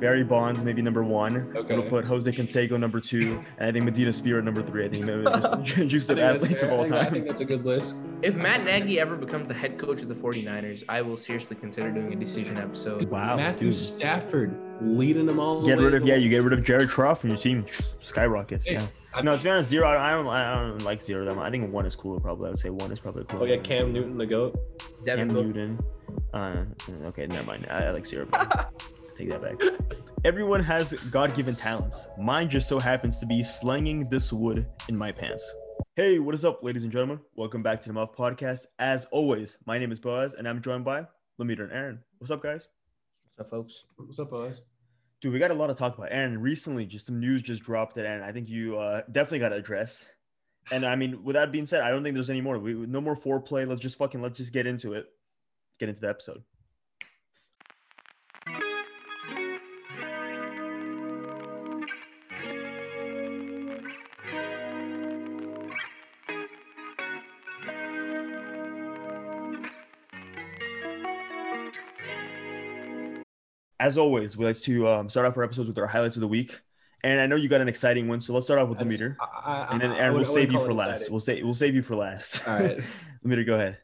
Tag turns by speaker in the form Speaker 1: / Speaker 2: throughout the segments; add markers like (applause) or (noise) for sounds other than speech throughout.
Speaker 1: Barry Bonds maybe number one.
Speaker 2: Okay.
Speaker 1: It'll put Jose Canseco number two, and I think Medina Spirit number three. I think maybe
Speaker 2: (laughs)
Speaker 1: just juiced
Speaker 2: I
Speaker 1: up
Speaker 2: think
Speaker 1: athletes
Speaker 2: that's
Speaker 1: of
Speaker 2: fair. I
Speaker 1: all
Speaker 2: think- I think
Speaker 1: time.
Speaker 2: that's a good list.
Speaker 3: If Matt Nagy ever becomes the head coach of the 49ers, I will seriously consider doing a decision episode.
Speaker 1: Wow.
Speaker 2: Matthew
Speaker 1: dude.
Speaker 2: Stafford leading them all. the
Speaker 1: Get
Speaker 2: way
Speaker 1: rid of
Speaker 2: to
Speaker 1: yeah,
Speaker 2: the-
Speaker 1: you get rid of Jared Croft from your team, skyrockets.
Speaker 2: Hey,
Speaker 1: Yeah.
Speaker 2: I-
Speaker 1: No, to be honest, zero. I don't, I don't, I don't like zero of them. I think one is cooler. Probably, I would say one is probably cooler.
Speaker 2: Oh yeah,
Speaker 1: than
Speaker 2: Cam
Speaker 1: zero.
Speaker 2: Newton, the goat.
Speaker 3: Devin
Speaker 1: Cam
Speaker 3: Booker.
Speaker 1: Newton. Uh, okay, never mind. I, I like zero. Take that back. Everyone has God-given talents. Mine just so happens to be slinging this wood in my pants. Hey, what is up, ladies and gentlemen? Welcome back to the Muff Podcast. As always, my name is Boaz, and I'm joined by Lamita and Aaron. What's up, guys?
Speaker 3: So, folks,
Speaker 2: What's up, boys?
Speaker 1: Dude, we got a lot to talk about. Aaron, recently, just some news just dropped that Aaron, I think you uh, definitely got to address. And I mean, with that being said, I don't think there's any more. We no more foreplay. Let's just fucking let's just get into it. Get into the episode. As always, we like to um, start off our episodes with our highlights of the week. And I know you got an exciting one, so let's start off with the meter. And
Speaker 2: Ah,
Speaker 1: then Aaron, we'll save you for last. We'll say we'll save you for last.
Speaker 2: All
Speaker 1: (laughs)
Speaker 2: right.
Speaker 1: Lemeter, go ahead.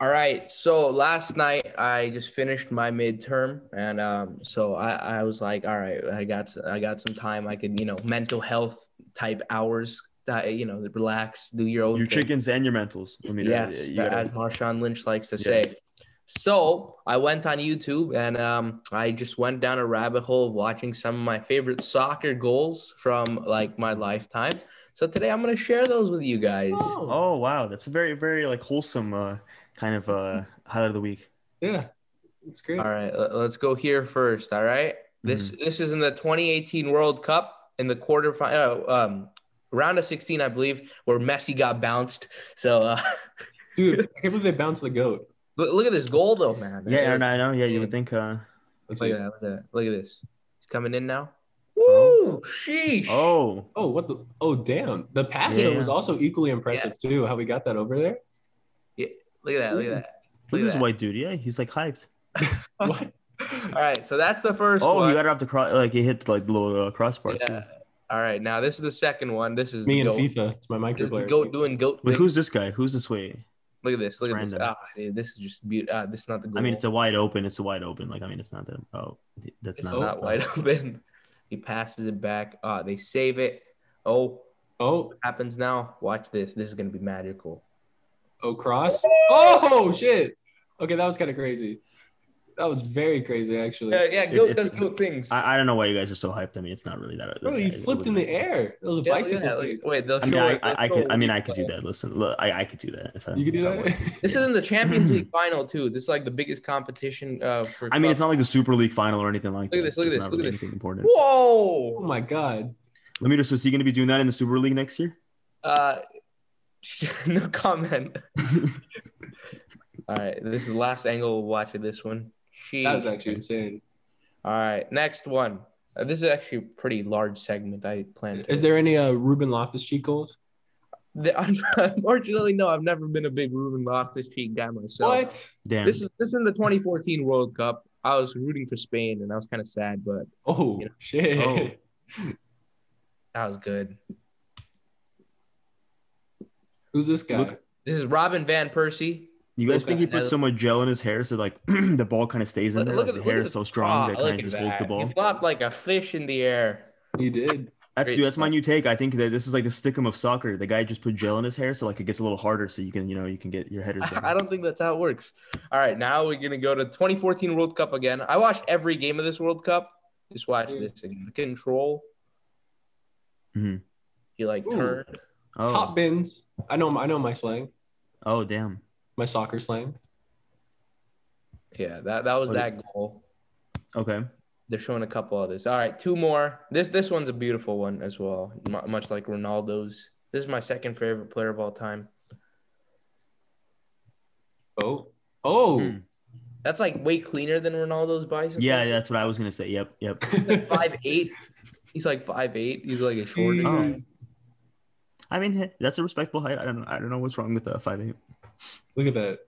Speaker 3: All right. So last night I just finished my midterm, and um, so I, I was like, all right, I got s- I got some time. I could you know mental health type hours. That, you know, relax, do your own.
Speaker 1: Your
Speaker 3: thing.
Speaker 1: chickens and your mentals. Lemeter.
Speaker 3: yes,
Speaker 1: you
Speaker 3: that-
Speaker 1: gotta-
Speaker 3: as Marshawn Lynch likes to
Speaker 1: Yeah.
Speaker 3: say. So I went on YouTube and um, I just went down a rabbit hole of watching some of my favorite soccer goals from like my lifetime. So today I'm gonna share those with you guys.
Speaker 2: Oh,
Speaker 1: Oh wow, that's a very very like wholesome uh, kind of uh, highlight of the week.
Speaker 2: yeah, it's great.
Speaker 3: All right, let- let's go here first. All right, this
Speaker 1: Mm-hmm.
Speaker 3: this is in the 2018 World Cup in the quarterfinal, um, round of 16, I believe, where Messi got bounced. So uh, (laughs)
Speaker 2: Dude,
Speaker 1: (laughs)
Speaker 2: I can't believe they bounced the goat.
Speaker 3: look, look at this goal though, man.
Speaker 1: Yeah, Aaron, I know. Yeah, you would think. Uh,
Speaker 2: It's
Speaker 3: Look
Speaker 2: like,
Speaker 3: at that, look at that. Look at this. He's coming in now.
Speaker 1: Oh.
Speaker 3: Woo! Sheesh.
Speaker 1: oh,
Speaker 2: oh, what the? Oh, damn. The pass
Speaker 1: Yeah,
Speaker 2: though
Speaker 1: yeah.
Speaker 2: was also equally impressive too. How we got that over there?
Speaker 3: Look at that. Look at that.
Speaker 1: look
Speaker 3: Look
Speaker 1: at this
Speaker 3: at
Speaker 1: white dude. Yeah, he's like hyped.
Speaker 2: What?
Speaker 3: that. All right. So that's the first
Speaker 1: Oh,
Speaker 3: one.
Speaker 1: he got it off the cross. Like he hit like the little uh, crossbar.
Speaker 3: Yeah.
Speaker 1: too.
Speaker 3: All right. Now this is the second one. This is
Speaker 2: Me
Speaker 3: the
Speaker 2: and
Speaker 3: goat.
Speaker 2: FIFA. It's my
Speaker 3: This is the
Speaker 2: microplayer.
Speaker 3: goat doing goat.
Speaker 1: Wait,
Speaker 3: thing.
Speaker 1: who's this guy? Who's this way?
Speaker 3: Look at this. Look at this.
Speaker 1: Random.
Speaker 3: Ah, dude, this is just beautiful. Ah, this is not the goal.
Speaker 1: I mean, it's a wide open. It's a wide open. Like I mean, it's not that. Oh, that's
Speaker 3: It's
Speaker 1: not.
Speaker 3: not, wide open. He passes it back. Ah, they save it. Oh,
Speaker 2: Oh,
Speaker 3: happens now. Watch this. This is gonna be magical.
Speaker 2: oh, cross. Oh shit. Okay, that was kind of crazy. That was very crazy actually.
Speaker 3: Yeah, yeah.
Speaker 1: It-
Speaker 3: Goat
Speaker 1: it's-
Speaker 3: does goat things.
Speaker 1: I, I don't know why you guys are so hyped. I mean, it's not really that.
Speaker 2: Bro, he
Speaker 1: it
Speaker 2: flipped in
Speaker 1: wouldn't-
Speaker 2: the air. It was a
Speaker 3: Yeah, look at
Speaker 2: bicycle.
Speaker 3: that. Look-
Speaker 2: kick.
Speaker 3: Wait, they'll
Speaker 1: I mean,
Speaker 3: show
Speaker 1: I,
Speaker 3: it- they'll
Speaker 1: I, I
Speaker 3: show
Speaker 1: could. I
Speaker 3: a
Speaker 1: mean, I
Speaker 3: replay.
Speaker 1: could do that. Listen, look, I, I could do that. If I,
Speaker 2: You could
Speaker 1: if
Speaker 2: do
Speaker 1: I
Speaker 2: that?
Speaker 1: wanted to.
Speaker 3: This
Speaker 1: Yeah.
Speaker 3: is in the
Speaker 1: (clears throat)
Speaker 3: Champions League final too. This is like the biggest competition uh, for.
Speaker 1: I mean, it's
Speaker 3: clubs.
Speaker 1: not like the Super League final or anything like
Speaker 3: Look
Speaker 1: that.
Speaker 3: at this, look at
Speaker 1: It's
Speaker 3: this,
Speaker 1: not
Speaker 3: look at
Speaker 1: really
Speaker 3: this.
Speaker 1: anything important.
Speaker 2: Oh
Speaker 3: Whoa.
Speaker 2: my god.
Speaker 1: Let me just. So is he going to be doing that in the Super League next year?
Speaker 3: Uh, (laughs) no comment. All right, this is the last angle we'll watch of this one. She.
Speaker 2: That was actually insane.
Speaker 3: All right, next one. Uh, this is actually a pretty large segment. I planned.
Speaker 2: Is there any uh Ruben Loftus cheek goals?
Speaker 3: The- (laughs) Unfortunately, no. I've never been a big Ruben Loftus cheek guy myself.
Speaker 2: What?
Speaker 1: Damn.
Speaker 3: This is this is in the 2014 World Cup. I was rooting for Spain, and I was kind of sad, but
Speaker 2: Oh
Speaker 3: You know.
Speaker 2: shit.
Speaker 1: Oh.
Speaker 3: that was good.
Speaker 2: (laughs) Who's this guy?
Speaker 1: Look-
Speaker 3: This is Robin van Persie.
Speaker 1: you guys
Speaker 2: look
Speaker 1: think
Speaker 2: at
Speaker 1: he puts so much gel in his hair so like (clears throat) the ball kind of stays in
Speaker 3: Look-
Speaker 1: there?
Speaker 3: look
Speaker 1: like,
Speaker 3: at-
Speaker 1: the
Speaker 3: look
Speaker 1: hair
Speaker 3: at
Speaker 1: is
Speaker 3: the-
Speaker 1: so strong
Speaker 3: Ah,
Speaker 1: that
Speaker 3: look
Speaker 1: kind of
Speaker 3: at
Speaker 1: just holds the
Speaker 3: that. He
Speaker 1: ball.
Speaker 3: flopped like a fish in the air.
Speaker 2: He did.
Speaker 1: That's,
Speaker 3: Great
Speaker 1: dude, that's my
Speaker 3: stuff.
Speaker 1: new take. I think that this is like the stickum of soccer. The guy just put gel in his hair so like it gets a little harder so you can you know you can get your headers.
Speaker 3: (laughs)
Speaker 1: better.
Speaker 3: I don't think that's how it works. All right, now we're gonna go to 2014 World Cup again. I watched every game of this World Cup. Just watch
Speaker 2: Yeah.
Speaker 3: this again. The control.
Speaker 1: Mhm.
Speaker 3: He like
Speaker 2: Ooh.
Speaker 3: turned.
Speaker 1: Oh,
Speaker 2: Top bins. I know I know my slang.
Speaker 1: oh damn.
Speaker 2: My soccer slang.
Speaker 3: Yeah, that that was
Speaker 1: What
Speaker 3: that goal.
Speaker 1: Okay.
Speaker 3: They're showing a couple others. All right, two more. This this one's a beautiful one as well, mu- much like Ronaldo's. This is my second favorite player of all time.
Speaker 2: Oh. Oh.
Speaker 1: Hmm.
Speaker 3: That's like way cleaner than Ronaldo's bicycle.
Speaker 1: Yeah, that's what I was gonna say. Yep, yep.
Speaker 3: five eight. He's like five eight. He's like a shorter.
Speaker 1: Oh.
Speaker 3: guy.
Speaker 1: I mean, hey, that's a respectable height. I don't know. I don't know what's wrong with the five eight.
Speaker 2: (laughs) Look at that.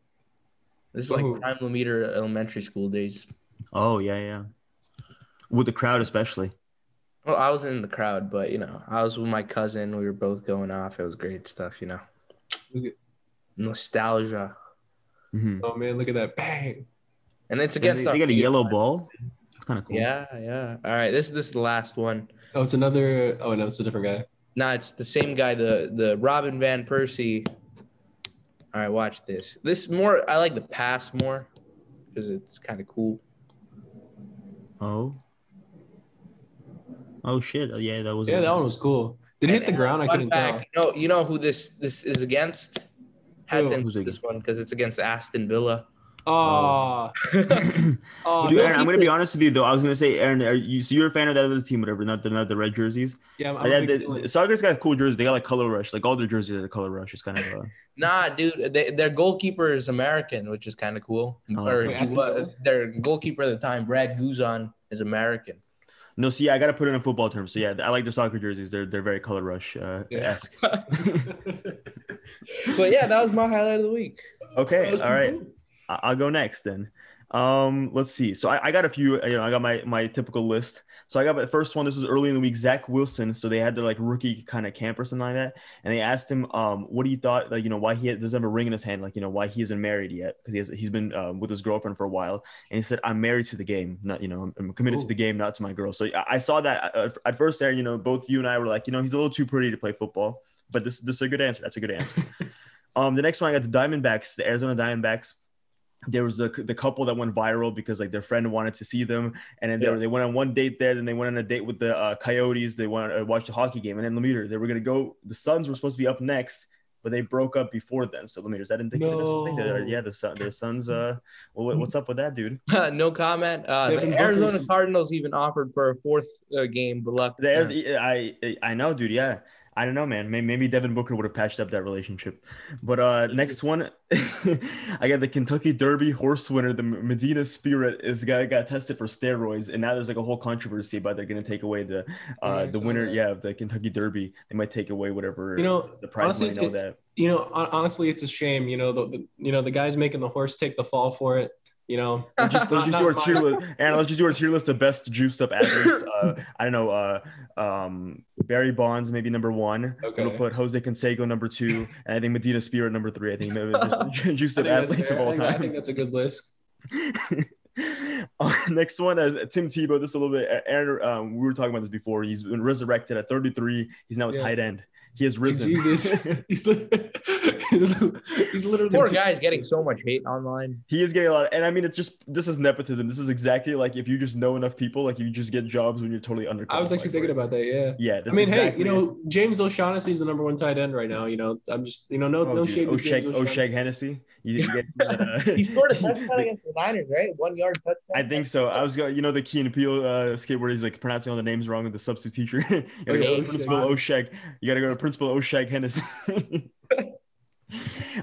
Speaker 3: This is like
Speaker 2: Ooh.
Speaker 3: prime Lemeter elementary school days.
Speaker 1: Oh yeah, yeah. with the crowd especially.
Speaker 3: Well, I was in the crowd, but you know, I was with my cousin. We were both going off. It was great stuff, you know.
Speaker 2: Look at-
Speaker 3: Nostalgia,
Speaker 1: Mhm.
Speaker 2: Oh man, look at that bang.
Speaker 3: and it's
Speaker 1: They,
Speaker 3: against.
Speaker 1: they
Speaker 3: our-
Speaker 1: got a yellow ball. It's kind of cool.
Speaker 3: Yeah, yeah. All right, this this is the last one.
Speaker 2: Oh, it's another. Oh no, it's a different guy.
Speaker 3: Nah, it's the same guy, the the Robin Van Persie. All right, watch this. This more I like the pass more because it's kind of cool.
Speaker 1: Oh. Oh shit! Oh, Yeah, that was.
Speaker 2: Yeah,
Speaker 1: (clears throat)
Speaker 2: that one was (clears throat) cool. Did it hit the ground? I
Speaker 3: Fun
Speaker 2: couldn't tell.
Speaker 3: fact, No, you know who this this is against? Had to
Speaker 2: Who?
Speaker 3: include
Speaker 1: Who's it
Speaker 3: this one because it's against
Speaker 2: (laughs)
Speaker 3: Aston Villa.
Speaker 2: Oh, oh,
Speaker 1: Dude,
Speaker 2: no,
Speaker 1: Aaron, I'm
Speaker 2: keep
Speaker 1: gonna
Speaker 2: it.
Speaker 1: be honest with you though. I was gonna say, Aaron, are you, so you're a fan of that other team, whatever, not the not the red jerseys.
Speaker 2: Yeah, I'm, I'm
Speaker 1: But
Speaker 2: a
Speaker 1: that,
Speaker 2: big
Speaker 1: the,
Speaker 2: fan. (laughs)
Speaker 1: the- soccer's got cool jerseys. They got like color rush. Like all their jerseys are color rush. It's kind of. Uh,
Speaker 3: Nah, dude, they, their goalkeeper is American, which is kind of cool.
Speaker 1: Oh.
Speaker 3: or
Speaker 2: Wait,
Speaker 3: he
Speaker 2: Aston
Speaker 3: was-
Speaker 2: Villa?
Speaker 3: their goalkeeper at the time, Brad Guzan, is American.
Speaker 1: no, so yeah, I gotta put it in football terms. So yeah, I like the soccer jerseys. They're they're very color rush uh, esque.
Speaker 3: But yeah, that was my highlight of the week.
Speaker 1: (laughs) Okay, all right. I- I'll go next then. Um, let's see. So I, I got a few. You know, I got my my typical list. So I got my first one. This was early in the week. Zach Wilson. So they had their like rookie kind of camp or something like that, and they asked him, um, what he thought, like you know, why he had, doesn't have a ring in his hand, like you know, why he isn't married yet, because he has he's been um, with his girlfriend for a while, and he said, I'm married to the game, not you know, I'm, I'm committed
Speaker 2: Ooh.
Speaker 1: to the game, not to my girl. So I, I saw that uh, at first, Aaron. You know, both you and I were like, you know, he's a little too pretty to play football, but this this is a good answer. That's a good answer. Um, the next one I got the Diamondbacks, the Arizona Diamondbacks. There was the the couple that went viral because like their friend wanted to see them, and then they,
Speaker 3: Yeah.
Speaker 1: were, they went on one date there. Then they went on a date with the uh, Coyotes. They wanted to watch the hockey game, and then Lemeter. They were gonna go. The Suns were supposed to be up next, but they broke up before then. So Lemeters, I didn't think of something. That,
Speaker 2: No.
Speaker 1: yeah, the Sun, the Suns. Uh, well, what- what's up with that dude?
Speaker 3: (laughs) no comment. Uh,
Speaker 2: Devin
Speaker 3: the
Speaker 2: Booker's-
Speaker 3: Arizona Cardinals even offered for a fourth uh, game, but luck.
Speaker 1: The Ari- I I know, dude. Yeah, I don't know, man. May- Maybe Devin Booker would have patched up that relationship. But uh, next one, (laughs) I got the Kentucky Derby horse winner, the Medina Spirit, is got got tested for steroids, and now there's like a whole controversy about they're gonna take away the uh
Speaker 2: Yeah, I
Speaker 1: the
Speaker 2: saw
Speaker 1: winner,
Speaker 2: that.
Speaker 1: yeah, of the Kentucky Derby. They might take away whatever
Speaker 2: You know,
Speaker 1: the prize
Speaker 2: honestly,
Speaker 1: money and all
Speaker 2: it-
Speaker 1: that.
Speaker 2: you know, hon- honestly, it's a shame. You know, the, the you know the guys making the horse take the fall for it. You know,
Speaker 1: Let's just, let's just do our tier list, and let's just do our tier list of best juiced up
Speaker 2: (laughs)
Speaker 1: athletes. Uh, I don't know, uh, um, Barry Bonds maybe number one.
Speaker 2: Okay.
Speaker 1: We'll put Jose Canseco number two, and I think Medina Spirit number three. I think maybe
Speaker 2: (laughs)
Speaker 1: just (laughs) juiced
Speaker 2: I
Speaker 1: up
Speaker 2: think,
Speaker 1: athletes
Speaker 2: that's fair.
Speaker 1: of
Speaker 2: I
Speaker 1: all
Speaker 2: think- I think
Speaker 1: time.
Speaker 2: that's a
Speaker 1: (laughs)
Speaker 2: good list.
Speaker 1: Uh, Next one is Tim Tebow. This a little bit. Aaron, um, we were talking about this before. He's been resurrected at 33. He's now a
Speaker 2: Yeah.
Speaker 1: tight end. He has risen.
Speaker 2: Jesus, he's, li- he's literally
Speaker 3: Poor guy's getting so much hate online.
Speaker 1: (laughs) he is getting a lot of, and i mean it's just this is nepotism this is exactly like if you just know enough people like you just get jobs when you're totally under
Speaker 2: I was actually thinking about that. Yeah.
Speaker 1: yeah that's
Speaker 2: I mean, hey,
Speaker 1: exactly
Speaker 2: you know, James O'Shaughnessy is the number one tight end right now. You know, I'm just, you know, no,
Speaker 1: oh,
Speaker 2: no
Speaker 1: dude,
Speaker 2: shade. to
Speaker 1: Oshag,
Speaker 2: James O'Shaughnessy.
Speaker 1: Oshag Hennessy you, you
Speaker 2: (laughs)
Speaker 1: get that, uh,
Speaker 3: He scored
Speaker 1: (laughs)
Speaker 3: a touchdown against the Niners, right? One yard touchdown. Oh,
Speaker 1: I think so. I was going, you know, the Key and Peele uh, skateboard. He's like pronouncing all the names wrong with the substitute teacher. (laughs) you gotta go to
Speaker 3: Okay.
Speaker 1: Principal Oshag. You gotta go to Principal Oshag Hennessy. (laughs)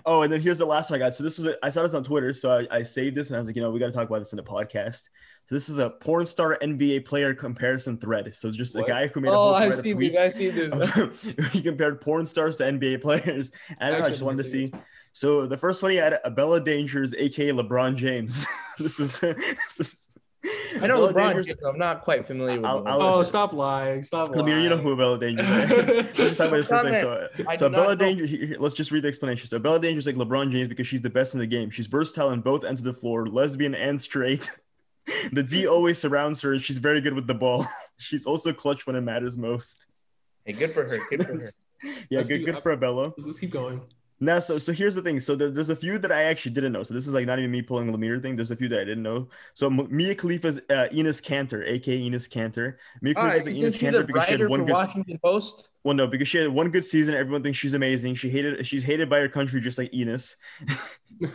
Speaker 1: oh, and then here's the last one I got. So this was, a, I saw this on Twitter. So I, I saved this and I was like, you know, we gotta talk about this in a podcast. So this is a porn star NBA player comparison thread. So just a
Speaker 2: What?
Speaker 1: guy who made a whole
Speaker 3: Oh,
Speaker 1: thread
Speaker 3: I've
Speaker 1: of
Speaker 3: seen
Speaker 1: tweets.
Speaker 3: this. I've seen this.
Speaker 1: (laughs) he compared porn stars to NBA players. (laughs) And I, don't know, I
Speaker 2: Actually,
Speaker 1: just wanted to
Speaker 2: I
Speaker 1: see. So the first one he had Abella Dangers, aka LeBron James. (laughs) this is. This is
Speaker 3: I know
Speaker 1: Abella
Speaker 3: LeBron,
Speaker 1: Dangers- (laughs)
Speaker 3: James, but I'm not quite familiar with
Speaker 1: I'll-
Speaker 3: him.
Speaker 1: I'll-
Speaker 2: Oh,
Speaker 1: Listen.
Speaker 2: stop lying. Stop lying.
Speaker 1: Lemire, you know who Abella Dangers
Speaker 3: (laughs)
Speaker 2: (laughs)
Speaker 1: is. Let's just talk about this for a second. So,
Speaker 3: I
Speaker 1: so
Speaker 3: do not
Speaker 1: Abella
Speaker 3: know.
Speaker 1: Danger, here- here- let's just read the explanation. So Abella Danger is like LeBron James because she's the best in the game. She's versatile in both ends of the floor, lesbian and straight. (laughs) The
Speaker 3: (laughs)
Speaker 1: D always surrounds her, and she's very good with the ball. (laughs) She's also clutch when it matters most. (laughs)
Speaker 3: Hey, good for her. Good for her. uh,
Speaker 1: Yeah,
Speaker 2: Let's
Speaker 1: good,
Speaker 2: do-
Speaker 1: good for Abella.
Speaker 2: Let's, let's keep going.
Speaker 1: No, so so here's the thing. So there, there's a few that I actually didn't know. So this is like not even me pulling the meter thing. There's a few that I didn't know. So M- Mia Khalifa's uh, Enos Cantor, aka Enos Cantor. Mia
Speaker 3: All
Speaker 1: Khalifa's
Speaker 3: right,
Speaker 1: like
Speaker 3: you
Speaker 1: Enos
Speaker 3: see the
Speaker 1: Cantor because she
Speaker 3: writer
Speaker 1: had
Speaker 3: for
Speaker 1: one good.
Speaker 3: Washington Post.
Speaker 1: Well, no, because she had one good season. Everyone thinks she's amazing. She hated. She's hated by her country, just like Enos.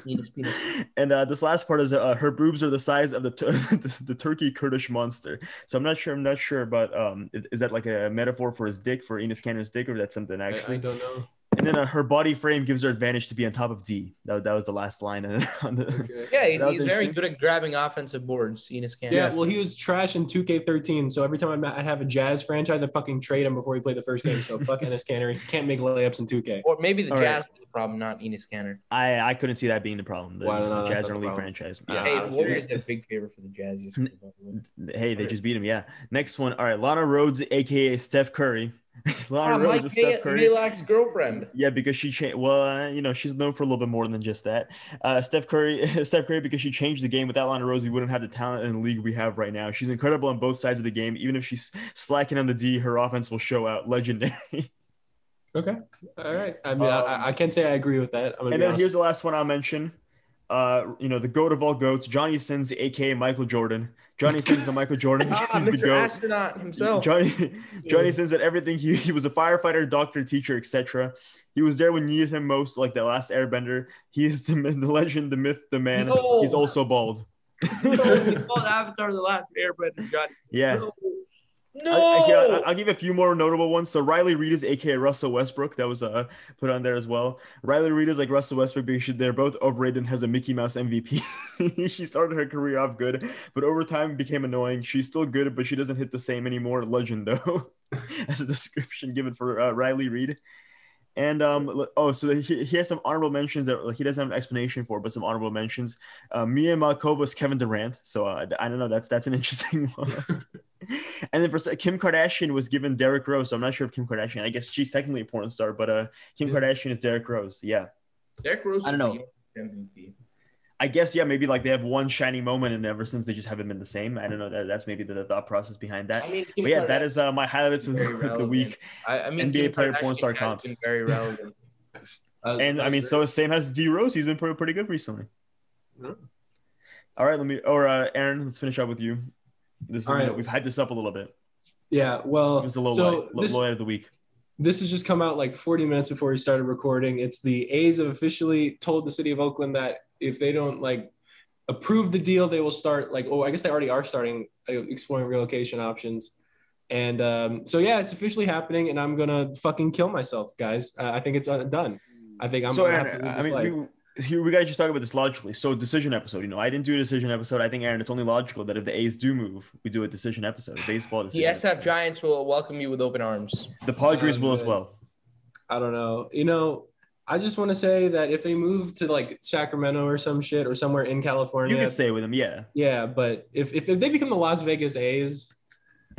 Speaker 3: Penis, penis.
Speaker 1: And uh, this last part is uh, her boobs are the size of the, t- (laughs) the the Turkey Kurdish monster. So I'm not sure. I'm not sure, but um, is, is that like a metaphor for his dick, for Enos Cantor's dick, or that's something
Speaker 2: I, I
Speaker 1: actually?
Speaker 2: don't know.
Speaker 1: And then uh, her body frame gives her advantage to be on top of D. That, that was the last line. (laughs) On, on the,
Speaker 2: Okay.
Speaker 3: Yeah, he-
Speaker 1: That was
Speaker 3: he's very
Speaker 1: interesting.
Speaker 3: good at grabbing offensive boards. Enos Cantor.
Speaker 2: Yeah, well, he was trash in 2K13. So every time I would have a Jazz franchise, I fucking trade him before he played the first game. So (laughs) fuck Ennis Canner. He can't make layups in 2K.
Speaker 3: or maybe the
Speaker 1: All right.
Speaker 3: Jazz was the problem, not Enos Cantor.
Speaker 1: I, I couldn't see that being the problem. The
Speaker 2: Why not? That's
Speaker 1: Jazz
Speaker 2: not
Speaker 1: are only
Speaker 2: the problem.
Speaker 1: franchise.
Speaker 2: Yeah.
Speaker 1: Uh,
Speaker 3: Hey, the
Speaker 2: honestly.
Speaker 3: Warriors did a big favor for the Jazz. yesterday, by the way.
Speaker 1: Hey, they just beat him. Yeah. Next one. All right. Lana Rhodes, aka Steph Curry. (laughs) Lana
Speaker 3: Ah,
Speaker 1: Rhodes
Speaker 3: Mike
Speaker 1: is Steph
Speaker 3: Mil-
Speaker 1: Curry. (laughs)
Speaker 3: Milak's girlfriend.
Speaker 1: Yeah, because she changed. Well, uh, you know, she's known for a little bit more than just that. Uh, Steph Curry, (laughs) Steph Curry, because she changed the game. Without Lana Rose, we wouldn't have the talent in the league we have right now. She's incredible on both sides of the game. Even if she's slacking on the D, her offense will show out. Legendary.
Speaker 2: Okay. All right. I mean, I-
Speaker 1: Um,
Speaker 2: I, I can't say I agree with that. I'm
Speaker 1: and
Speaker 2: gonna be
Speaker 1: then
Speaker 2: honest.
Speaker 1: here's the last one I'll mention. Uh, you know, the goat of all goats, Johnny Sins, aka Michael Jordan. Johnny Sins, the Michael Jordan.
Speaker 3: (laughs) Ah,
Speaker 1: because he's the
Speaker 3: Mr.
Speaker 1: goat.
Speaker 3: Astronaut himself. (laughs)
Speaker 1: Johnny Johnny says that everything he, he was a firefighter, doctor, teacher, etc. He was there when you needed him most, like the last airbender. He is the, (laughs) myth- the legend, the myth, the man.
Speaker 3: No.
Speaker 1: He's also bald. (laughs)
Speaker 3: So we called Avatar the Last Airbender. Johnny.
Speaker 1: yeah.
Speaker 3: No.
Speaker 1: I,
Speaker 3: No!
Speaker 1: will give a few more notable ones. So Riley Reed is aka Russell Westbrook. That was uh, put on there as well. Riley Reed is like Russell Westbrook because she- they're both overrated and has a Mickey Mouse MVP. (laughs) she started her career off good, but over time became annoying. She's still good, but she doesn't hit the same anymore. Legend though, (laughs) as a description given for uh, Riley Reed. And um, l- oh, so he, he has some honorable mentions that like, he doesn't have an explanation for, but some honorable mentions. Uh, Mia Malkova's Kevin Durant. So uh, I don't know. That's that's an (laughs) interesting one. (laughs) and then for Kim Kardashian was given Derek Rose. So I'm not sure if Kim Kardashian. I guess she's technically a porn star, but uh, Kim
Speaker 2: Yeah.
Speaker 1: Kardashian is Derek Rose. Yeah,
Speaker 3: Derrick Rose.
Speaker 2: I don't know.
Speaker 3: MVP.
Speaker 1: I guess yeah. Maybe like they have one shining moment, and ever since they just haven't been the same. I don't know. That, that's maybe the, the thought process behind that.
Speaker 3: I mean, Kim
Speaker 1: But yeah, that
Speaker 3: Kardashian-
Speaker 1: is uh, my highlights of (laughs) the,
Speaker 3: Very
Speaker 1: the
Speaker 3: relevant.
Speaker 1: week.
Speaker 3: I, I mean,
Speaker 1: NBA
Speaker 3: Kim
Speaker 1: player porn
Speaker 3: Kardashian
Speaker 1: star
Speaker 3: has
Speaker 1: comps.
Speaker 3: been Very (laughs) relevant.
Speaker 2: Uh,
Speaker 1: And I mean, so same as D Rose. He's been pretty, pretty good recently.
Speaker 2: Yeah.
Speaker 1: All right, let me or uh, Aaron. Let's finish up with you. This is,
Speaker 2: All right.
Speaker 1: we've hyped this up a little bit.
Speaker 2: yeah. Well,
Speaker 1: It was the low
Speaker 2: so
Speaker 1: light, low,
Speaker 2: this-
Speaker 1: low light of the week.
Speaker 2: This has just come out like 40 minutes before we started recording. It's the A's have officially told the city of Oakland that if they don't like approve the deal, they will start like, oh, I guess they already are starting uh, exploring relocation options. And um, so, yeah, it's officially happening, and I'm gonna fucking kill myself, guys. Uh, I think it's uh, done. I think I'm
Speaker 1: so
Speaker 2: gonna have to
Speaker 1: Aaron,
Speaker 2: live
Speaker 1: I
Speaker 2: this
Speaker 1: mean,
Speaker 2: life.
Speaker 1: we, here we gotta just talk about this logically. So decision episode. You know, I didn't do a decision episode. I think Aaron, it's only logical that if the A's do move, we do a decision episode, a baseball
Speaker 3: The
Speaker 1: decision.
Speaker 3: SF
Speaker 1: episode.
Speaker 3: Giants will welcome you with open arms.
Speaker 1: The Padres
Speaker 2: Um,
Speaker 1: will as
Speaker 2: uh,
Speaker 1: well.
Speaker 2: I don't know. You know, I just want to say that if they move to like Sacramento or some shit or somewhere in
Speaker 1: You
Speaker 2: California,
Speaker 1: can stay with them, yeah.
Speaker 2: yeah. But if, if if they become the Las Vegas A's,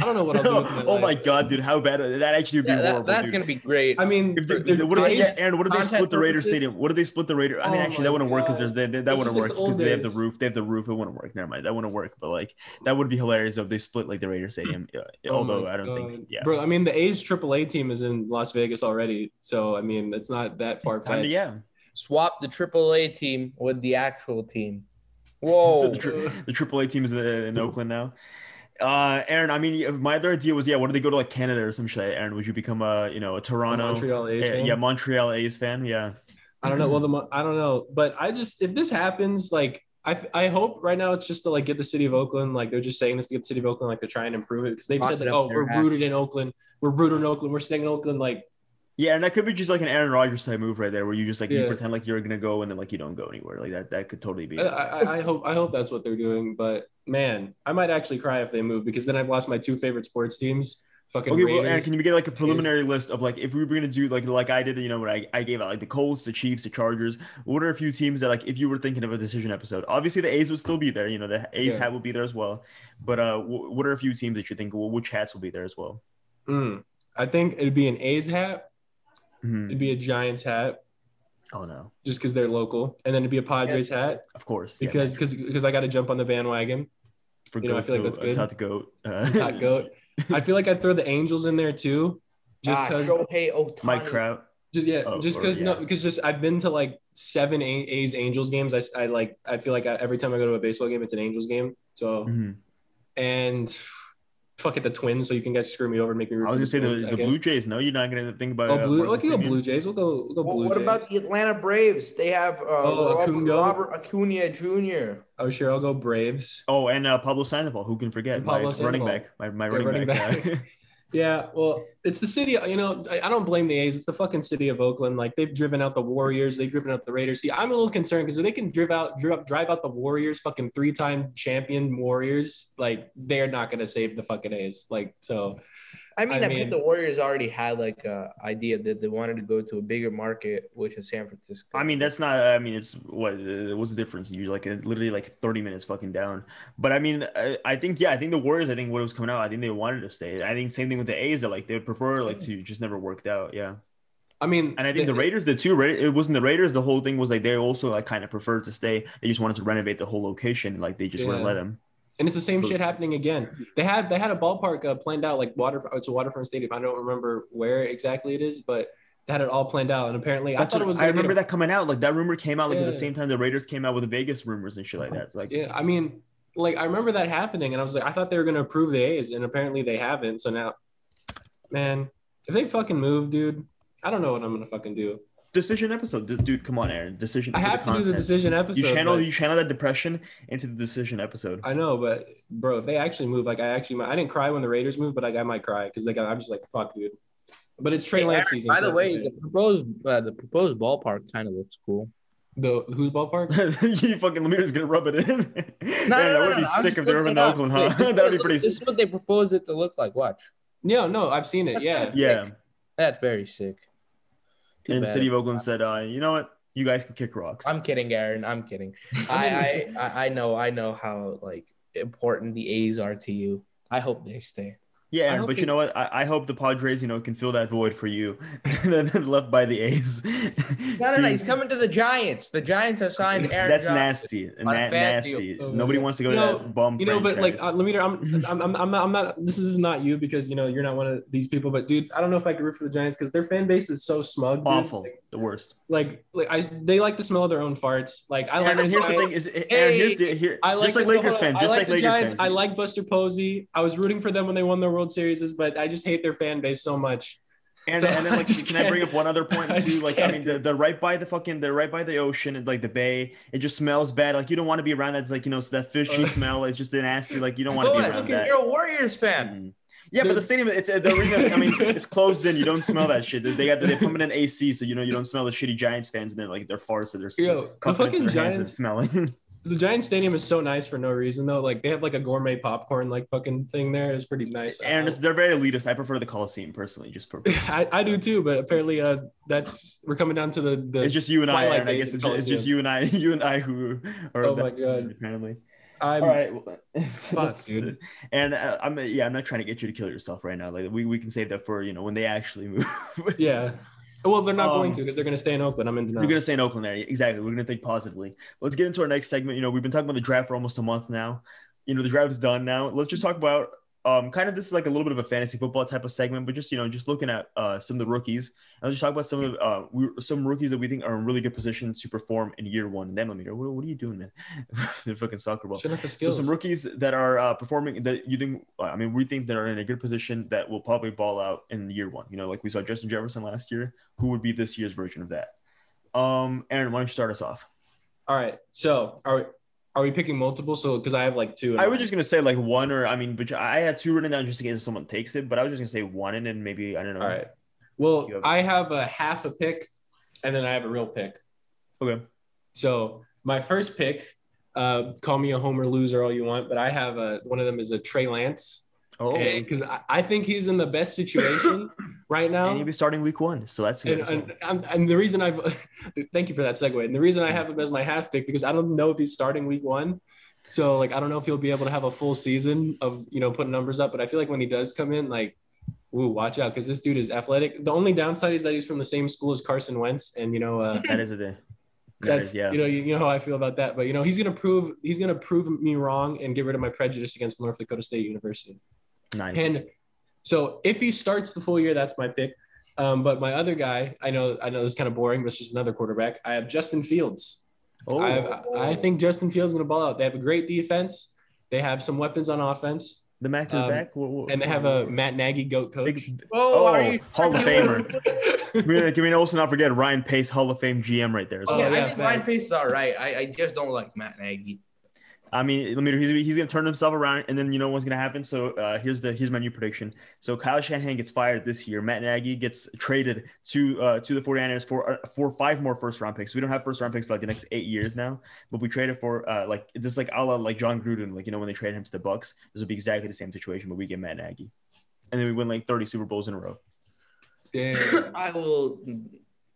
Speaker 2: I don't know what I'll
Speaker 1: (laughs)
Speaker 2: do. With my
Speaker 1: oh my
Speaker 2: life.
Speaker 1: god, dude, how bad that actually would be
Speaker 3: Yeah, that-
Speaker 1: horrible.
Speaker 3: that's
Speaker 1: dude.
Speaker 3: gonna be great.
Speaker 2: I mean,
Speaker 1: If they-
Speaker 2: they're-
Speaker 1: what do they,
Speaker 2: they're-
Speaker 1: yeah, Aaron, what do they
Speaker 3: Content
Speaker 1: split the Raider
Speaker 3: purposes?
Speaker 1: Stadium? What do they split the Raider? I mean,
Speaker 2: Oh
Speaker 1: actually,
Speaker 2: my
Speaker 1: that wouldn't work because
Speaker 2: God.
Speaker 1: there's they, they- that
Speaker 2: It's
Speaker 1: wouldn't
Speaker 2: just like
Speaker 1: work
Speaker 2: the old
Speaker 1: because they have the
Speaker 2: days.
Speaker 1: roof. They have the roof. It wouldn't work. Never mind, that wouldn't work. But like, that would be hilarious if they split like the Raider Stadium. Uh,
Speaker 2: oh
Speaker 1: Although
Speaker 2: my
Speaker 1: I don't
Speaker 2: God.
Speaker 1: think, yeah,
Speaker 2: bro. I mean, the A's AAA team is in Las Vegas already, so I mean, it's not that far
Speaker 1: I
Speaker 2: fetched.
Speaker 1: mean, yeah.
Speaker 3: Swap the AAA team with the actual (laughs) team. Whoa. Ah,
Speaker 1: the, tri- the AAA team is in, in Oakland now. Uh, Aaron, I mean, my other idea was, yeah, what do they go to like Canada or some shit? Aaron, would you become a, you know, a Toronto,
Speaker 2: Montreal A's.
Speaker 1: yeah,
Speaker 2: fan.
Speaker 1: yeah, Montreal A's fan? Yeah,
Speaker 2: I don't know. Well, the mo- I don't know, but I just if this happens, like I I hope right now it's just to like get the city of Oakland. Like they're just saying this to get the city of Oakland, like to try and improve it because they've
Speaker 3: Lock
Speaker 2: said
Speaker 3: it
Speaker 2: that
Speaker 3: up
Speaker 2: oh
Speaker 3: their
Speaker 2: we're
Speaker 3: ass.
Speaker 2: rooted in Oakland, we're rooted in Oakland, we're staying in Oakland. Like
Speaker 1: yeah, and that could be just like an Aaron Rodgers type move right there, where you just like you
Speaker 2: Yeah.
Speaker 1: pretend like you're gonna go and then like you don't go anywhere. Like that, that could totally be.
Speaker 2: I, I I hope I hope that's what they're doing. But man, I might actually cry if they move because then I've lost my two favorite sports teams. Fucking
Speaker 1: Okay, well,
Speaker 2: Raiders.
Speaker 1: Aaron, can you get like a preliminary list of like if we were gonna do like like I did, you know, when I, I gave out like the Colts, the Chiefs, the Chargers. What are a few teams that like if you were thinking of a decision episode? Obviously, the A's would still be there. You know, the A's
Speaker 2: Yeah.
Speaker 1: hat will be there as well. But uh, wh- what are a few teams that you think? Well, which hats will be there as well?
Speaker 2: Mm. I think it'd be an A's hat,
Speaker 1: Mhm.
Speaker 2: it'd be a Giants hat,
Speaker 1: Oh no,
Speaker 2: just because they're local, and then it'd be a Padres hat
Speaker 1: of course. yeah,
Speaker 2: because because because I got to jump on the bandwagon.
Speaker 1: (laughs) for
Speaker 2: you know, I
Speaker 1: goat
Speaker 2: feel like
Speaker 1: to-
Speaker 2: that's
Speaker 1: uh,
Speaker 2: good.
Speaker 1: Todd goat. Uh,
Speaker 2: Not goat. I feel like I'd throw the Angels in there too, just
Speaker 3: Ah,
Speaker 2: because.
Speaker 3: Shohei
Speaker 1: (laughs)
Speaker 3: Ohtani.
Speaker 1: Mike Trout.
Speaker 2: just, yeah,
Speaker 1: Oh,
Speaker 2: just
Speaker 1: or-
Speaker 2: because no,
Speaker 1: yeah.
Speaker 2: because just I've been to like seven A- A's Angels games. I, s- I like I feel like I, every time I go to a baseball game, it's an Angels game. So
Speaker 1: Mhm.
Speaker 2: and fuck it, the Twins. So you can guys screw me over and make me. root
Speaker 1: I was gonna say
Speaker 2: for
Speaker 1: the,
Speaker 2: Twins, I
Speaker 1: the
Speaker 2: guess.
Speaker 1: Blue Jays. No, you're not gonna think about.
Speaker 2: Oh, blue.
Speaker 1: Marcus
Speaker 2: Let's go
Speaker 1: Simeon?
Speaker 2: Blue Jays. We'll go. We'll go
Speaker 3: Well,
Speaker 2: blue
Speaker 3: what
Speaker 2: Jays.
Speaker 3: about the Atlanta Braves? They have uh,
Speaker 2: Oh,
Speaker 3: Robert,
Speaker 2: Acuña.
Speaker 3: Robert Acuna Jr.
Speaker 2: Oh, sure. I'll go Braves.
Speaker 1: Oh, and uh, Pablo Sandoval. Who can forget?
Speaker 2: And
Speaker 1: My
Speaker 2: Pablo
Speaker 1: running
Speaker 2: Sandoval.
Speaker 1: back. My, my
Speaker 2: Yeah,
Speaker 1: running, (laughs)
Speaker 2: running
Speaker 1: back.
Speaker 2: back.
Speaker 1: uh,
Speaker 2: Yeah, well, it's the city. You know, I, I don't blame the A's. It's the fucking city of Oakland. Like they've driven out the Warriors. They've driven out the Raiders. See, I'm a little concerned because if they can drive out, drive, drive out the Warriors, fucking three-time champion Warriors, like they're not gonna save the fucking A's. Like so,
Speaker 3: I mean,
Speaker 2: I
Speaker 3: I, think
Speaker 2: mean-
Speaker 3: the Warriors already had like a idea that they wanted to go to a bigger market, which is San Francisco.
Speaker 1: I mean, that's not. I mean, it's what? uh, What's the difference? You're like uh, literally like 30 minutes fucking down. But I mean, I, I think yeah, I think the Warriors. I think when it was coming out, I think they wanted to stay. I think same thing with the A's. That like they would prefer like to just never worked out. Yeah,
Speaker 2: I mean,
Speaker 1: and I think the Raiders did too. Right? It wasn't the Raiders. The whole thing was like they also like kind of preferred to stay. They just wanted to renovate the whole location. Like they just wouldn't
Speaker 2: Yeah.
Speaker 1: let them.
Speaker 2: And it's the same shit happening again. They had they had a ballpark uh, planned out like water. It's a waterfront stadium. I don't remember where exactly it is, but they had it all planned out. And apparently, I
Speaker 1: That's
Speaker 2: thought
Speaker 1: what-
Speaker 2: it was.
Speaker 1: I
Speaker 2: gonna be
Speaker 1: remember
Speaker 2: a-
Speaker 1: that coming out. Like that rumor came out like at
Speaker 2: Yeah.
Speaker 1: the same time the Raiders came out with the Vegas rumors and shit like that. Like
Speaker 2: Yeah, I mean, like I remember that happening, and I was like, I thought they were gonna approve the A's, and apparently they haven't. So now, man, if they fucking move, dude, I don't know what I'm gonna fucking do.
Speaker 1: decision episode, D- dude. Come on, Aaron. Decision.
Speaker 2: I
Speaker 1: for
Speaker 2: have to do the
Speaker 1: content.
Speaker 2: decision episode.
Speaker 1: You channel
Speaker 2: but-
Speaker 1: you channel that depression into the decision episode.
Speaker 2: I know, but bro, if they actually move, like I actually, might, I didn't cry when the Raiders moved, but like I might cry because like I'm just like fuck, dude. But it's Trey
Speaker 3: Hey,
Speaker 2: Lance
Speaker 3: Aaron,
Speaker 2: season.
Speaker 3: By
Speaker 2: so
Speaker 3: the
Speaker 2: that's
Speaker 3: way,
Speaker 2: okay.
Speaker 3: the proposed uh, the proposed ballpark kind of looks cool.
Speaker 2: the
Speaker 1: (laughs)
Speaker 2: whose ballpark?
Speaker 1: (laughs) you fucking Lemire's gonna rub it in. No,
Speaker 3: (laughs)
Speaker 1: that would be
Speaker 3: I'm
Speaker 1: sick
Speaker 3: just
Speaker 1: if they were in
Speaker 3: looking
Speaker 1: the
Speaker 3: up.
Speaker 1: Oakland,
Speaker 3: Wait,
Speaker 1: huh? (laughs)
Speaker 3: this is
Speaker 1: that would be
Speaker 3: what-
Speaker 1: pretty
Speaker 3: This
Speaker 1: sick.
Speaker 3: is what they propose it to look like. Watch.
Speaker 2: No, no, I've seen
Speaker 1: (laughs)
Speaker 2: it. Yeah.
Speaker 1: Yeah.
Speaker 3: That's very sick. Too
Speaker 1: And the
Speaker 3: bad.
Speaker 1: city of Oakland said, uh, you know what? You guys can kick rocks.
Speaker 3: I'm kidding, Aaron. I'm (laughs) kidding. I, I- I I know I know how like important the A's are to you. I hope they stay.
Speaker 1: (laughs) yeah, Aaron,
Speaker 2: hope
Speaker 1: but
Speaker 2: you-
Speaker 1: you know what? I, I hope the Padres, you know, can fill that void for you (laughs) that- that left by the A's. (laughs)
Speaker 3: No, no,
Speaker 1: See,
Speaker 3: no. He's coming to the Giants. The Giants
Speaker 1: (laughs)
Speaker 3: have signed Aaron.
Speaker 1: That's
Speaker 3: Judge.
Speaker 1: nasty. Na-
Speaker 3: On a fan field.
Speaker 1: nasty.
Speaker 2: Oh,
Speaker 1: Nobody
Speaker 2: yeah.
Speaker 1: wants to go
Speaker 2: You know-
Speaker 1: to that bum.
Speaker 2: You know, but like,
Speaker 1: franchise.
Speaker 2: uh, let me. I'm, I'm, I'm, I'm not, I'm not. This is not you because you know you're not one of these people. But dude, I don't know if I could root for the Giants because their fan base is so smug. dude.
Speaker 1: awful,
Speaker 2: Like,
Speaker 1: the worst.
Speaker 2: like, like, I, they like the smell of their own farts. Like, I like.
Speaker 1: Aaron, and here's the thing:
Speaker 2: Giants.
Speaker 1: is Aaron, here's the here.
Speaker 2: I like
Speaker 1: just like
Speaker 2: the-
Speaker 1: Lakers
Speaker 2: hold on,
Speaker 1: fans,
Speaker 2: I
Speaker 1: just
Speaker 2: like
Speaker 1: like
Speaker 2: the
Speaker 1: Lakers
Speaker 2: Giants.
Speaker 1: fans.
Speaker 2: I like Buster Posey. I was rooting for them when they won their World Series, but I just hate their fan base so much.
Speaker 1: And,
Speaker 2: So,
Speaker 1: and then
Speaker 2: (laughs) I
Speaker 1: like,
Speaker 2: just
Speaker 1: can I bring up one other point
Speaker 2: I
Speaker 1: too?
Speaker 2: just
Speaker 1: Like, I
Speaker 2: can't
Speaker 1: mean, they're, they're right by the fucking, they're right by the ocean and like the bay. It just smells bad. Like, you don't want to be around that. It's like you know, it's that fishy
Speaker 2: Uh.
Speaker 1: smell. It's just nasty. Like, you don't want to
Speaker 3: Go
Speaker 1: be
Speaker 3: on,
Speaker 1: around
Speaker 3: look,
Speaker 1: that.
Speaker 3: you're a Warriors
Speaker 1: Mm.
Speaker 3: fan.
Speaker 1: Yeah, but the
Speaker 2: Dude.
Speaker 1: stadium, it's uh, the arena. I
Speaker 2: (laughs)
Speaker 1: mean, it's closed in. You don't smell that shit. They got they pump in an AC, so you know you don't smell the shitty Giants fans and they're like their farts that they're
Speaker 2: Yo, the fucking Giants-
Speaker 1: smelling. (laughs)
Speaker 2: The Giants Stadium is so nice for no reason though. Like they have like a gourmet popcorn like fucking thing there. It's pretty nice.
Speaker 1: and they're very elitist. I prefer the Coliseum personally. Just
Speaker 2: (laughs)
Speaker 1: prefer.
Speaker 2: I, I do too, but apparently uh, that's we're coming down to the the.
Speaker 1: It's just you and I.
Speaker 2: Twilight
Speaker 1: Aaron. I
Speaker 2: Days
Speaker 1: guess
Speaker 2: in
Speaker 1: it's just, it's just
Speaker 2: Coliseum.
Speaker 1: you and I. You and I (laughs) who are.
Speaker 2: Oh
Speaker 1: that-
Speaker 2: my God.
Speaker 1: Apparently.
Speaker 2: I'm,
Speaker 1: All right. well, (laughs) that's-
Speaker 2: dude.
Speaker 1: And uh, I'm yeah, I'm not trying to get you to kill yourself right now. Like we, we can save that for you know when they actually (laughs) move.
Speaker 2: Yeah. Well, they're not
Speaker 1: Um,
Speaker 2: going to because they're going to stay in Oakland. I'm in
Speaker 1: We're
Speaker 2: denial.
Speaker 1: gonna stay in Oakland area. Exactly. We're gonna think positively. Let's get into our next segment. You know, we've been talking about the draft for almost a month now. You know, the draft's done now. Let's just talk about um kind of this is like a little bit of a fantasy football type of segment, but just you know, just looking at uh some of the rookies. And let's just talk about some of the uh we, some rookies that we think are in really good positions to perform in year one. And then let me go, what, what are you doing, man? (laughs) They're fucking soccer ball.
Speaker 2: Shut up the
Speaker 1: So
Speaker 2: skills.
Speaker 1: some rookies that are uh, performing that you think uh, I mean we think that are in a good position that will probably ball out in year one. You know, like we saw Justin Jefferson last year. Who would be this year's version of that? Um, Aaron, why don't you start us off?
Speaker 2: All right. So are we, are we picking multiple? So because I have like two. in
Speaker 1: I
Speaker 2: mind.
Speaker 1: was just gonna say like one or I mean, but I had two written down just in case someone takes it. But I was just gonna say one and then maybe I don't know.
Speaker 2: All right. Well,
Speaker 1: You have-
Speaker 2: I have a half a pick, and then I have a real pick.
Speaker 1: Okay.
Speaker 2: So my first pick, uh, call me a homer loser all you want, but I have a one of them is a Trey Lance
Speaker 1: Oh, and,
Speaker 2: because I, I think he's in the best
Speaker 1: (coughs)
Speaker 2: situation right now.
Speaker 1: he'll be starting week one, so that's good.
Speaker 2: and,
Speaker 1: as well.
Speaker 2: and, and, and the reason I've (laughs) thank you for that segue. And the reason I have him as my half pick because I don't know if he's starting week one, so like I don't know if he'll be able to have a full season of you know putting numbers up. But I feel like when he does come in, like, ooh, watch out because this dude is athletic. The only downside is that he's from the same school as Carson Wentz, and you
Speaker 1: (laughs)
Speaker 2: know uh,
Speaker 1: that is a day. That
Speaker 2: that's
Speaker 1: is yeah.
Speaker 2: you know you, you know how I feel about that. But you know he's gonna prove he's gonna prove me wrong and get rid of my prejudice against North Dakota State University.
Speaker 1: nice.
Speaker 2: And so if he starts the full year, that's my pick. Um, but my other guy, I know, I know this is kind of boring, but it's just another quarterback. I have Justin Fields.
Speaker 1: oh,
Speaker 2: I, have, I think Justin Fields is going to ball out. They have a great defense. They have some weapons on offense,
Speaker 1: the Mac is
Speaker 2: um,
Speaker 1: back, Wha- wha-
Speaker 2: and they have a Matt Nagy goat coach.
Speaker 1: Big-
Speaker 3: Oh, are
Speaker 1: Oh,
Speaker 3: you
Speaker 1: Hall of
Speaker 3: (laughs)
Speaker 1: Famer.
Speaker 2: yeah,
Speaker 1: Can we, can we also not forget Ryan Pace, Hall of Fame GM, right there? as
Speaker 2: Oh,
Speaker 1: well.
Speaker 3: yeah,
Speaker 2: yeah,
Speaker 3: I think Ryan
Speaker 2: thanks.
Speaker 3: Pace is all right. I, I just don't like Matt Nagy.
Speaker 1: I mean, let me. He's, he's gonna turn himself around, and then you know what's gonna happen. So uh, here's the here's my new prediction. So Kyle Shanahan gets fired this year. Matt Nagy gets traded to uh, to the 49ers for uh, for five more first round picks. We don't have first round picks for like the next eight years now, but we traded for uh, like this like a la like John Gruden, like you know when they traded him to the Bucks. This would be exactly the same situation, but we get Matt Nagy, and then we win like 30 Super Bowls in a row. (laughs)
Speaker 2: Damn.
Speaker 3: I will.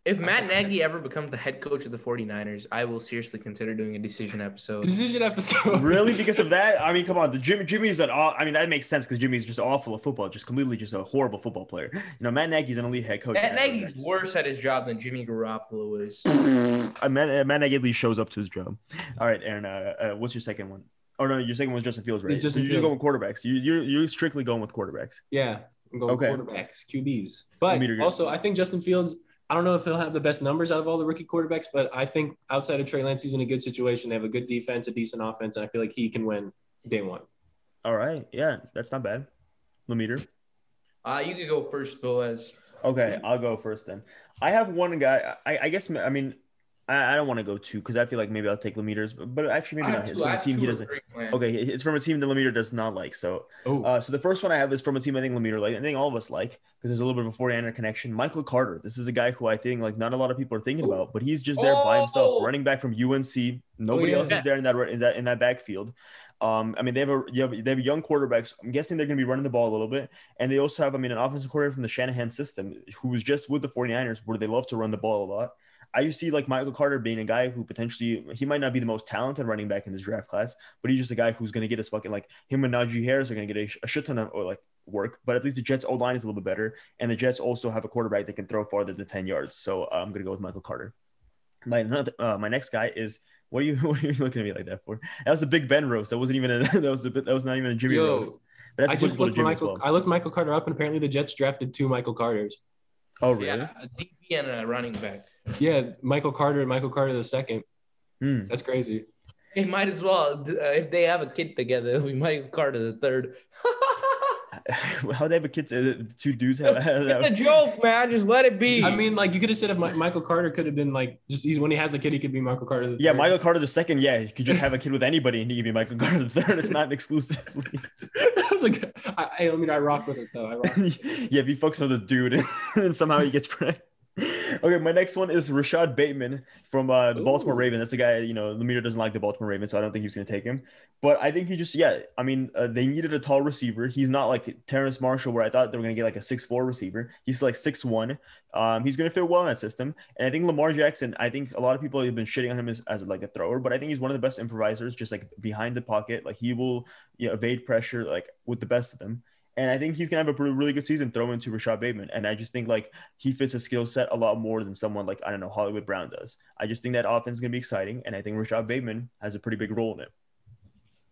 Speaker 3: If Matt Nagy ever becomes the head coach of the 49ers, I will seriously consider doing a decision episode.
Speaker 2: Decision episode.
Speaker 1: really because of that i mean come on the jimmy jimmy's an all i mean that makes sense because jimmy's just awful at football just completely just a horrible football player you know matt nagy's an elite head coach
Speaker 3: Matt Nagy's worse at his job than Jimmy Garoppolo is.
Speaker 1: Uh, matt, uh, matt nagy at least shows up to his job all right aaron uh, uh, what's your second one Oh no, your second one's Justin Fields, right?
Speaker 2: It's
Speaker 1: so
Speaker 2: Justin
Speaker 1: you're just
Speaker 2: Fields.
Speaker 1: going quarterbacks. You, you're you're strictly going with quarterbacks.
Speaker 2: (laughs) Yeah, I'm going
Speaker 1: Okay.
Speaker 2: quarterbacks, QBs. But
Speaker 1: Meter good.
Speaker 2: also, I think Justin Fields. I don't know if he'll have the best numbers out of all the rookie quarterbacks, but I think outside of Trey Lance, he's in a good situation. They have a good defense, a decent offense, and I feel like he can win day one.
Speaker 1: All right, yeah, that's not bad. Lemeter.
Speaker 3: Uh, you could go first, Boaz.
Speaker 1: Okay, I'll go first then. I have one guy. I, I guess I mean I, I don't want to go two because I feel like maybe I'll take Lemeter's, but, but actually maybe
Speaker 3: I
Speaker 1: not
Speaker 3: have
Speaker 1: his.
Speaker 3: two- I
Speaker 1: From a
Speaker 3: have
Speaker 1: team
Speaker 3: two
Speaker 1: he
Speaker 3: or
Speaker 1: doesn't.
Speaker 3: three, man.
Speaker 1: Okay, it's from a team that Lemeter does not like. So
Speaker 2: Oh,
Speaker 1: Uh, so the first one I have is from a team I think Lemire like. I think all of us like because there's a little bit of a 49er connection. Michael Carter. This is a guy who I think like not a lot of people are thinking about, but he's just there by himself,
Speaker 3: Oh.
Speaker 1: running back from UNC. Nobody
Speaker 2: yeah.
Speaker 1: else is there in that in that in that backfield. Um, I mean, they have a you have- they have young quarterbacks. I'm guessing they're going to be running the ball a little bit, and they also have I mean an offensive coordinator from the Shanahan system who was just with the 49ers where they love to run the ball a lot. I just see like Michael Carter being a guy who potentially he might not be the most talented running back in this draft class, but he's just a guy who's going to get his fucking like him and Najee Harris are going to get a, sh- a shit ton of or, like work. But at least the Jets' old line is a little bit better, and the Jets also have a quarterback that can throw farther than ten yards. So uh, I'm going to go with Michael Carter. My another, uh, my next guy is what are you (laughs) what are you looking at me like that for? That was a Big Ben roast. That wasn't even a, (laughs) that was a bit, that was not even a Jimmy
Speaker 2: Yo,
Speaker 1: roast. But
Speaker 2: I
Speaker 1: that's a good
Speaker 2: just
Speaker 1: little
Speaker 2: looked
Speaker 1: Jimmy
Speaker 2: Michael.
Speaker 1: as well.
Speaker 2: I looked Michael Carter up, and apparently the Jets drafted two Michael Carters.
Speaker 1: oh really?
Speaker 3: Yeah, a DB and a running back.
Speaker 2: Yeah, Michael Carter and Michael Carter the second.
Speaker 1: Hmm. (laughs)
Speaker 2: That's crazy.
Speaker 3: They might as well. d- Uh, if they have a kid together, (laughs) we might Carter the
Speaker 1: (laughs)
Speaker 3: third.
Speaker 1: How they have a kid? To, two dudes
Speaker 2: (laughs)
Speaker 1: have.
Speaker 3: it's a joke, man. Just let it be.
Speaker 2: I mean, like you could have said if Mi- Michael Carter could have been like just he's when he has a kid, he could be Michael Carter the
Speaker 1: Yeah,
Speaker 2: third.
Speaker 1: Michael Carter the second. Yeah, you could just have a kid with anybody, and you could be Michael Carter the third. It's not exclusively.
Speaker 2: (laughs) I was like, I, I mean, I rock with it though. I
Speaker 1: (laughs)
Speaker 2: rock.
Speaker 1: yeah, if you focus on the dude, (laughs) and then somehow he
Speaker 2: (laughs)
Speaker 1: gets (laughs) pregnant. Okay, my next one is Rashad Bateman from uh, the Baltimore
Speaker 2: Ooh.
Speaker 1: Ravens. That's the guy, you know, Lemire doesn't like the Baltimore Ravens, so I don't think he's going to take him. But I think he just, yeah, I mean, uh, they needed a tall receiver. He's not like Terrence Marshall, where I thought they were going to get like a six four receiver. He's like six one. Um, he's going to fit well in that system. And I think Lamar Jackson, I think a lot of people have been shitting on him as, as like a thrower, but I think he's one of the best improvisers, just like behind the pocket. Like he will you know, evade pressure like with the best of them. And I think he's gonna have a pre- really good season throwing to Rashad Bateman. And I just think like he fits his skill set a lot more than someone like I don't know Hollywood Brown does. I just think that offense is gonna be exciting, and I think Rashad Bateman has a pretty big role in it.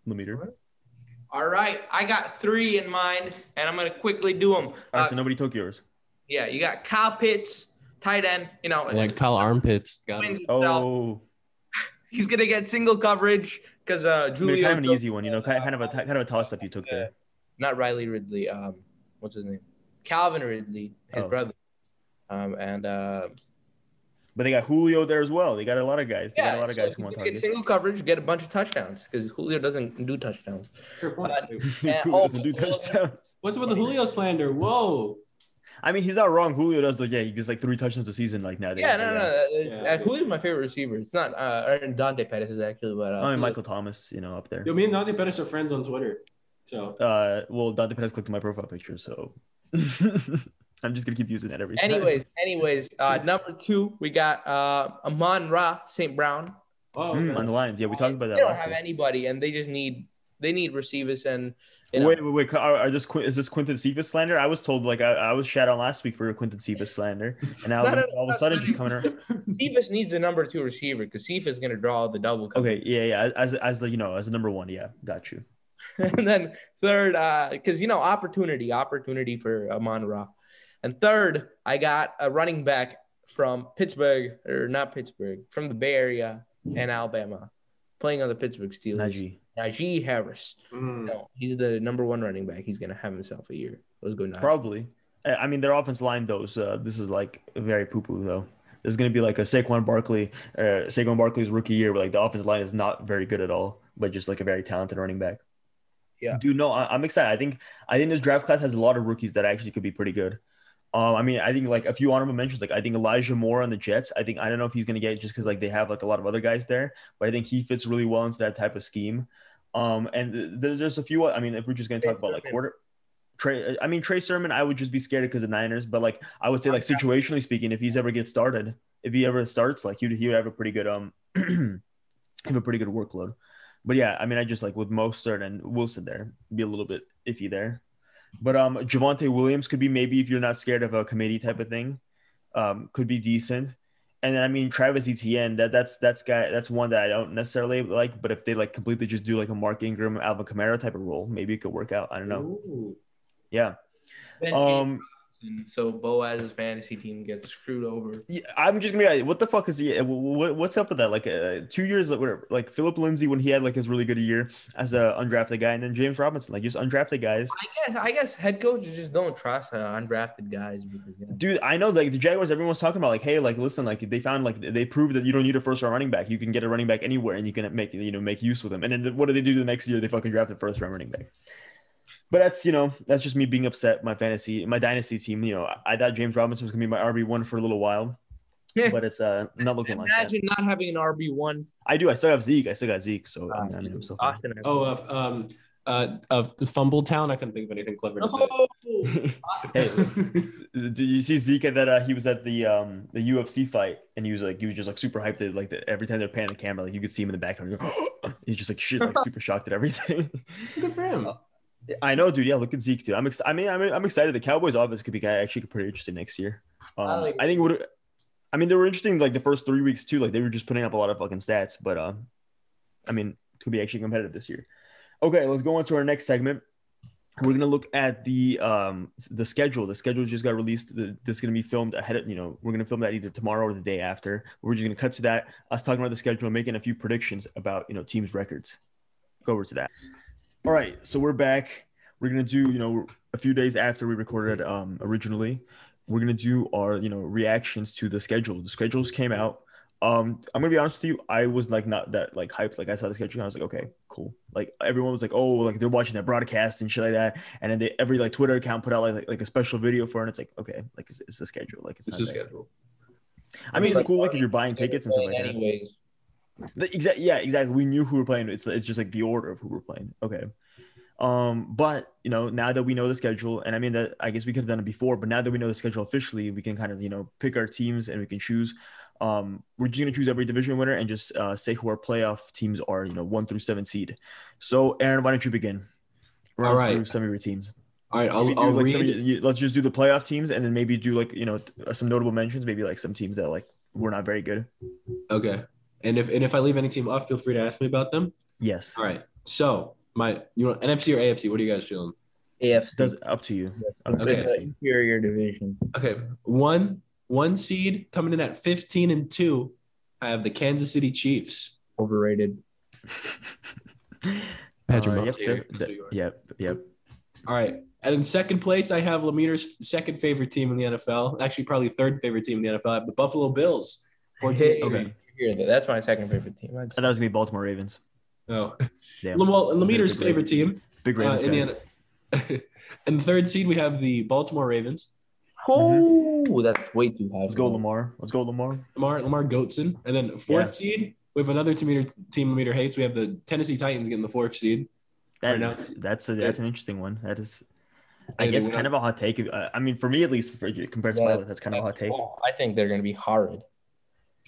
Speaker 1: Lemeter. All
Speaker 3: All right, I got three in mind, and I'm gonna quickly do Uh, them.
Speaker 1: right, so nobody took yours.
Speaker 3: yeah, you got Kyle Pitts, tight end. You know,
Speaker 2: Kyle armpits. Got
Speaker 3: wins himself.
Speaker 1: Oh,
Speaker 3: he's gonna get single coverage because uh,
Speaker 1: Lemeter,
Speaker 3: Julio,
Speaker 1: kind of an easy one, you know, kind kind of a kind of a toss up you took there.
Speaker 3: not Riley Ridley. Um, what's his name? Calvin Ridley, his
Speaker 1: Oh.
Speaker 3: brother. Um, and uh,
Speaker 1: But they got Julio there as well. They got a lot of guys. They got a lot of
Speaker 3: so
Speaker 1: guys
Speaker 3: he's
Speaker 1: who want
Speaker 3: gonna get
Speaker 1: (laughs) targets.
Speaker 3: single coverage, get a bunch of touchdowns because Julio doesn't do touchdowns. Yeah,
Speaker 1: Julio
Speaker 3: oh,
Speaker 1: doesn't do
Speaker 3: oh, oh.
Speaker 1: touchdowns.
Speaker 2: What's with the Julio slander? Whoa.
Speaker 1: I mean, he's not wrong. Julio does like yeah, he gets like three touchdowns a season like nowadays.
Speaker 3: Yeah,
Speaker 1: but
Speaker 3: no, no. no.
Speaker 2: Yeah.
Speaker 3: Uh, Julio's my favorite receiver. It's not uh, or Dante Pettis is actually, but uh,
Speaker 1: I mean, Oh,
Speaker 3: Julio-
Speaker 1: Michael Thomas, you know, up there.
Speaker 2: Yo, me and Dante Pettis are friends on Twitter. So
Speaker 1: uh well Dante Pettis clicked on my profile picture, so (laughs) I'm just gonna keep using that every time.
Speaker 3: Anyways, anyways, uh, number two, we got uh, Amon Ra St. Brown.
Speaker 2: oh
Speaker 1: Mm, on the lines, yeah, we talked about
Speaker 3: They
Speaker 1: that
Speaker 3: don't
Speaker 1: last
Speaker 3: have
Speaker 1: week.
Speaker 3: anybody, and they just need they need receivers and you know,
Speaker 1: Wait, wait, wait. Are, are this, Quin- is this Quinton Cephas slander? I was told, like, I, I was shat on last week for Quinton Cephas slander, and now
Speaker 3: No, no, no,
Speaker 1: all of a
Speaker 3: that's
Speaker 1: sudden
Speaker 3: (laughs) not
Speaker 1: she's coming around.
Speaker 3: Cephas needs a number two receiver because Cephas is going to draw the double. coverage.
Speaker 1: Okay, yeah, yeah. As, as the, you know, as the number one, yeah, got you.
Speaker 3: (laughs) and then third, because you know, opportunity, opportunity for Amon Ra. And third, I got a running back from Pittsburgh, or not Pittsburgh, from the Bay Area and Alabama, playing on the Pittsburgh Steelers.
Speaker 1: Najee.
Speaker 3: Najee Harris.
Speaker 2: mm.
Speaker 3: No, he's the number one running back. He's gonna have himself a year. Let's go Najee.
Speaker 1: Probably. I I mean, their offense line, though, is, uh, this is like very poo poo, though. This is going to be like a Saquon Barkley, uh, Saquon Barkley's rookie year, where like the offense line is not very good at all. but just like a very talented running back.
Speaker 3: Yeah.
Speaker 1: Dude, no, I, I'm excited. I think I think this draft class has a lot of rookies that actually could be pretty good. Um, I mean, I think like a few honorable mentions, like I think Elijah Moore on the Jets. I think I don't know if he's gonna get it just because like they have like a lot of other guys there, but I think he fits really well into that type of scheme. Um, and th- there- there's a few. I mean, if we're just gonna talk
Speaker 3: Trey
Speaker 1: about like
Speaker 3: Sermon.
Speaker 1: quarter, Trey. I mean, Trey Sermon, I would just be scared because of the Niners, but like I would say like
Speaker 3: Okay.
Speaker 1: situationally speaking, if he's ever gets started, if he ever starts, like he would he would have a pretty good um, (clears throat) have a pretty good workload. But yeah, I mean, I just like with Mostert and Wilson there, be a little bit iffy there. But um, Javante Williams could be maybe if you're not scared of a committee type of thing, um, could be decent. And then I mean Travis Etienne, that that's that's guy that's one that I don't necessarily like. But if they like completely just do like a Mark Ingram, Alvin Kamara type of role, maybe it could work out. I don't know.
Speaker 2: Ooh.
Speaker 1: Yeah.
Speaker 3: Ben
Speaker 1: Um,
Speaker 3: Johnson, so Boaz's fantasy team gets screwed over.
Speaker 1: Yeah, I'm just gonna be like, what the fuck is he? uh, What, what's up with that? Like, uh, two years, like, whatever. Like Philip Lindsay when he had like his really good year as a undrafted guy, and then James Robinson, like just undrafted guys.
Speaker 3: I guess I guess head coaches just don't trust uh, undrafted guys because yeah.
Speaker 1: Dude, I know like the Jaguars. Everyone's talking about like, hey, like listen, like they found like they proved that you don't need a first round running back. You can get a running back anywhere, and you can make you know make use with them. And then what do they do the next year? They fucking draft a first round running back. But that's you know that's just me being upset. My fantasy, my dynasty team. You know, I, I thought James Robinson was gonna be my RB one for a little while, but it's uh not looking like that.
Speaker 3: Imagine not having an RB one.
Speaker 1: I do. I still have Zeke. I still got Zeke. So
Speaker 3: Ah,
Speaker 1: I mean, I mean, I'm so fine.
Speaker 3: Austin. I-
Speaker 2: Oh, uh, um, uh, of Fumble Town. I couldn't think of anything clever to say.
Speaker 3: Oh!
Speaker 1: hey, did you see Zeke at that? Uh, he was at the um the UFC fight, and he was like he was just like super hyped. That, like that every time they're panning the camera, like you could see him in the background. Go, he's just like (gasps) shit, like super shocked at everything. (laughs)
Speaker 2: Good for
Speaker 1: Oh.
Speaker 2: him.
Speaker 1: I know, dude. Yeah, look at Zeke, dude. I'm ex- I mean, I'm, I'm excited. The Cowboys office could be guy actually pretty interesting next year. Um,
Speaker 3: I
Speaker 1: I,
Speaker 3: like-
Speaker 1: think would. I mean, they were interesting like the first three weeks too. Like they were just putting up a lot of fucking stats, but um, I mean, could be actually competitive this year. Okay, let's go on to our next segment. We're gonna look at the um the schedule. The schedule just got released. The, this is gonna be filmed ahead of you know we're gonna film that either tomorrow or the day after. We're just gonna cut to that. Us talking about the schedule, and making a few predictions about you know teams' records. Go over to that. All right, so we're back. We're gonna do you know a few days after we recorded um originally. We're gonna do our you know reactions to the schedule. The schedules came out. Um, I'm gonna be honest with you. I was like not that like hyped. Like I saw the schedule, and I was like, okay, cool. Like everyone was like, oh, like they're watching that broadcast and shit like that. And then they, every like Twitter account put out like like, like a special video for it. And it's like, okay, like it's, it's the schedule. Like it's,
Speaker 2: It's
Speaker 1: not
Speaker 2: the
Speaker 1: that-
Speaker 2: schedule.
Speaker 1: I mean, it's cool. Like if you're buying tickets and stuff like that.
Speaker 3: Anyways,
Speaker 1: The, exact, yeah, exactly. We knew who we're playing. It's it's just like the order of who we're playing. Okay. Um, but you know, now that we know the schedule, and I mean that I guess we could have done it before, but now that we know the schedule officially, we can kind of you know pick our teams and we can choose. Um, we're just gonna choose every division winner and just uh, say who our playoff teams are. You know, one through seven seed. So, Aaron, why don't you begin? Run
Speaker 2: All
Speaker 1: us
Speaker 2: right.
Speaker 1: through some of your teams.
Speaker 2: All right,
Speaker 1: Maybe
Speaker 2: I'll,
Speaker 1: do,
Speaker 2: I'll
Speaker 1: like, some of
Speaker 2: read.
Speaker 1: your- you- let's just do the playoff teams, and then maybe do like you know th- some notable mentions. Maybe like some teams that like were not very good.
Speaker 2: Okay. And if and if I leave any team off, feel free to ask me about them.
Speaker 1: Yes,
Speaker 2: All right. So my you know NFC or AFC? What are you guys feeling?
Speaker 3: AFC
Speaker 1: does up to you.
Speaker 2: Okay.
Speaker 3: The inferior division.
Speaker 2: Okay. One one seed coming in at 15 and two. I have the Kansas City Chiefs.
Speaker 3: Overrated.
Speaker 2: Had your
Speaker 1: Uh,
Speaker 2: mom
Speaker 1: yep,
Speaker 2: cater.
Speaker 1: yep,
Speaker 2: That's
Speaker 1: th-
Speaker 2: who you are.
Speaker 1: yep, yep.
Speaker 2: All right. And in second place, I have Lemire's second favorite team in the NFL. Actually, probably third favorite team in the NFL. I have the Buffalo Bills. 14.
Speaker 1: Okay.
Speaker 3: Here, That's my second favorite team. I'd
Speaker 1: I thought it was gonna be Baltimore Ravens.
Speaker 2: Oh.
Speaker 1: Damn.
Speaker 2: Well, Lemire's
Speaker 1: Big, big
Speaker 2: favorite team.
Speaker 1: Big
Speaker 2: Uh,
Speaker 1: Ravens. guy.
Speaker 2: Indiana. (laughs) and the third seed, we have the Baltimore Ravens.
Speaker 3: Oh, that's way too high.
Speaker 1: Mm-hmm. Let's go Lamar. Let's go Lamar.
Speaker 2: Lamar Lamar Goatson, and then fourth
Speaker 1: Yeah.
Speaker 2: seed we have another team meter team meter hates. We have the Tennessee Titans getting the fourth seed. Fair
Speaker 1: That
Speaker 2: enough.
Speaker 1: is, that's a, that's an interesting one. That is, I
Speaker 2: Yeah, they
Speaker 1: guess,
Speaker 2: went
Speaker 1: kind of a hot take. Uh, I mean, for me at least, for, compared to
Speaker 3: Yeah.
Speaker 1: my list, that's kind of a hot take.
Speaker 3: Oh, I think they're gonna be horrid.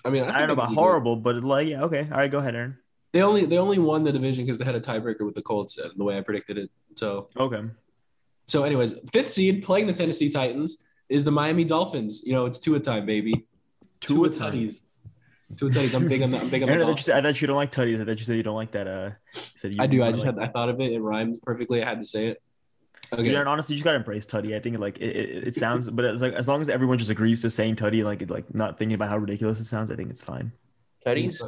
Speaker 2: I mean,
Speaker 1: I don't
Speaker 2: think
Speaker 1: know about
Speaker 2: they-
Speaker 1: horrible, but like, yeah, okay, all right, go ahead, Aaron.
Speaker 2: They only they only won the division because they had a tiebreaker with the Colts, uh, the way I predicted it. So
Speaker 1: Okay.
Speaker 2: so anyways, fifth seed playing the Tennessee Titans is the Miami Dolphins. You know, it's two a time, baby.
Speaker 1: Tua
Speaker 2: tutties. Two tutties. I'm big on the I'm big on the
Speaker 1: Aaron, (laughs) I thought, you
Speaker 2: Dolphins.
Speaker 1: said, I thought you don't like tutties. I thought you said you don't like that. Uh, you said you
Speaker 2: I do. I
Speaker 1: kinda
Speaker 2: just
Speaker 1: like-
Speaker 2: had I thought of it. It rhymes perfectly. I had to say it. Okay.
Speaker 1: Dude, Aaron, honestly, you just gotta embrace Tutty. I think like it, it, it sounds, but it's like as long as everyone just agrees to saying Tutty, like it, like not thinking about how ridiculous it sounds, I think it's fine.
Speaker 3: Tutties?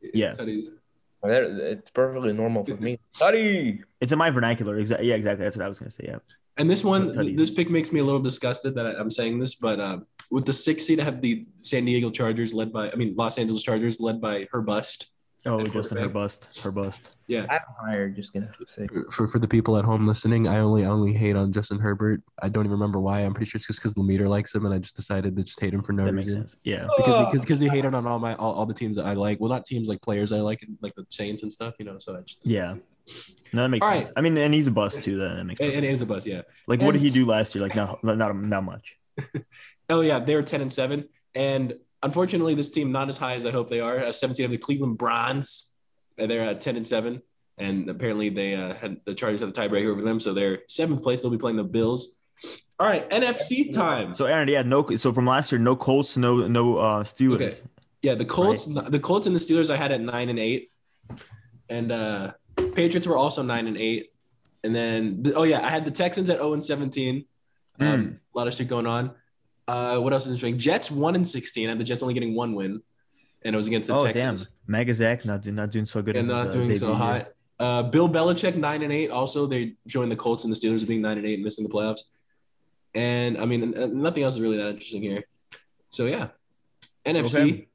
Speaker 1: Yeah.
Speaker 2: Tutties.
Speaker 1: Mm-hmm.
Speaker 3: That- It's perfectly normal for me. Tutty.
Speaker 1: It's in my vernacular. Exactly. Yeah, exactly. That's what I was gonna say. Yeah.
Speaker 2: And this one,
Speaker 1: Tutties.
Speaker 2: this pick makes me a little disgusted that I, I'm saying this, but um, with the six seed, I have the San Diego Chargers led by, I mean, Los Angeles Chargers led by her bust.
Speaker 1: Oh,
Speaker 2: At
Speaker 1: Justin, her
Speaker 2: quarterback.
Speaker 1: bust, her bust.
Speaker 2: Yeah.
Speaker 3: I don't hire. Just gonna say.
Speaker 4: For for the people at home listening, I only I only hate on Justin Herbert. I don't even remember why. I'm pretty sure it's just because Lemeter likes him, and I just decided to just hate him for no
Speaker 1: That makes
Speaker 4: reason.
Speaker 1: sense. Yeah,
Speaker 4: Because because
Speaker 2: Ah!
Speaker 4: because they hate on all my all, all the teams that I like. Well, not teams like players I like, like the Saints and stuff. You know, so I just
Speaker 1: yeah. No, that makes
Speaker 2: All
Speaker 1: sense. I mean, and he's a bust too. That, that makes
Speaker 2: And,
Speaker 1: perfect
Speaker 2: and it is
Speaker 1: sense.
Speaker 2: a buzz, yeah.
Speaker 1: like, what did he
Speaker 2: and-
Speaker 1: do last year? Like, not not not much.
Speaker 2: Oh yeah, they were ten and seven, and unfortunately, this team not as high as I hope they are. Uh, Seventeen of the Cleveland Browns, and they're at ten and seven, and apparently they uh, had the Chargers had the tiebreaker over them, so they're seventh place. They'll be playing the Bills. All right, NFC time.
Speaker 1: So Aaron, yeah, no. So from last year, no Colts, no no uh Steelers.
Speaker 2: Yeah, the Colts, the Colts and the Steelers, I had at nine and eight, and uh Patriots were also nine and eight, and then the, oh yeah, I had the Texans at zero and seventeen.
Speaker 1: Hmm.
Speaker 2: Um, A lot of shit going on. Uh, what else is interesting? Jets one and sixteen. I had the Jets only getting one win, and it was against the
Speaker 1: Oh
Speaker 2: Texans.
Speaker 1: damn, Magazak not doing not doing so good. in
Speaker 2: And
Speaker 1: his,
Speaker 2: not
Speaker 1: uh,
Speaker 2: doing
Speaker 1: debut
Speaker 2: so
Speaker 1: year.
Speaker 2: hot. Uh, Bill Belichick nine and eight. Also, they joined the Colts and the Steelers being nine and eight, missing the playoffs. And I mean, n- nothing else is really that interesting here. So yeah, NFC,
Speaker 1: Okay.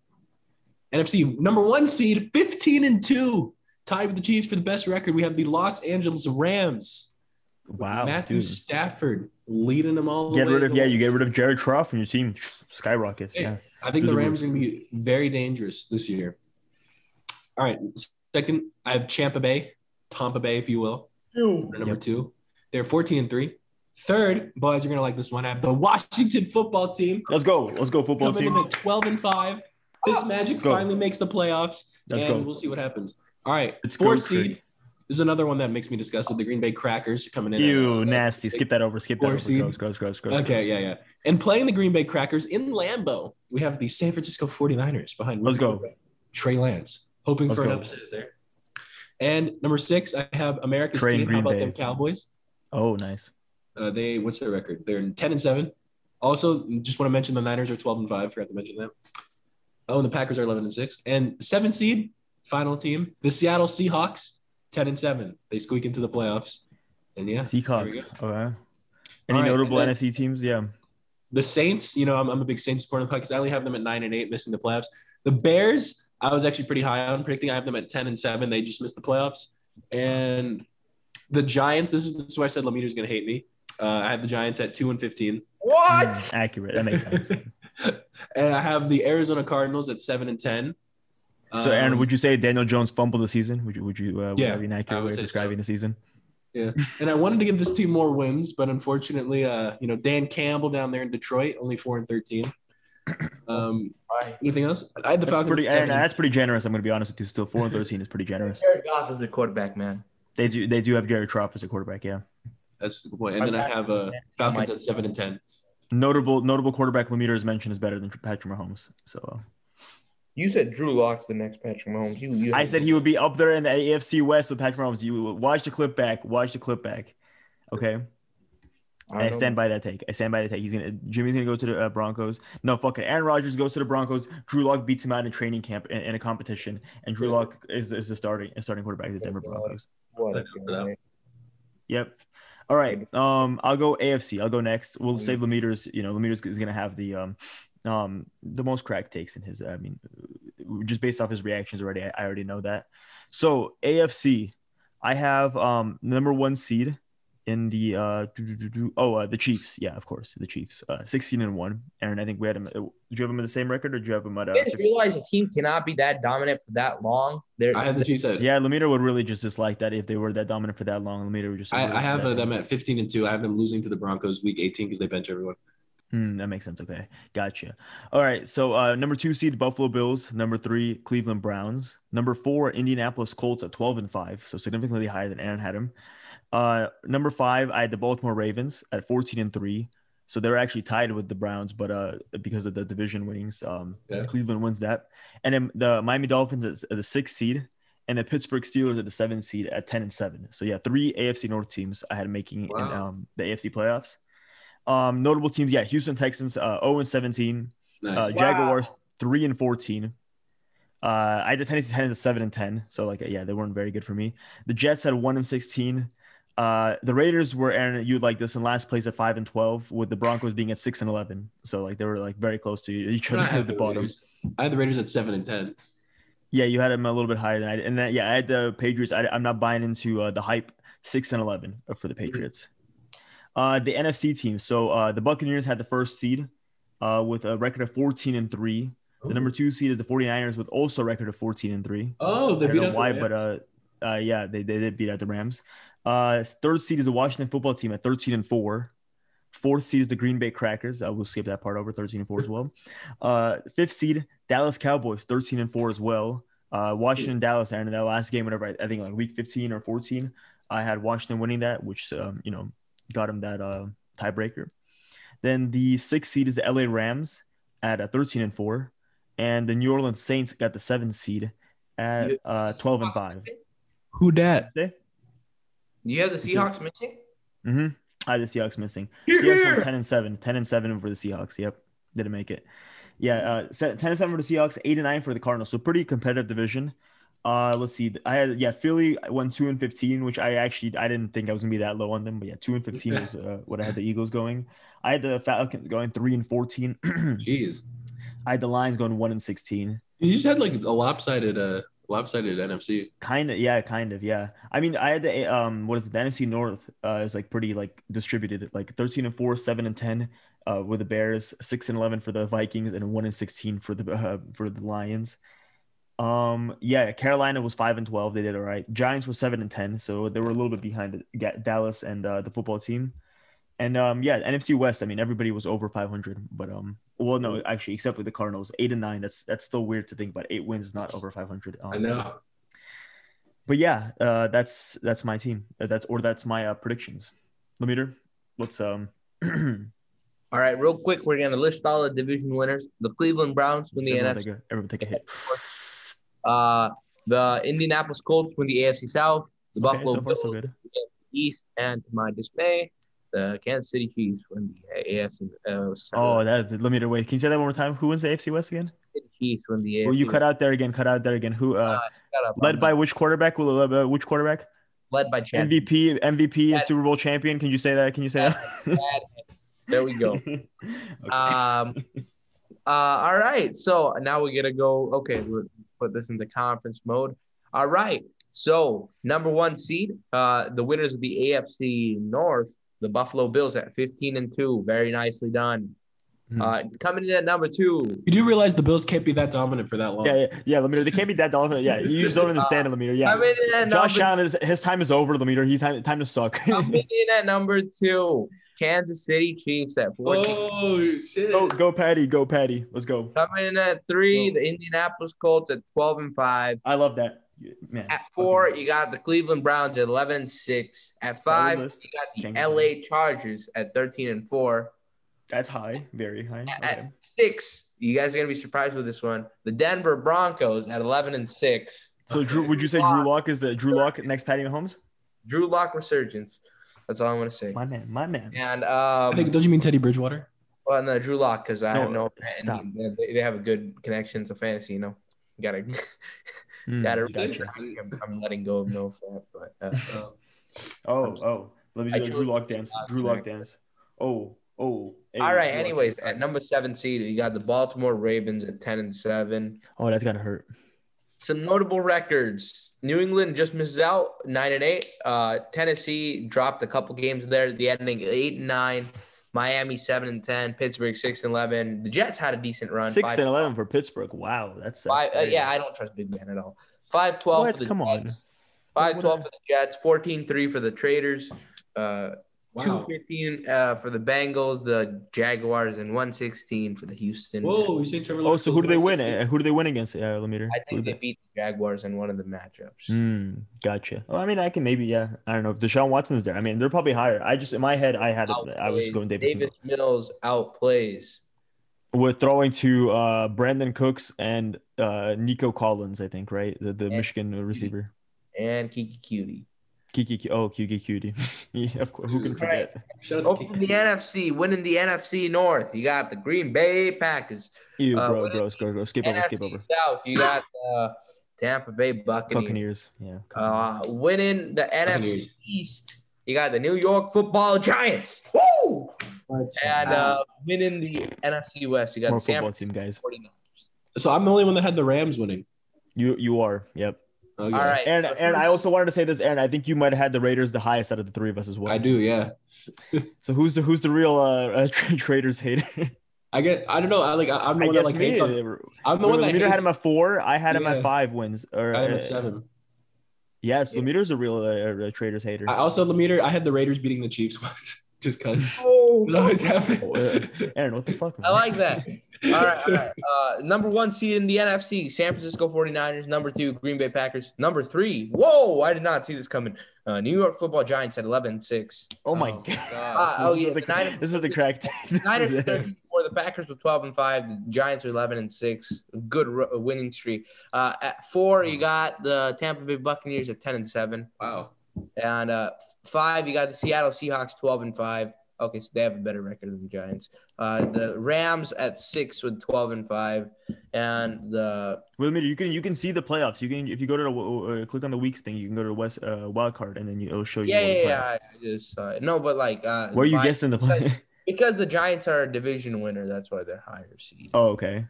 Speaker 2: NFC number one seed, fifteen and two, tied with the Chiefs for the best record. We have the Los Angeles Rams.
Speaker 1: Wow,
Speaker 2: Matthew
Speaker 1: dude.
Speaker 2: Stafford leading them all. the
Speaker 1: Get
Speaker 2: way
Speaker 1: rid of
Speaker 2: to
Speaker 1: yeah,
Speaker 2: the
Speaker 1: you get
Speaker 2: World
Speaker 1: rid of Jared Croft and your team skyrockets.
Speaker 2: Hey.
Speaker 1: Yeah,
Speaker 2: I think
Speaker 1: Through
Speaker 2: the
Speaker 1: the
Speaker 2: Rams are going to be very dangerous this year. All right. Second, I have Champa Bay, Tampa Bay, if you will. They're Number
Speaker 1: Yep.
Speaker 2: two. They're 14 and three. Third, boys, you're going to like this one. I have the Washington football team
Speaker 1: let's go, let's go football
Speaker 2: coming
Speaker 1: team.
Speaker 2: in at 12 and five. This magic
Speaker 1: Go.
Speaker 2: finally makes the playoffs,
Speaker 1: Let's
Speaker 2: and
Speaker 1: go.
Speaker 2: we'll see what happens. All right.
Speaker 1: Let's go,
Speaker 2: four
Speaker 1: Craig.
Speaker 2: seed. This is another one that makes me disgusted. The Green Bay Crackers are coming in. at, uh,
Speaker 1: Ew, nasty.
Speaker 2: six-
Speaker 1: Skip that over. Skip that over.
Speaker 2: Fourteen.
Speaker 1: Gross, gross, gross, gross. gross.
Speaker 2: Okay, yeah, yeah. And playing the Green Bay Crackers in Lambeau, we have the San Francisco 49ers behind.
Speaker 1: Let's go.
Speaker 2: Trey Lance, hoping
Speaker 1: Let's
Speaker 2: for an
Speaker 1: go.
Speaker 2: upset there. And number six, I have America's
Speaker 1: Trey and
Speaker 2: team. How
Speaker 1: Green
Speaker 2: about
Speaker 1: Bay.
Speaker 2: them Cowboys?
Speaker 1: Oh, nice.
Speaker 2: Uh, they what's their record? They're in 10 and 7. Also, just want to mention the Niners are 12 and 5. Forgot to mention that. Oh, and the Packers are 11 and 6. And seven seed, final team, the Seattle Seahawks, 10 and 7. They squeak into the playoffs. And yeah,
Speaker 1: Seahawks. Okay. Any
Speaker 2: All right,
Speaker 1: notable
Speaker 2: and then-
Speaker 1: NFC teams? Yeah.
Speaker 2: the Saints, you know, I'm, I'm a big Saints supporter of the podcast. I only have them at nine and eight, missing the playoffs. The Bears, I was actually pretty high on predicting. I have them at 10 and seven. They just missed the playoffs. And the Giants, this is, this is why I said Lameter's going to hate me. Uh, I have the Giants at two and 15.
Speaker 3: What?
Speaker 1: Mm, accurate. That makes
Speaker 2: (laughs)
Speaker 1: sense.
Speaker 2: and I have the Arizona Cardinals at seven and 10.
Speaker 1: So, Aaron, would you say Daniel Jones fumbled the season? Would you? Would you? Uh, would
Speaker 2: Um, Yeah,
Speaker 1: that be an
Speaker 2: I
Speaker 1: accurate
Speaker 2: would
Speaker 1: way of
Speaker 2: say so.
Speaker 1: describing the season?
Speaker 2: Um, and I wanted to give this team more wins, but unfortunately, uh, you know, Dan Campbell down there in Detroit, only four and 13. Um,
Speaker 3: Why?
Speaker 2: anything else? I had the
Speaker 1: That's
Speaker 2: Falcons.
Speaker 1: pretty.
Speaker 2: at
Speaker 1: Aaron,
Speaker 2: seven and
Speaker 1: that's pretty generous. I'm going to be honest with you. Still, four and thirteen is pretty generous.
Speaker 3: Jared Goff is the quarterback, man.
Speaker 1: They do. They do have Jared Croft as a quarterback. Yeah.
Speaker 2: That's a good point. And then I have uh, Falcons at seven and ten.
Speaker 1: Notable. Notable quarterback Lemaitre is mentioned is better than Patrick Mahomes. So
Speaker 3: You said Drew Locke's the next Patrick Mahomes. You, you
Speaker 1: I said he would be up there in the AFC West with Patrick Mahomes. You watch the clip back. Watch the clip back. Okay. I,
Speaker 3: don't-
Speaker 1: stand by that take. I stand by that take. He's gonna Jimmy's gonna go to the uh, Broncos. No, fuck it. Aaron Rodgers goes to the Broncos. Drew Lock beats him out in training camp in, in a competition, and Drew Lock is, is the starting a starting quarterback of the Denver Broncos.
Speaker 3: What?
Speaker 2: I know for that.
Speaker 1: Yep. All right. Um, I'll go AFC. I'll go next. We'll save Lemeters. You know, Lemeters is gonna have the um, um, the most crack takes in his. I mean, just based off his reactions already, I, I already know that. So AFC, I have um number one seed in the uh do- do- do- do- oh uh, the Chiefs. Yeah, of course the Chiefs. Uh, sixteen and one. Aaron, I think we had him. uh, Do you have him in the same record, or do you have him at? Uh,
Speaker 3: You guys realize a team cannot be that dominant for that long. They're,
Speaker 2: I have the Chiefs at.
Speaker 1: yeah, Lemeter would really just dislike that if they were that dominant for that long. Lemeter would just.
Speaker 2: I,
Speaker 1: really
Speaker 2: I have
Speaker 1: upset
Speaker 2: uh,
Speaker 1: him.
Speaker 2: them at fifteen and two. I have them losing to the Broncos week eighteen because they bench everyone.
Speaker 1: Hmm, that makes sense. Okay. Gotcha. All right. So uh, number two seed Buffalo Bills, number three Cleveland Browns, number four Indianapolis Colts at 12 and five. So significantly higher than Aaron had him. Uh, number five, I had the Baltimore Ravens at 14 and three. So they're actually tied with the Browns, but uh, because of the division winnings, um,
Speaker 2: Yeah.
Speaker 1: Cleveland wins that. And then the Miami Dolphins is the sixth seed and the Pittsburgh Steelers at the seventh seed at 10 and seven. So yeah, three AFC North teams I had making in
Speaker 2: Wow.
Speaker 1: um, the AFC playoffs. Um, notable teams, yeah, Houston Texans, uh, 0 and 17,
Speaker 2: Nice.
Speaker 1: uh, Jaguars, 3 and 14. Uh, I had the Tennessee Titans at 7 and 10, so like, yeah, they weren't very good for me. The Jets had 1 and 16. Uh, the Raiders were Aaron, you'd like this in last place at 5 and 12, with the Broncos being at 6 and 11. So like, they were like very close to each
Speaker 2: I
Speaker 1: other
Speaker 2: have
Speaker 1: at the
Speaker 2: the
Speaker 1: bottom.
Speaker 2: Raiders. I have the Raiders at seven and ten.
Speaker 1: Yeah, you had them a little bit higher than I did. And then, yeah, I had the Patriots. I, I'm not buying into uh, the hype. Six and eleven for the Patriots. Uh, the NFC team. So uh, the Buccaneers had the first seed uh, with a record of 14 and three. The number two seed is the 49ers with also a record of 14 and three.
Speaker 2: Oh, they
Speaker 1: I
Speaker 2: beat
Speaker 1: don't know
Speaker 2: out the
Speaker 1: why, but
Speaker 2: Rams.
Speaker 1: uh, uh, yeah, they, they did beat out the Rams. Uh, third seed is the Washington football team at 13 and four. Fourth seed is the Green Bay Crackers. I will skip that part over 13 and four as well. Uh, fifth seed, Dallas Cowboys, 13 and four as well. Uh, Washington, Dallas, and in that last game, whenever I, I think like week 15 or 14, I had Washington winning that, which, um, you know, got him that uh, tiebreaker. Then the sixth seed is the LA Rams at uh, 13 and four. And the New Orleans Saints got the seventh seed at
Speaker 3: You-
Speaker 1: uh, 12 and five.
Speaker 4: Who dat?
Speaker 3: You have the Seahawks missing?
Speaker 1: Mm-hmm. I had the Seahawks missing.
Speaker 3: Here,
Speaker 1: Seahawks
Speaker 3: here.
Speaker 1: went 10 and 7. 10 and 7 for the Seahawks. Yep. Didn't make it. Yeah. Uh, se- 10 and 7 for the Seahawks, 8 and 9 for the Cardinals. So pretty competitive division. Uh, let's see. I had, yeah, Philly went 2 and 15, which I actually I didn't think I was going to be that low on them. But yeah, 2 and 15 was uh, what I had the Eagles going. I had the Falcons going 3 and 14.
Speaker 2: Hmm. Jeez.
Speaker 1: (clears throat) I had the Lions going 1 and 16.
Speaker 2: You just had like a lopsided, uh, lopsided NFC.
Speaker 1: Kind of, yeah, kind of, yeah. I mean, I had the um, what is it? The NFC North uh, is like pretty like distributed, like thirteen and four, seven and ten, uh, with the Bears, six and eleven for the Vikings, and one and sixteen for the (laughs) uh, for the Lions. Um, yeah, Carolina was five and twelve. They did all right. Giants were seven and ten, so they were a little bit behind the, Ga- Dallas and uh, the football team. And um, yeah, NFC West. I mean, everybody was over five hundred, but um, well, no, actually, except with the Cardinals, eight and nine. That's that's still weird to think, about. eight wins is not over five hundred. Um,
Speaker 2: I know.
Speaker 1: but yeah, uh, that's that's my team. Uh, That's or that's my uh, predictions. Lemeter, let's um. (clears throat)
Speaker 3: All right, real quick, we're gonna list all the division winners. The Cleveland Browns win the
Speaker 1: everyone,
Speaker 3: NFC.
Speaker 1: take a, everyone take a hit.
Speaker 3: Uh, the Indianapolis Colts win the AFC South. (laughs) The
Speaker 1: Okay,
Speaker 3: Buffalo
Speaker 1: so far
Speaker 3: Bills
Speaker 1: so good.
Speaker 3: East, and to my dismay, the Kansas City Chiefs win the AFC. Uh, South.
Speaker 1: Oh, that Lemeter, wait, can you say that one more time? Who wins the AFC West again?
Speaker 3: City Chiefs win the AFC.
Speaker 1: Oh, you cut out there again. Cut out there again. Who uh,
Speaker 3: Shut up,
Speaker 1: led
Speaker 3: I'm
Speaker 1: by
Speaker 3: not-
Speaker 1: which quarterback? Will uh, which quarterback?
Speaker 3: led by Chad.
Speaker 1: MVP, MVP, and
Speaker 3: Chad.
Speaker 1: Super Bowl champion. Can you say that? Can you say
Speaker 3: Uh,
Speaker 1: that?
Speaker 3: Chad. There we go.
Speaker 1: (laughs) Okay.
Speaker 3: Um, uh, all right. So now we're gonna go. Okay, we'll put this into conference mode. All right. So number one seed, uh, the winners of the AFC North, the Buffalo Bills at 15 and two. Very nicely done.
Speaker 1: Hmm.
Speaker 3: Uh, coming in at number two,
Speaker 2: You do realize the Bills can't be that dominant for that
Speaker 1: (laughs)
Speaker 2: long.
Speaker 1: yeah, yeah, yeah, Lemeter. They can't be that dolphin. Yeah, you just don't
Speaker 3: Uh,
Speaker 1: understand it, Lemeter. Yeah,
Speaker 3: coming in at
Speaker 1: Josh
Speaker 3: number,
Speaker 1: Allen is his time is over, Lemeter. He's time time to suck.
Speaker 3: (laughs) coming in at number two, Kansas City Chiefs at 14.
Speaker 2: Oh shit.
Speaker 1: (laughs) Go, go, Patty. Go, Patty. Let's go.
Speaker 3: Coming in at three,
Speaker 1: Oh.
Speaker 3: the Indianapolis Colts at 12 and five.
Speaker 1: I love that. You- Man.
Speaker 3: At four, you got the Cleveland Browns at 11 and 6. At five,
Speaker 1: Solid list.
Speaker 3: you
Speaker 1: Can't
Speaker 3: got the
Speaker 1: go
Speaker 3: LA Chargers at 13 and 4.
Speaker 1: That's high. Very high.
Speaker 3: At,
Speaker 1: Okay.
Speaker 3: at six, you guys are going to be surprised with this one. The Denver Broncos at 11 and 6.
Speaker 1: So, Drew, would you say Drew Lock is the Drew Lock next Patty Mahomes?
Speaker 3: Drew Lock resurgence. That's all I'm going to say.
Speaker 1: My man. My man.
Speaker 3: And
Speaker 2: I think,
Speaker 3: um,
Speaker 2: don't you mean Teddy Bridgewater?
Speaker 3: well, no, Drew Lock because I
Speaker 1: No,
Speaker 3: have no.
Speaker 1: stop.
Speaker 3: and he- They, they have a good connection to fantasy, you know. Got to,
Speaker 1: Mm,
Speaker 3: got to.
Speaker 1: Hmm, gotcha.
Speaker 3: I'm, I'm letting go of no fat, but uh,
Speaker 2: Oh.
Speaker 1: Oh, oh. Let me
Speaker 3: I
Speaker 1: do a Drew
Speaker 3: chose
Speaker 1: Lock dance.
Speaker 3: last
Speaker 1: Drew Lock
Speaker 3: night.
Speaker 1: dance. Oh, oh. (laughs) hey,
Speaker 3: All right.
Speaker 1: Drew Lock
Speaker 3: Anyways,
Speaker 1: dance.
Speaker 3: at number seven seed, you got the Baltimore Ravens at ten and seven.
Speaker 1: Oh, that's gotta hurt.
Speaker 3: Some notable records: New England just misses out nine and eight. Uh, Tennessee dropped a couple games there at the ending eight and nine. Miami seven and ten. Pittsburgh six and eleven. The Jets had a decent run.
Speaker 1: Six
Speaker 3: five,
Speaker 1: and eleven for Pittsburgh. Wow, that's, that's
Speaker 3: five- uh,
Speaker 1: very-
Speaker 3: yeah, I don't trust Big Man at all. Five twelve
Speaker 1: What?
Speaker 3: for the
Speaker 1: Come on.
Speaker 3: Jets. Five
Speaker 1: What-
Speaker 3: twelve for the Jets. 14-3 for the Traders. Uh,
Speaker 2: Wow.
Speaker 3: 215 uh, for the Bengals, the Jaguars, and 116 for the Houston.
Speaker 2: Whoa, you say Trevor
Speaker 1: Oh,
Speaker 2: Lawrence
Speaker 1: so who do
Speaker 2: goes
Speaker 1: they
Speaker 2: back
Speaker 1: win?
Speaker 2: to-
Speaker 1: Uh, Who do they win against? Uh, Lemeter.
Speaker 3: I
Speaker 1: Who
Speaker 3: think
Speaker 1: do
Speaker 3: they beat the Jaguars in one of the matchups.
Speaker 1: Mm, gotcha. Well, I mean, I can maybe, yeah. I don't know if Deshaun Watson's there. I mean, they're probably higher. I just in my head, I had, it, I was
Speaker 3: Outplays-
Speaker 1: going Davis. Mills.
Speaker 3: Mills outplays.
Speaker 1: We're throwing to uh, Brandon Cooks and uh, Nico Collins, I think, right? The, the
Speaker 3: And
Speaker 1: Michigan receiver.
Speaker 3: And Kiki Cutie.
Speaker 1: Kiki, Cu- oh, Kiki Cutie. (laughs) yeah, of course. Who can
Speaker 2: Right.
Speaker 1: forget?
Speaker 2: Shout out to
Speaker 3: Open Oh, the NFC, winning the NFC North. You got the Green Bay Packers.
Speaker 1: Ew,
Speaker 3: Uh,
Speaker 1: bro,
Speaker 3: what
Speaker 1: gross, gross, gross. Skip over,
Speaker 3: NFC
Speaker 1: skip over.
Speaker 3: South, you got the Tampa Bay Buccaneers.
Speaker 1: Buccaneers. Yeah.
Speaker 3: Uh, winning the NFC
Speaker 2: Buccaneers.
Speaker 3: East, you got the New York Football Giants. Woo!
Speaker 2: Buccaneers.
Speaker 3: And uh, winning the NFC West, you got
Speaker 1: More
Speaker 3: the San
Speaker 1: football
Speaker 3: Francisco
Speaker 1: team, guys.
Speaker 3: 49ers.
Speaker 2: So I'm the only one that had the Rams winning.
Speaker 1: You you are. Yep.
Speaker 2: Oh,
Speaker 3: All right.
Speaker 1: Aaron,
Speaker 3: so
Speaker 1: Aaron, I
Speaker 3: first-
Speaker 1: also wanted to say this, Aaron. I think you might have had the Raiders the highest out of the three of us as well.
Speaker 2: I do, yeah.
Speaker 1: So who's the who's the real uh, uh (laughs) tra- Raiders hater?
Speaker 2: I get. I don't know. I like. I, I'm the
Speaker 1: I
Speaker 2: one that
Speaker 1: guess
Speaker 2: like.
Speaker 1: me.
Speaker 2: hates on- I'm the
Speaker 1: No,
Speaker 2: one that
Speaker 1: Lemeter had
Speaker 2: hates.
Speaker 1: him at four. I had him
Speaker 2: Yeah.
Speaker 1: at five wins. Or
Speaker 2: I am
Speaker 1: uh,
Speaker 2: at seven.
Speaker 1: Yes, Lemeter's a real uh, uh, Traders hater.
Speaker 2: I also Lemeter. I had the Raiders beating the Chiefs (laughs) once, just cause. It
Speaker 1: (laughs)
Speaker 2: always happened.
Speaker 1: Aaron, what the fuck?
Speaker 3: I
Speaker 1: man?
Speaker 3: like that. All right, all right. Uh, number one seed in the NFC, San Francisco 49ers. Number two, Green Bay Packers. Number three, whoa, I did not see this coming. Uh, New York Football Giants at 11 6.
Speaker 1: Oh my god.
Speaker 3: Uh, oh,
Speaker 1: This is
Speaker 3: yeah.
Speaker 1: the-
Speaker 3: the Niners-
Speaker 1: this is
Speaker 3: (laughs)
Speaker 1: the crack. (laughs) This
Speaker 3: Niners
Speaker 1: is
Speaker 3: are
Speaker 1: it.
Speaker 3: 34, the Packers with 12 and 5, the Giants are 11 and 6. Good ro- winning streak. Uh, at 4, you got the Tampa Bay Buccaneers at 10 and 7.
Speaker 2: wow.
Speaker 3: And uh, 5, you got the Seattle Seahawks 12 and 5. Okay, so they have a better record than the Giants. Uh, the Rams at 6 with 12 and 5. And the
Speaker 1: Wait a minute, you can you can see the playoffs. You can if you go to the, uh, click on the weeks thing, you can go to the West uh, wild card, and then you, it'll show you.
Speaker 3: Yeah,
Speaker 1: all the
Speaker 3: yeah, yeah.
Speaker 1: playoffs.
Speaker 3: I I just saw it. No, but like, uh,
Speaker 1: Where are you
Speaker 3: by-
Speaker 1: guessing the play?
Speaker 3: Because the Giants are a division winner, that's why they're higher seed.
Speaker 1: (laughs) oh, okay.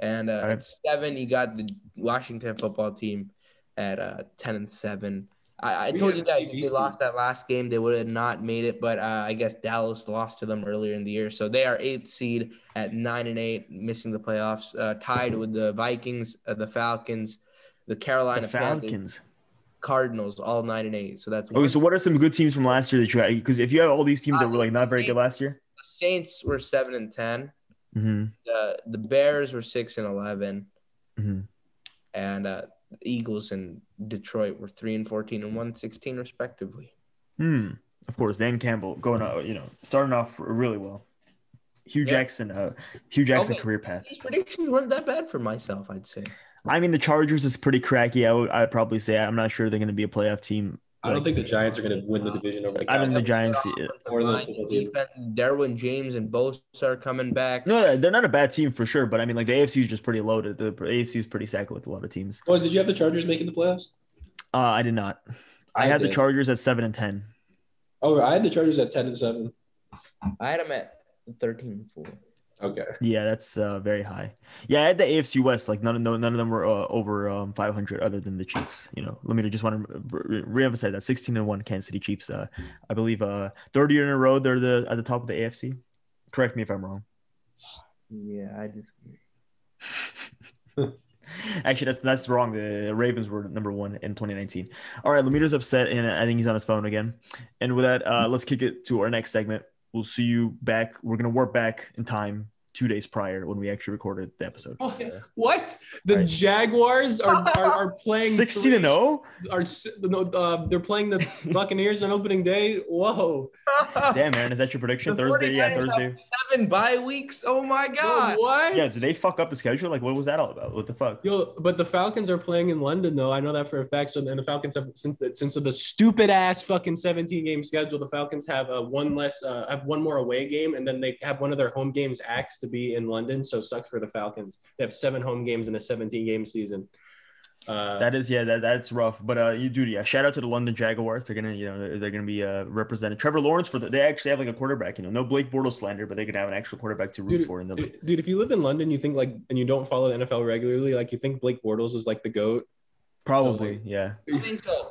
Speaker 3: And uh,
Speaker 1: Alright.
Speaker 3: at seven, you got the Washington football team at uh, ten and seven. I, I
Speaker 2: We
Speaker 3: told
Speaker 2: have
Speaker 3: you guys if they
Speaker 2: CBC.
Speaker 3: lost that last game, they would have not made it. But uh, I guess Dallas lost to them earlier in the year, so they are eighth seed at nine and eight, missing the playoffs, uh, tied with the Vikings, uh, the Falcons, the
Speaker 1: The
Speaker 3: Carolina Panthers,
Speaker 1: Falcons.
Speaker 3: Cardinals, all nine and eight. So that's
Speaker 1: Okay,
Speaker 3: one
Speaker 1: so what are some good teams from last year that you had? Because if you have all these teams that were like not very good last year,
Speaker 3: the Saints were seven and ten.
Speaker 1: hmm
Speaker 3: The the Bears were six and 11
Speaker 1: Mhm.
Speaker 3: and uh, the Eagles and Detroit were three and fourteen and one sixteen respectively.
Speaker 1: hmm. of course, Dan Campbell going out, you know, starting off really well. Hugh
Speaker 3: Yeah.
Speaker 1: Jackson, uh, Hugh Jackson
Speaker 3: Okay.
Speaker 1: career path.
Speaker 3: These predictions weren't that bad for myself, I'd say.
Speaker 1: I mean, the Chargers is pretty cracky. I would, I'd probably say I'm not sure they're going to be a playoff team.
Speaker 2: I don't
Speaker 1: Like, uh,
Speaker 2: think the Giants are going to win the division over the
Speaker 1: I mean, the
Speaker 2: Cowboys.
Speaker 1: Giants.
Speaker 2: Or the
Speaker 3: Line,
Speaker 2: football team.
Speaker 3: defense, Derwin James and Bosa are coming back.
Speaker 1: No, they're not a bad team for sure, but I mean, like the AFC is just pretty loaded. The AFC is pretty sacked with a lot of teams.
Speaker 2: Boys, did you have the Chargers making the playoffs?
Speaker 1: Uh, I did not. I,
Speaker 2: I
Speaker 1: had the
Speaker 2: did.
Speaker 1: Chargers at seven and ten.
Speaker 2: Oh, I had the Chargers at ten and seven.
Speaker 3: I had them at thirteen and four.
Speaker 1: (laughs)
Speaker 2: Okay.
Speaker 1: Yeah, that's uh, very high. Yeah, I had the AFC West. Like none of no, none of them were uh, over um, 500, other than the Chiefs. You know, let me just want to re- reemphasize that 16 and one Kansas City Chiefs. Uh, I believe uh, third year in a row they're the at the top of the AFC. Correct me if I'm wrong.
Speaker 3: Yeah,
Speaker 1: (laughs)
Speaker 3: I disagree.
Speaker 1: Actually, that's that's wrong. The Ravens were number one in 2019. All right, Lemire's upset, and I think he's on his phone again. And with that, uh, let's kick it to our next segment. We'll see you back. We're gonna warp back in time two days prior when we actually recorded the episode.
Speaker 2: Oh, What? The
Speaker 1: Right.
Speaker 2: Jaguars are,
Speaker 1: (laughs)
Speaker 2: are, are playing
Speaker 1: 16 and oh?
Speaker 2: three-
Speaker 1: 0.
Speaker 2: Are s- no, uh, they're
Speaker 1: (laughs)
Speaker 2: playing the Buccaneers on opening day? Whoa!
Speaker 1: Damn, Aaron, is that your prediction?
Speaker 3: The
Speaker 1: Thursday, yeah,
Speaker 3: 49ers
Speaker 1: Thursday.
Speaker 3: have Seven bye weeks. Oh my god.
Speaker 2: Yo, what?
Speaker 1: Yeah, did they fuck up the schedule? Like, what was that all about? What the fuck?
Speaker 2: Yo, but the Falcons are playing in London, though. I know that for a fact. So, and the Falcons have since the, since of the stupid ass fucking seventeen game schedule, the Falcons have a one less, uh, have one more away game, and then they have one of their home games axed to be in London. So, sucks for the Falcons. They have seven home games in a seventeen game season. Uh,
Speaker 1: That is, yeah, that, that's rough. But uh, you do, yeah. Shout out to the London Jaguars. They're gonna, you know, they're, they're gonna be uh, represented. Trevor Lawrence for the. They actually have like a quarterback. You know, no Blake Bortles slander, but they could have an actual quarterback to root
Speaker 2: Dude,
Speaker 1: for in the league.
Speaker 2: Dude, dude, if you live in London, you think like, and you don't follow the NFL regularly, like you think Blake Bortles is like the goat.
Speaker 1: Probably, yeah.
Speaker 3: I think so.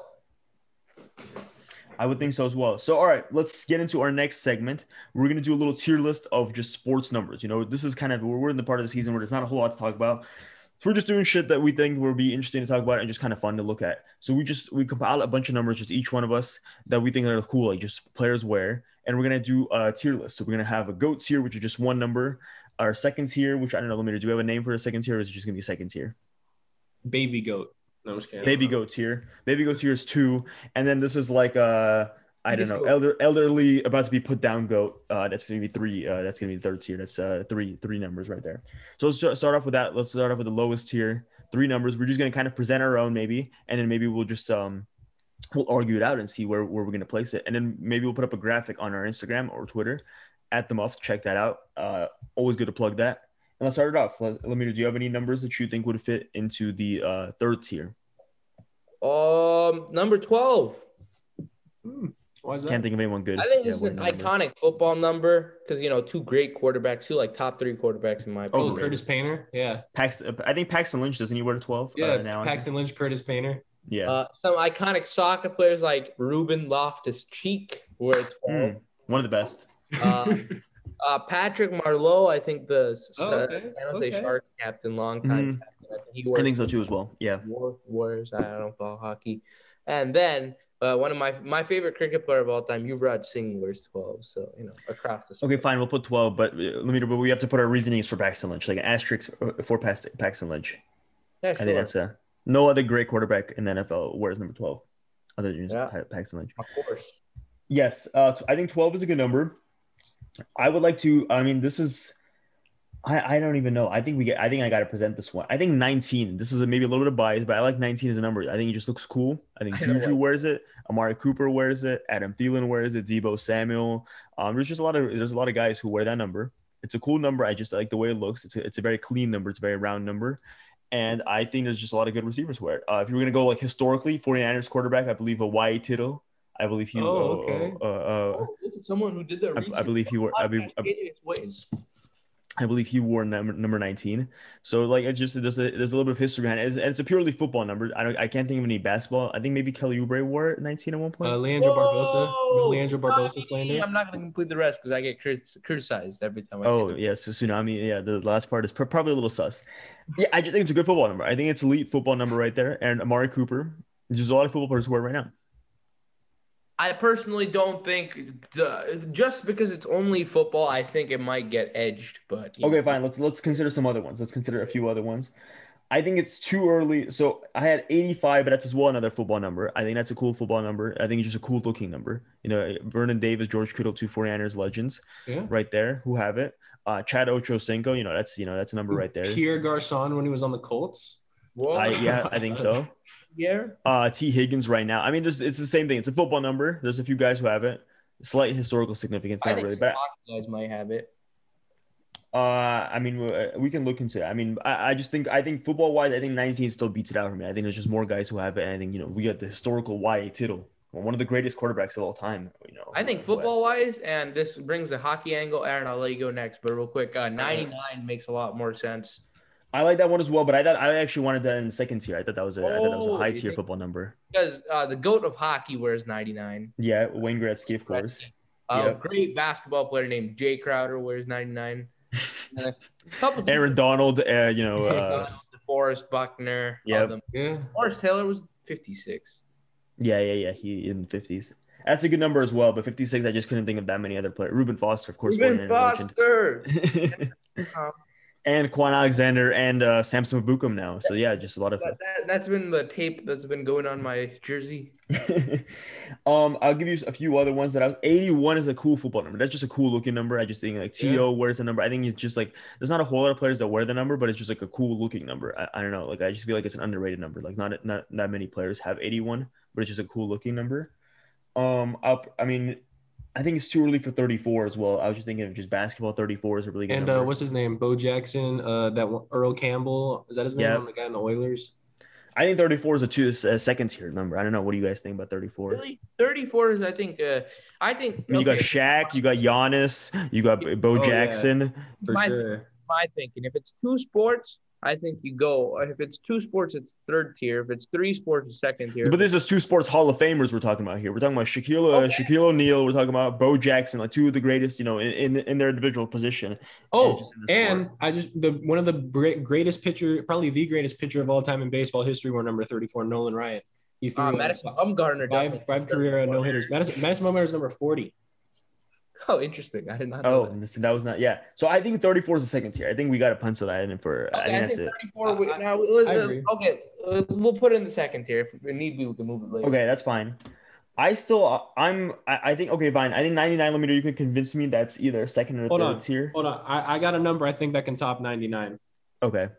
Speaker 1: I would think so as well. So, all right, let's get into our next segment. We're gonna do a little tier list of just sports numbers. You know, this is kind of we're we're in the part of the season where there's not a whole lot to talk about. So we're just doing shit that we think will be interesting to talk about and just kind of fun to look at. So we just we compile a bunch of numbers, just each one of us that we think are cool, like just players wear, and we're gonna do a tier list. So we're gonna have a goat tier, which is just one number. Our second tier, which I don't know, let me do we have a name for a second tier, or is it just gonna be second tier?
Speaker 2: Baby goat. No, I'm just kidding.
Speaker 1: baby goat tier baby goat tier is two and then this is like uh i don't
Speaker 3: Baby's
Speaker 1: know
Speaker 3: goat.
Speaker 1: elder elderly about to be put down goat uh that's gonna be three uh that's gonna be the third tier that's uh three three numbers right there so let's start- start off with that let's start off with the lowest tier three numbers we're just gonna kind of present our own maybe and then maybe we'll just um we'll argue it out and see where, where we're gonna place it and then maybe we'll put up a graphic on our instagram or twitter at the muff check that out uh always good to plug that and let's start it off let, let me do you have any numbers that you think would fit into the uh third tier
Speaker 3: Um, number twelve.
Speaker 2: Hmm. Why is that?
Speaker 1: Can't think of anyone good.
Speaker 3: I think
Speaker 1: Yeah,
Speaker 3: it's
Speaker 1: what
Speaker 3: an
Speaker 1: number?
Speaker 3: iconic football number because you know two great quarterbacks, two like top three quarterbacks in my
Speaker 1: Oh,
Speaker 3: opinion.
Speaker 2: oh, Curtis Painter. Yeah.
Speaker 1: Paxton, I think Paxton Lynch doesn't he wear twelve? Uh,
Speaker 2: Yeah.
Speaker 1: now I think?
Speaker 2: Paxton Lynch, Curtis Painter.
Speaker 1: Yeah.
Speaker 3: Uh, some iconic soccer players like Ruben Loftus Cheek were at twelve.
Speaker 1: Mm, one of the best.
Speaker 3: Uh,
Speaker 1: (laughs)
Speaker 3: uh, Patrick Marlowe, I think the S- uh,
Speaker 2: Oh, okay,
Speaker 3: San Jose
Speaker 2: okay.
Speaker 3: Sharks captain, long time. Captain. I think he
Speaker 1: Hmm. I
Speaker 3: worked
Speaker 1: think so too as well. Yeah.
Speaker 3: War, Warriors. I don't follow hockey. And then uh, one of my my favorite cricket player of all time, Yuvraj Singh, wears twelve. So you know across the.
Speaker 1: Okay, fine. We'll put twelve, but uh, let me. But we have to put our reasonings for Paxton Lynch, like an asterisk uh, for Pax- Paxton Lynch.
Speaker 3: Yeah,
Speaker 1: I think
Speaker 3: sure.
Speaker 1: that's a no other great quarterback in the NFL wears number twelve, other than
Speaker 3: Yeah.
Speaker 1: Pa- Paxton Lynch.
Speaker 3: Of course.
Speaker 1: Yes, uh, t- I think twelve is a good number. I would like to. I mean, this is. I, I don't even know. I think we get. I think I got to present this one. I think nineteen. This is a, maybe a little bit of bias, but I like nineteen as a number. I think it just looks cool. I think
Speaker 3: I know
Speaker 1: Juju
Speaker 3: it.
Speaker 1: wears it. Amari Cooper wears it. Adam Thielen wears it. Debo Samuel. Um, there's just a lot of there's a lot of guys who wear that number. It's a cool number. I just like the way it looks. It's a, it's a very clean number. It's a very round number. And I think there's just a lot of good receivers who wear it. Uh, if you were going to go like historically, 49ers quarterback, I believe a Y Tittle. I believe he.
Speaker 2: Oh,
Speaker 1: uh,
Speaker 2: okay.
Speaker 1: Uh, uh,
Speaker 3: Oh, look at someone who did their
Speaker 1: I, I
Speaker 3: research.
Speaker 1: believe he wore. I, be,
Speaker 3: Podcast
Speaker 1: I,
Speaker 3: hated its ways.
Speaker 1: I believe he wore number, number nineteen. So like it's just there's a, there's a little bit of history behind it, It's- and it's a purely football number. I don't I can't think of any basketball. I think maybe Kelly Oubre wore nineteen at one
Speaker 2: Uh,
Speaker 1: point.
Speaker 2: Leandro Barbosa.
Speaker 3: Whoa!
Speaker 2: Leandro Barbosa
Speaker 3: Tsunami!
Speaker 2: slander.
Speaker 3: I'm not going to complete the rest because I get crit- criticized every time I
Speaker 1: oh
Speaker 3: say
Speaker 1: yeah, so tsunami. Yeah, the last part is pr- probably a little sus. Yeah, I just think it's a good football number. I think it's elite football number right there. And Amari Cooper. There's a lot of football players who wear it right now.
Speaker 3: I personally don't think the, just because it's only football, I think it might get edged. But you
Speaker 1: Okay,
Speaker 3: know.
Speaker 1: fine. Let's let's consider some other ones. Let's consider a few other ones. I think it's too early. So I had 85, but that's as well another football number. I think that's a cool football number. I think it's just a cool looking number. You know, Vernon Davis, George Kittle, two 49ers legends
Speaker 2: Yeah.
Speaker 1: right there who have it. Uh, Chad Ochocinco, you know, that's you know, that's a number right there.
Speaker 2: Pierre Garcon when he was on the Colts.
Speaker 3: Whoa.
Speaker 1: I, yeah, I think so.
Speaker 3: yeah.
Speaker 1: Uh, T. Higgins right now. I mean, just it's the same thing. It's a football number. There's a few guys who have it. Slight historical significance,
Speaker 3: I
Speaker 1: not
Speaker 3: think
Speaker 1: really.
Speaker 3: really
Speaker 1: But I-
Speaker 3: guys might have it.
Speaker 1: Uh, I mean, we- we can look into it. I mean, I, I just think I think football wise, I think 19 still beats it out for me. I think there's just more guys who have it, and I think you know we got the historical Y.A. Tittle, one of the greatest quarterbacks of all time. You know,
Speaker 3: I think
Speaker 1: who has-
Speaker 3: football wise, and this brings a hockey angle. Aaron, I'll let you go next, but real quick, uh, 99 makes a lot more sense.
Speaker 1: I like that one as well, but I thought I actually wanted that in the second tier. I thought that was a I thought that was a
Speaker 3: Oh,
Speaker 1: high
Speaker 3: you
Speaker 1: tier
Speaker 3: think-
Speaker 1: football number.
Speaker 3: Because uh, the GOAT of hockey wears 99.
Speaker 1: Yeah, Wayne Gretzky, of course.
Speaker 3: A
Speaker 1: Yep.
Speaker 3: great basketball player named Jay Crowder
Speaker 1: (laughs)
Speaker 3: wears 99. Uh, couple
Speaker 1: Aaron Donald, uh, you
Speaker 3: (laughs)
Speaker 1: know, uh,
Speaker 3: Donald, DeForest Buckner.
Speaker 1: Yep.
Speaker 3: um,
Speaker 2: Yeah.
Speaker 3: Morris Taylor was 56.
Speaker 1: yeah, yeah, yeah. He in the 50s. That's a good number as well, but 56, I just couldn't think of that many other players. Ruben Um, Foster, of course. 49ers legend. (laughs) and Quan Alexander and uh, Samson Mabukum now. So yeah, just a lot of.
Speaker 3: That, that, that's been the tape that's been going on my jersey.
Speaker 1: (laughs) um, I'll give you a few other ones that I was. 81 is a cool football number. That's just a cool looking number. I just think like To
Speaker 2: Yeah.
Speaker 1: wears the number. I think it's just like there's not a whole lot of players that wear the number, but it's just like a cool looking number. I, I don't know. Like I just feel like it's an underrated number. Like not not that many players have 81, but it's just a cool looking number. Um, up. I mean. I think it's too early for 34 as well. I was just thinking of just basketball. 34 is a really good
Speaker 2: And uh,
Speaker 1: number.
Speaker 2: what's his name? Bo Jackson. Uh, that one, Earl Campbell. Is that his name?
Speaker 1: Yeah.
Speaker 2: The guy in the Oilers.
Speaker 1: I think 34 is a two a second tier number. I don't know. What do you guys think about 34?
Speaker 3: Really? 34 is, I think, uh, I think
Speaker 1: I mean, you got
Speaker 3: okay,
Speaker 1: Shaq, you got Giannis, you got B- Bo
Speaker 2: yeah.
Speaker 1: Jackson.
Speaker 2: For
Speaker 3: My-
Speaker 2: sure.
Speaker 3: my thinking. If it's two sports, I think you go. If it's two sports, it's third tier. If it's three sports, it's second tier.
Speaker 1: But this is two sports Hall of Famers we're talking about here. We're talking about Shaquille, uh,
Speaker 3: Okay.
Speaker 1: Shaquille O'Neal. We're talking about Bo Jackson, like two of the greatest, you know, in, in, in their individual position.
Speaker 2: Oh,
Speaker 1: just in the
Speaker 2: and
Speaker 1: sport.
Speaker 2: I just the one of the br- greatest pitcher, probably the greatest pitcher of all time in baseball history, were number thirty-four, Nolan Ryan. He threw
Speaker 3: uh,
Speaker 2: uh,
Speaker 3: Madison Bumgarner
Speaker 2: five,
Speaker 3: does
Speaker 2: five career uh, no hitters. Madison, Madison Bumgarner is number forty.
Speaker 3: Oh, interesting. I did not know.
Speaker 1: Oh, and this, that was not, yeah. So I think 34 is the second tier. I think we got to pencil that in for,
Speaker 3: that.
Speaker 1: I
Speaker 3: Okay,
Speaker 1: think
Speaker 3: I
Speaker 1: that's
Speaker 3: think
Speaker 1: it.
Speaker 3: 34. we,
Speaker 2: I-
Speaker 3: now,
Speaker 2: I
Speaker 3: let's-
Speaker 2: agree.
Speaker 3: okay, uh, we'll put it in the second tier. If we need be, we can move it later.
Speaker 1: Okay, that's fine. I still, uh, I'm, I, I think, okay, fine. I think 99 millimeter, you can convince me that's either second or
Speaker 2: Hold
Speaker 1: third
Speaker 2: on.
Speaker 1: tier.
Speaker 2: Hold on, I, I got a number I think that can top ninety-nine.
Speaker 1: Okay.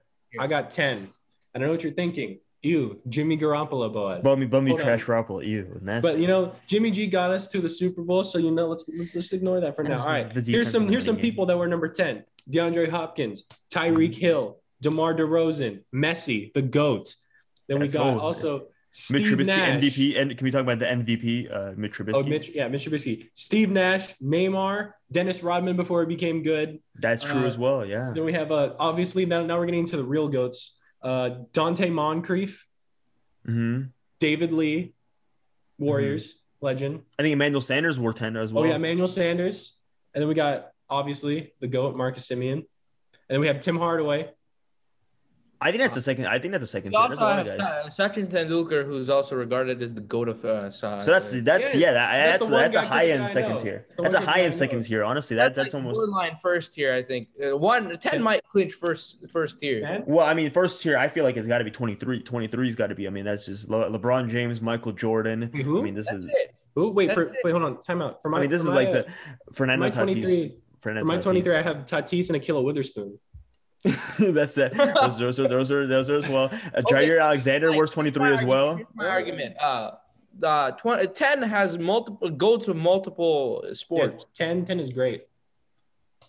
Speaker 2: I got ten, and I know what you're thinking. Ew, Jimmy Garoppolo, Boaz.
Speaker 1: Bummy, bummy,
Speaker 2: Hold on.
Speaker 1: trash, Rapple. Ew, nasty.
Speaker 2: But you know, Jimmy G got us to the Super Bowl, so you know, let's let's, let's ignore that for now. All right,
Speaker 1: The
Speaker 2: here's some
Speaker 1: defense
Speaker 2: here's some
Speaker 1: in the
Speaker 2: people that were number ten: DeAndre Hopkins, Tyreek Hill, DeMar DeRozan, Messi, the goat. Then
Speaker 1: That's
Speaker 2: we got
Speaker 1: old.
Speaker 2: also
Speaker 1: Mitch
Speaker 2: Steve
Speaker 1: Trubisky
Speaker 2: Nash.
Speaker 1: MVP, and can we talk about the MVP, uh, Mitch Trubisky?
Speaker 2: Oh, Mitch, yeah, Mitch Trubisky, Steve Nash, Neymar, Dennis Rodman before he became good.
Speaker 1: That's true
Speaker 2: uh,
Speaker 1: as well. Yeah,
Speaker 2: Then we have uh, obviously now, now we're getting into the real goats. Uh, Dante Moncrief,
Speaker 1: hmm
Speaker 2: David Lee, Warriors
Speaker 1: Mm-hmm.
Speaker 2: legend.
Speaker 1: I think Emmanuel Sanders wore ten as well.
Speaker 2: Oh yeah, Emmanuel Sanders, and then we got obviously the goat Marcus Simeon, and then we have Tim Hardaway.
Speaker 1: I think that's the second. I think that's the second.
Speaker 3: We
Speaker 1: tier. That's a
Speaker 3: also
Speaker 1: lot of
Speaker 3: have
Speaker 1: guys.
Speaker 3: Sa- Sachin Tendulkar, who's also regarded as the goat of uh, Sa-
Speaker 1: So that's that's
Speaker 2: Yeah,
Speaker 1: yeah, that,
Speaker 2: that's
Speaker 1: that's
Speaker 2: the
Speaker 1: that's,
Speaker 2: one
Speaker 1: a
Speaker 2: guy-
Speaker 1: high
Speaker 2: guy I
Speaker 1: end second
Speaker 2: know.
Speaker 1: tier.
Speaker 2: It's the
Speaker 1: That's a
Speaker 2: one guy
Speaker 1: high
Speaker 2: I know.
Speaker 1: end second tier. Honestly, that
Speaker 3: that's,
Speaker 1: that's
Speaker 3: like
Speaker 1: almost.
Speaker 3: borderline first tier. I think uh, one ten
Speaker 2: Yeah.
Speaker 3: might clinch first first tier.
Speaker 2: Man,
Speaker 1: Well, I mean, first tier, I feel like it's got to be 23. 23's got to be. I mean, that's just Le- LeBron James, Michael Jordan.
Speaker 2: Wait, who?
Speaker 1: I mean, this
Speaker 3: That's
Speaker 1: is.
Speaker 3: it.
Speaker 2: Ooh, wait, for,
Speaker 3: That's it.
Speaker 2: wait, hold on, time out. For my,
Speaker 1: I mean, this
Speaker 2: for
Speaker 1: is
Speaker 2: my,
Speaker 1: like
Speaker 2: uh,
Speaker 1: the
Speaker 2: for
Speaker 1: Fernando
Speaker 2: my
Speaker 1: Tatis.
Speaker 2: 23. For
Speaker 1: Fernando
Speaker 2: my
Speaker 1: Tatis.
Speaker 2: 23, I have Tatis and Akilah Witherspoon.
Speaker 1: (laughs) that's it. Those, those are those are those are as
Speaker 2: (laughs)
Speaker 1: well. Uh,
Speaker 3: Okay,
Speaker 1: Jair Alexander
Speaker 3: like,
Speaker 1: wears 23 as
Speaker 3: my
Speaker 1: well.
Speaker 3: argument- here's My argument. Uh, uh, 20, 10 has multiple go to multiple
Speaker 2: Yeah,
Speaker 3: sports.
Speaker 2: 10, 10 is great.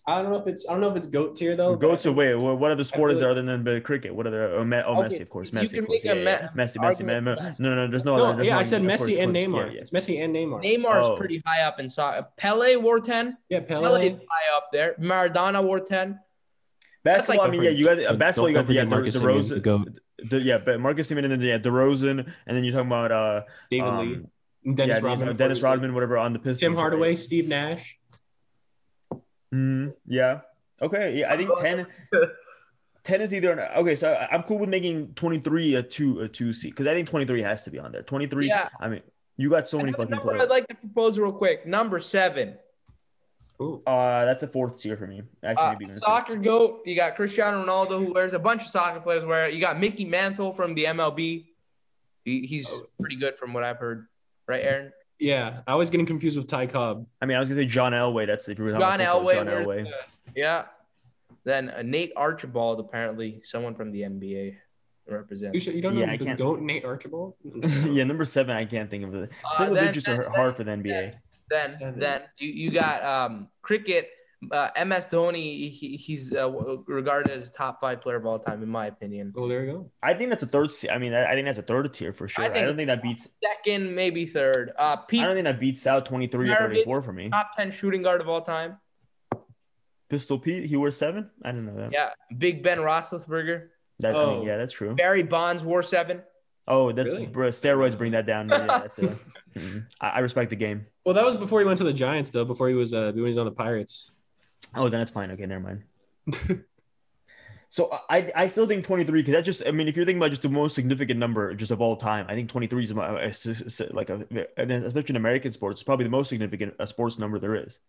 Speaker 2: I don't know if it's I don't know if it's goat tier though.
Speaker 1: Go
Speaker 2: but-
Speaker 1: to wait. wha- What other sport
Speaker 2: feel
Speaker 1: is there other than uh, cricket? What other? Oh, Ma- oh
Speaker 3: Okay,
Speaker 1: Messi, of course.
Speaker 3: you
Speaker 1: Messi,
Speaker 3: can
Speaker 1: of course.
Speaker 3: make a
Speaker 1: Yeah, yeah.
Speaker 3: ma-
Speaker 1: Messi, Messi,
Speaker 3: argument
Speaker 1: Messi.
Speaker 3: for Messi.
Speaker 1: No, no, no. There's no.
Speaker 2: No,
Speaker 1: other, there's
Speaker 2: yeah,
Speaker 1: no,
Speaker 2: I said
Speaker 1: of course,
Speaker 2: Messi
Speaker 1: of
Speaker 2: and
Speaker 1: course.
Speaker 2: Neymar.
Speaker 1: Yeah, yeah.
Speaker 2: It's Messi and Neymar.
Speaker 3: Neymar's
Speaker 1: Oh.
Speaker 3: pretty high up in soccer. Pele wore 10.
Speaker 2: yeah,
Speaker 3: Pele is
Speaker 2: Pele.
Speaker 3: high up there. Maradona wore 10. That's
Speaker 1: Basketball.
Speaker 3: like-
Speaker 1: I mean, yeah, you got uh,
Speaker 4: Don't
Speaker 1: basketball. You got the yeah,
Speaker 4: forget
Speaker 1: the,
Speaker 4: Marcus
Speaker 1: the
Speaker 4: Simeon,
Speaker 1: Rose.
Speaker 4: the goat.
Speaker 1: The, yeah, but Marcus Simeon and then yeah, DeRozan, and then you're talking about uh,
Speaker 2: David
Speaker 1: um,
Speaker 2: Lee, and Dennis
Speaker 1: yeah, you
Speaker 2: Rodman,
Speaker 1: know,
Speaker 2: of
Speaker 1: Dennis
Speaker 2: course.
Speaker 1: Rodman, whatever on the Pistons.
Speaker 2: Tim Hardaway,
Speaker 1: right?
Speaker 2: Steve Nash.
Speaker 1: Mhm, yeah. Okay. Yeah, I think 10, 10 is either. An, okay, so I- I'm cool with making 23 a two a two seat because I think 23 has to be on there. 23.
Speaker 3: Yeah.
Speaker 1: I mean, you got so many
Speaker 3: Another
Speaker 1: fucking
Speaker 3: number
Speaker 1: players.
Speaker 3: I'd like to propose real quick. Number seven.
Speaker 2: Ooh.
Speaker 1: Uh, that's a fourth tier for me. Actually,
Speaker 3: Uh,
Speaker 1: maybe even a fifth.
Speaker 3: soccer goat. You got Cristiano Ronaldo, who wears a bunch of soccer players wear. it. You got Mickey Mantle from the MLB. He, he's
Speaker 1: Oh.
Speaker 3: pretty good from what I've heard, right, Aaron?
Speaker 2: Yeah, I was getting confused with Ty Cobb.
Speaker 1: I mean, I was gonna say John Elway. That's if you were
Speaker 3: John
Speaker 1: talking about football,
Speaker 3: Elway.
Speaker 1: John
Speaker 3: wears
Speaker 1: Elway.
Speaker 3: the- yeah. Then uh, Nate Archibald, apparently someone from the NBA,
Speaker 2: You,
Speaker 3: represents.
Speaker 2: should, you don't
Speaker 1: Yeah,
Speaker 2: know
Speaker 1: I
Speaker 2: the
Speaker 1: can't-
Speaker 2: goat Nate
Speaker 1: (laughs)
Speaker 2: Archibald? Oh,
Speaker 1: yeah, number seven. I can't think of it.
Speaker 3: Uh,
Speaker 1: Single
Speaker 3: then-
Speaker 1: digits are
Speaker 3: then-
Speaker 1: hard for the NBA.
Speaker 3: Then,
Speaker 2: Seven.
Speaker 3: then you, you got um, cricket. Uh, MS Dhoni, he, he's uh, w- regarded as top five player of all time, in my opinion.
Speaker 2: Oh, there we go.
Speaker 1: I think that's a third. se- I mean, I I think that's a third tier for sure. I,
Speaker 3: think
Speaker 1: don't think that beats.
Speaker 3: Second, maybe third. Uh, Pete,
Speaker 1: I don't think that beats out 23 or
Speaker 3: Maravich-
Speaker 1: 34 for me.
Speaker 3: top ten shooting guard of all time.
Speaker 1: Pistol Pete, he wore seven. I didn't know that.
Speaker 3: Yeah, Big Ben Roethlisberger.
Speaker 1: That, I mean,
Speaker 2: Oh.
Speaker 1: yeah, that's true.
Speaker 3: Barry Bonds wore seven.
Speaker 1: Oh, that's
Speaker 2: Really?
Speaker 1: bro, steroids bring that down. Yeah,
Speaker 3: (laughs)
Speaker 1: that's a, mm. I, I respect the game.
Speaker 2: Well, that was before he went to the Giants, though. Before he was uh, when he was on the Pirates.
Speaker 1: Oh, then that's fine. Okay, never
Speaker 2: (laughs)
Speaker 1: mind. so I I still think 23 because that just I mean if you're thinking about just the most significant number just of all time I think 23 is my, uh, is- is- is like a, and especially in American sports it's probably the most significant uh, sports number there is.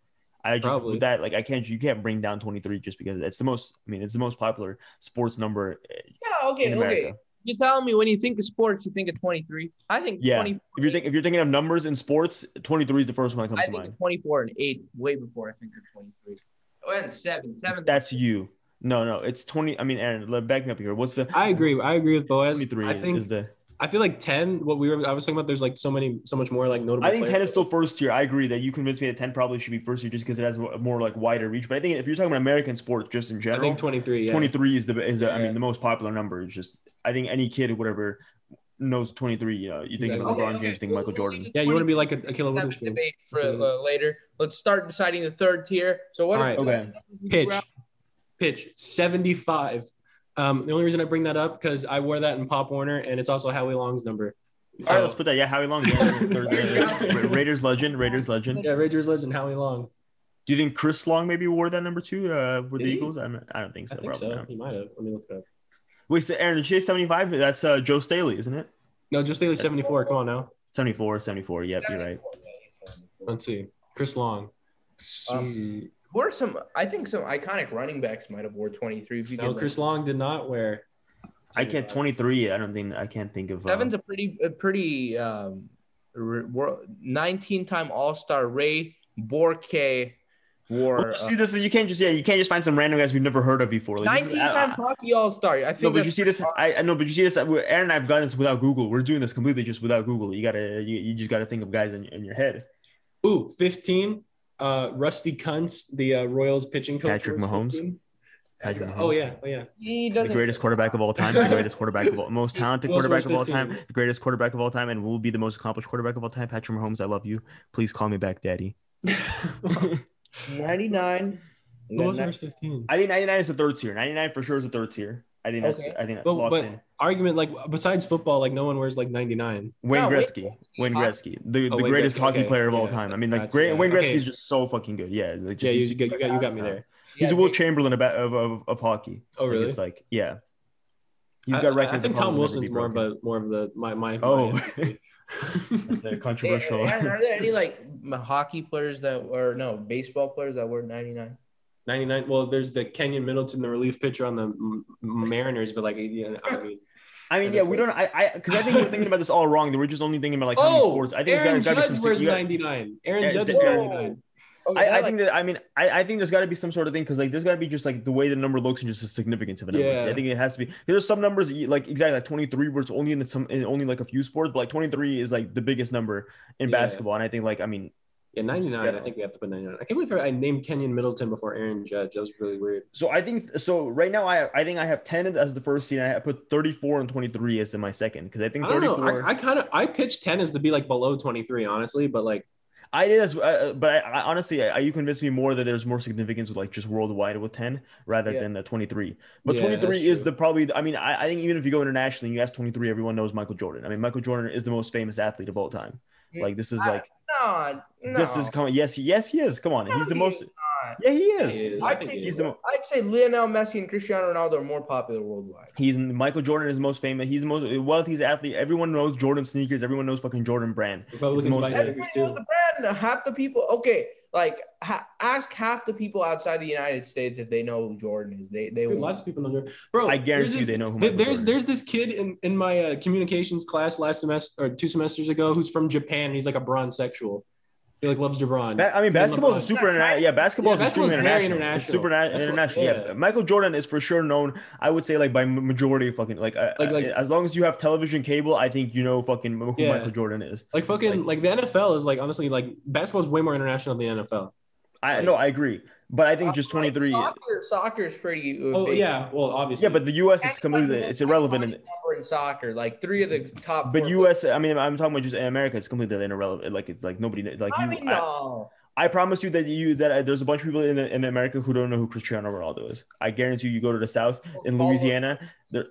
Speaker 1: I just
Speaker 2: Probably.
Speaker 1: with that like I can't you can't bring down 23 just because it's the most I mean it's the most popular sports number uh,
Speaker 3: Yeah, okay,
Speaker 1: in America.
Speaker 3: okay. You telling me when you think of sports, you think of twenty three. I think
Speaker 1: Yeah.
Speaker 3: 24
Speaker 1: If you're think, if you're thinking of numbers in sports 23 is the first one that comes to
Speaker 3: I think
Speaker 1: mind.
Speaker 3: of twenty four and eight way before I think of twenty three. Oh, and seven, seven.
Speaker 1: That's you. No, no, it's 20. I mean, Aaron, let- back me up here. What's the
Speaker 2: I agree. I agree with Boaz.
Speaker 1: 23
Speaker 2: I think
Speaker 1: is the
Speaker 2: I feel like ten. What we were I was talking about. There's like so many, so much more like notable.
Speaker 1: I think 10
Speaker 2: players.
Speaker 1: is still first tier. I agree that you convinced me that 10 probably should be first tier just because it has a more like wider reach. But I think if you're talking about American sports just in
Speaker 2: I
Speaker 1: general,
Speaker 2: think twenty three. Yeah.
Speaker 1: 23 is the is the, I
Speaker 3: Yeah.
Speaker 1: mean the most popular number. It's just I think any kid or whatever knows 23. You know, you think
Speaker 2: Exactly.
Speaker 1: of LeBron James, think Michael Jordan.
Speaker 2: Yeah, you want to be like a, a killer Witherspoon.
Speaker 3: debate for
Speaker 2: That's
Speaker 3: uh, later. Let's start deciding the third tier. So what?
Speaker 2: All right.
Speaker 1: Okay.
Speaker 2: Pitch, pitch seventy five. Um, the only reason I bring that up because I wore that in Pop Warner, and it's also Howie Long's number. So,
Speaker 1: All right, let's put that. Yeah, Howie Long. Yeah, third- yeah, Ra- Raiders legend. Raiders legend.
Speaker 2: yeah, Rangers legend Howie Long.
Speaker 1: Do you think Chris Long maybe wore that number two uh, with
Speaker 2: Did
Speaker 1: the
Speaker 2: he?
Speaker 1: Eagles? I, mean, I don't think
Speaker 2: I
Speaker 1: so.
Speaker 2: think
Speaker 1: probably
Speaker 2: so.
Speaker 1: not.
Speaker 2: He might have. Let me look it up.
Speaker 1: Wait, so Aaron, did you say 75? That's uh, Joe Staley, isn't it?
Speaker 2: No, just daily seventy four. Come on now.
Speaker 1: 74, 74. Yep, you're right.
Speaker 2: Let's see. Chris Long. Uh, Hmm.
Speaker 3: Um, Who are some? I think some iconic running backs might have wore twenty three. If you
Speaker 2: no,
Speaker 3: could,
Speaker 2: Chris Long did not wear.
Speaker 1: I can't 23. I don't think I can't think of. uh,
Speaker 3: like, Seven's a pretty, a pretty um, nineteen time All Star Ray Borke wore.
Speaker 1: Well, Oh, see, this is you can't just yeah, you can't just find some random guys we've never heard of before. Like, this is-
Speaker 3: Nineteen
Speaker 1: I-
Speaker 3: time
Speaker 1: I-
Speaker 3: hockey all star. I
Speaker 1: No,
Speaker 3: think
Speaker 1: but you
Speaker 3: that's
Speaker 1: see this. I I know, but you see this. uh, Aaron and I've gotten this without Google. We're doing this completely just without Google. You gotta, you, you just gotta think of guys in, in your head.
Speaker 2: Ooh, 15. Uh, Rusty Kuntz, the uh, Royals pitching coach.
Speaker 1: Patrick
Speaker 2: was
Speaker 1: Mahomes.
Speaker 2: 15.
Speaker 4: Patrick
Speaker 2: Oh yeah, oh yeah.
Speaker 3: He
Speaker 1: the
Speaker 3: doesn't.
Speaker 1: greatest quarterback of all time, the greatest quarterback of all, (laughs) most talented
Speaker 2: Most
Speaker 1: quarterback of all
Speaker 2: worst
Speaker 1: time,
Speaker 2: 15.
Speaker 1: the greatest quarterback of all time, and will be the most accomplished quarterback of all time. Patrick Mahomes, I love you. Please call me back, Daddy.
Speaker 3: 99.
Speaker 2: Who was number 15?
Speaker 1: I think 99 is the third tier. 99 for sure is the third tier. I think that's.
Speaker 3: Okay.
Speaker 1: I think that's
Speaker 2: But,
Speaker 1: locked
Speaker 2: but
Speaker 1: in.
Speaker 2: argument like besides football, like no one wears like 99.
Speaker 1: Wayne
Speaker 3: No, Wayne
Speaker 1: Gretzky. Wayne Gretzky, the,
Speaker 2: Oh,
Speaker 1: the
Speaker 2: Wayne
Speaker 1: greatest
Speaker 2: Gretzky,
Speaker 1: hockey
Speaker 2: okay.
Speaker 1: player of all
Speaker 2: Yeah,
Speaker 1: time. I mean, like
Speaker 2: that's-
Speaker 1: great,
Speaker 2: yeah,
Speaker 1: Wayne Gretzky
Speaker 2: okay.
Speaker 1: is just so fucking good. Yeah, like, just-
Speaker 2: Yeah,
Speaker 1: he's,
Speaker 2: you, got, you, got, you got me there.
Speaker 1: he's a Will Chamberlain about of, of, of hockey.
Speaker 2: Oh
Speaker 1: Like,
Speaker 2: really?
Speaker 1: It's like yeah, he's
Speaker 2: I-
Speaker 1: uh, got
Speaker 2: I-
Speaker 1: records.
Speaker 2: I think
Speaker 1: that
Speaker 2: Tom
Speaker 1: probably will never be
Speaker 2: Wilson's more of
Speaker 1: broken.
Speaker 2: a more of the my my. (laughs)
Speaker 1: Oh.
Speaker 2: my-
Speaker 1: That's a
Speaker 3: (laughs)
Speaker 1: controversial.
Speaker 3: are there any like m- hockey players that or no baseball players that were 99?
Speaker 2: 99. Well, there's the Kenyon Middleton, the relief pitcher on the M- M- Mariners, but like, yeah, I mean,
Speaker 1: I mean,
Speaker 2: And
Speaker 1: yeah,
Speaker 2: it's
Speaker 1: we
Speaker 2: like-
Speaker 1: don't. I, I, because I think we're thinking about this all wrong. That we're just only thinking about like how many
Speaker 2: oh,
Speaker 1: sports. I think
Speaker 2: Aaron
Speaker 1: there's got to be
Speaker 2: Judge
Speaker 1: some.
Speaker 2: wears
Speaker 1: You got,
Speaker 2: 99. Aaron
Speaker 1: Yeah,
Speaker 2: Judge is
Speaker 1: there's
Speaker 3: gotta be
Speaker 2: 99.
Speaker 3: Okay,
Speaker 1: I, I think that I mean I, I think there's got to be some sort of thing because like there's got to be just like the way the number looks and just the significance of a number.
Speaker 2: Yeah.
Speaker 1: I think it has to be. There's some numbers that you- like exactly like 23 where it's only in some in only like a few sports, but like 23 is like the biggest number in
Speaker 2: Yeah.
Speaker 1: basketball. And I think like I mean
Speaker 2: Yeah, 99.
Speaker 1: Yeah.
Speaker 2: I think we have to put 99. I can't believe I named Kenyon Middleton before Aaron Judge. That was really weird.
Speaker 1: so I think so right now I I think I have 10 as the first seed. and I put 34 and 23 as in my second because I think
Speaker 2: I don't know.
Speaker 1: 34.
Speaker 2: I, I kind of I pitched 10 as to be like below 23, honestly, but like,
Speaker 1: I did as, uh, but I, I honestly, I, you convinced me more that there's more significance with like just worldwide with 10 rather
Speaker 3: Yeah.
Speaker 1: than the 23. But
Speaker 2: Yeah,
Speaker 1: 23
Speaker 2: that's
Speaker 1: is
Speaker 2: true.
Speaker 1: the probably, I mean, I, I think even if you go internationally and you ask 23, everyone knows Michael Jordan. I mean, Michael Jordan is the most famous athlete of all time.
Speaker 3: Mm,
Speaker 1: Like, this is
Speaker 3: I-
Speaker 1: like,
Speaker 3: no, no.
Speaker 1: this is coming. Yes, yes, he is. Come on.
Speaker 3: No,
Speaker 1: He's the
Speaker 3: he
Speaker 1: most,
Speaker 3: is not.
Speaker 1: yeah, he
Speaker 2: yeah,
Speaker 1: is.
Speaker 2: yeah,
Speaker 3: I
Speaker 2: it
Speaker 3: think
Speaker 1: He's
Speaker 2: is.
Speaker 1: the, mo-
Speaker 3: I'd say Lionel Messi and Cristiano Ronaldo are more popular worldwide.
Speaker 1: he's Michael Jordan is the most famous. He's the most wealthiest athlete. Everyone knows Jordan sneakers. Everyone knows fucking Jordan brand.
Speaker 2: Republicans
Speaker 1: most-
Speaker 2: buy
Speaker 1: Everybody
Speaker 2: sneakers
Speaker 3: Everybody knows
Speaker 2: too.
Speaker 3: the brand. Half the people, okay, like ha- ask half the people outside the United States if they know who Jordan is. They they
Speaker 2: Dude,
Speaker 3: will.
Speaker 2: lots of people know Jordan. Bro,
Speaker 1: I
Speaker 2: there's
Speaker 1: guarantee
Speaker 2: Oh, this-
Speaker 1: they know who
Speaker 2: Th-
Speaker 1: Michael
Speaker 2: There's
Speaker 1: Jordan
Speaker 2: there's this kid in, in my uh, communications class last semester or two semesters ago who's from Japan. And he's like a bronze sexual. He like loves
Speaker 1: Ba- I
Speaker 2: LeBron.
Speaker 1: mean,
Speaker 2: He loves
Speaker 1: basketball is
Speaker 2: LeBron.
Speaker 1: a super interna- yeah. Basketball
Speaker 2: Yeah,
Speaker 1: is extremely
Speaker 2: basketball's very
Speaker 1: international. It's super na-
Speaker 2: international.
Speaker 1: international.
Speaker 2: Basketball-
Speaker 1: Yeah.
Speaker 2: yeah.
Speaker 1: Michael Jordan is for sure known. I would say like by m- majority of fucking like, I-
Speaker 2: Like-
Speaker 1: I-
Speaker 2: like-
Speaker 1: as long as you have television cable, I think you know fucking who
Speaker 2: Yeah.
Speaker 1: Michael Jordan is.
Speaker 2: Like fucking like, the NFL is like honestly like basketball is way more international than the NFL.
Speaker 1: I
Speaker 3: Like-
Speaker 1: no, I agree, but I think just
Speaker 3: Like,
Speaker 1: twenty three.
Speaker 3: Soccer, soccer is pretty. uh,
Speaker 2: Oh
Speaker 3: big.
Speaker 2: yeah, well obviously.
Speaker 1: Yeah, but the U.S. is
Speaker 3: Anybody
Speaker 1: completely
Speaker 3: knows
Speaker 1: it's irrelevant. In,
Speaker 3: number in soccer, like three of the top.
Speaker 1: but
Speaker 3: four-
Speaker 1: U.S. I mean, I'm talking about just in America. It's completely irrelevant. Like it's like nobody like
Speaker 3: I
Speaker 1: you.
Speaker 3: mean,
Speaker 1: I,
Speaker 3: no.
Speaker 1: I promise you that you that uh, there's a bunch of people in in America who don't know who Cristiano Ronaldo is. I guarantee you. You go to the South in
Speaker 3: Follow-
Speaker 1: Louisiana, there-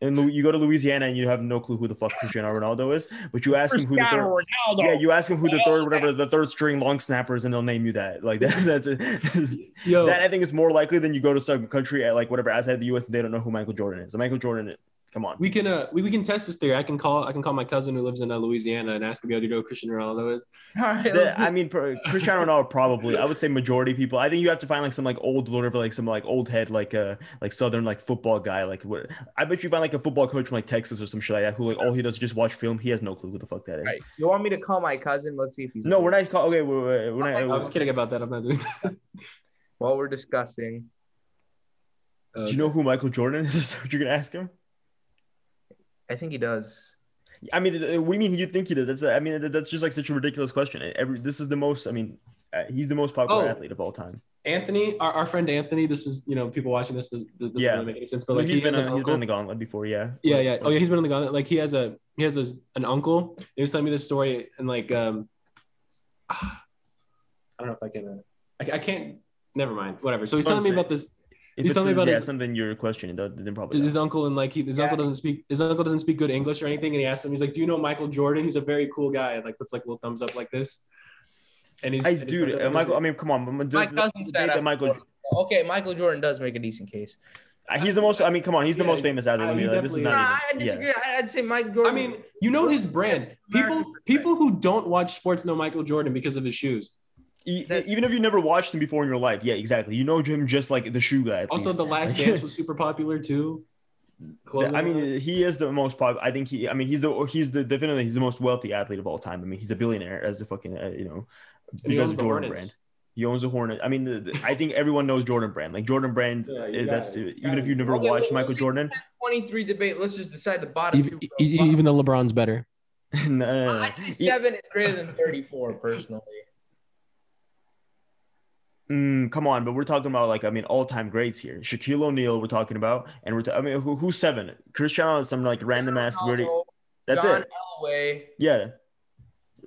Speaker 1: and Lu- you go to Louisiana and you have no clue who the fuck Cristiano Ronaldo is, but you ask him who the third, yeah, you ask him who the third, whatever the third string long snapper is, and they'll name you that. Like (laughs) that, that's it.
Speaker 2: Yo,
Speaker 1: that I think is more likely than you go to some country at like whatever outside the U.S. and they don't know who Michael Jordan is. Michael Jordan, come on.
Speaker 2: we can uh we, we can test this theory. I can call I can call my cousin who lives in uh, Louisiana and ask him if you know who Christian Ronaldo is.
Speaker 3: (laughs) All right,
Speaker 1: The-
Speaker 3: let's do-
Speaker 1: I mean, pro- Cristiano Ronaldo probably. I would say majority people. I think you have to find like some like old whatever, like some like old head, like uh, like southern like football guy. Like what? I bet you find like a football coach from like Texas or some shit like that who like all he does is just watch film. He has no clue who the fuck that is.
Speaker 3: All right, You want me to call my cousin? Let's see if he's.
Speaker 1: No, we're not. Call- okay, we're, we're- we're
Speaker 2: I
Speaker 1: not.
Speaker 2: was kidding about that. I'm not doing that.
Speaker 3: While we're discussing,
Speaker 1: do
Speaker 2: Uh,
Speaker 1: you know who Michael Jordan is? (laughs) Is that what you're gonna ask him?
Speaker 3: I think he does.
Speaker 1: I mean, uh, what do you mean you think he does? That's I mean, that- that's just like such a ridiculous question. Every this is the most. I mean, uh, he's the most popular
Speaker 2: Oh.
Speaker 1: athlete of all time.
Speaker 2: Anthony, our, our friend Anthony. This is you know people watching this. This, this doesn't
Speaker 1: Yeah.
Speaker 2: really make any sense, but
Speaker 1: Like,
Speaker 2: like
Speaker 1: he's been
Speaker 2: has
Speaker 1: on,
Speaker 2: an
Speaker 1: he's been on
Speaker 2: uncle-
Speaker 1: the gauntlet before. Yeah.
Speaker 2: yeah yeah oh yeah he's been on the gauntlet like he has a he has a, an uncle he was telling me this story and like um (sighs) ah, i don't know if i can uh, I, I can't never mind whatever so he's
Speaker 1: That's what
Speaker 2: telling me
Speaker 1: I'm
Speaker 2: about this
Speaker 1: If
Speaker 2: He's
Speaker 1: it's
Speaker 2: telling me
Speaker 1: his-
Speaker 2: about
Speaker 1: yeah,
Speaker 2: his-
Speaker 1: something you're questioning, then then probably. not.
Speaker 2: his uncle and like he, his
Speaker 3: Yeah.
Speaker 2: uncle doesn't speak his uncle doesn't speak good english or anything and he asked him he's like do you know michael jordan he's a very cool guy and like puts like little thumbs up like this and he's
Speaker 1: I
Speaker 2: and he's
Speaker 1: dude,
Speaker 2: like,
Speaker 1: uh, Michael. I mean, come on, the,
Speaker 3: My
Speaker 1: the-
Speaker 3: cousin
Speaker 1: the
Speaker 3: said
Speaker 1: debate
Speaker 3: I-
Speaker 1: that Michael.
Speaker 3: Okay, Michael Jordan does make a decent case.
Speaker 1: uh, He's the most. I mean, come on, he's the
Speaker 2: Yeah,
Speaker 1: most famous athlete.
Speaker 2: uh,
Speaker 1: I mean,
Speaker 2: he
Speaker 1: like, this is
Speaker 2: definitely
Speaker 3: No,
Speaker 1: not.
Speaker 3: I I
Speaker 1: even-
Speaker 3: disagree. I- I'd say Michael
Speaker 2: I
Speaker 3: Jordan.
Speaker 2: mean, you know his brand. People people who don't watch sports know Michael Jordan because of his shoes.
Speaker 1: E-
Speaker 3: That-
Speaker 1: even if you never watched him before in your life, yeah, exactly. You know him just like the shoe guy. at
Speaker 2: Also,
Speaker 1: least.
Speaker 2: The Last
Speaker 1: Like,
Speaker 2: Dance was super popular too.
Speaker 1: I mean, he is the most pop. I think he. I mean, he's the he's the definitely he's the most wealthy athlete of all time. I mean, he's a billionaire as the fucking uh, you know
Speaker 2: he
Speaker 1: because
Speaker 2: owns
Speaker 1: of
Speaker 2: the
Speaker 1: Jordan
Speaker 2: Hornets.
Speaker 1: Brand. He owns the Hornet. I mean, the, the- I think everyone knows Jordan Brand. Like Jordan Brand,
Speaker 2: Yeah, you
Speaker 1: uh,
Speaker 2: got
Speaker 1: that's
Speaker 2: it. It's
Speaker 1: even
Speaker 2: gotta
Speaker 1: if you
Speaker 2: be-
Speaker 1: never
Speaker 3: Okay,
Speaker 1: watched
Speaker 3: well,
Speaker 1: Michael
Speaker 3: okay.
Speaker 1: Jordan. (laughs)
Speaker 3: 23 debate. Let's just decide the bottom
Speaker 4: Even,
Speaker 3: two.
Speaker 4: e- e- even uh, e- though LeBron's better.
Speaker 1: no, no, no,
Speaker 2: Oh,
Speaker 1: no.
Speaker 3: I'd say
Speaker 1: Yeah.
Speaker 3: seven is greater than 34 personally.
Speaker 1: Mm, come on, but we're talking about like I mean all-time greats here. Shaquille O'Neal, we're talking about, and we're ta- I mean who, who's seven? Cristiano, some like random ass. weird- That's
Speaker 3: John
Speaker 1: it.
Speaker 3: Elway,
Speaker 1: Yeah,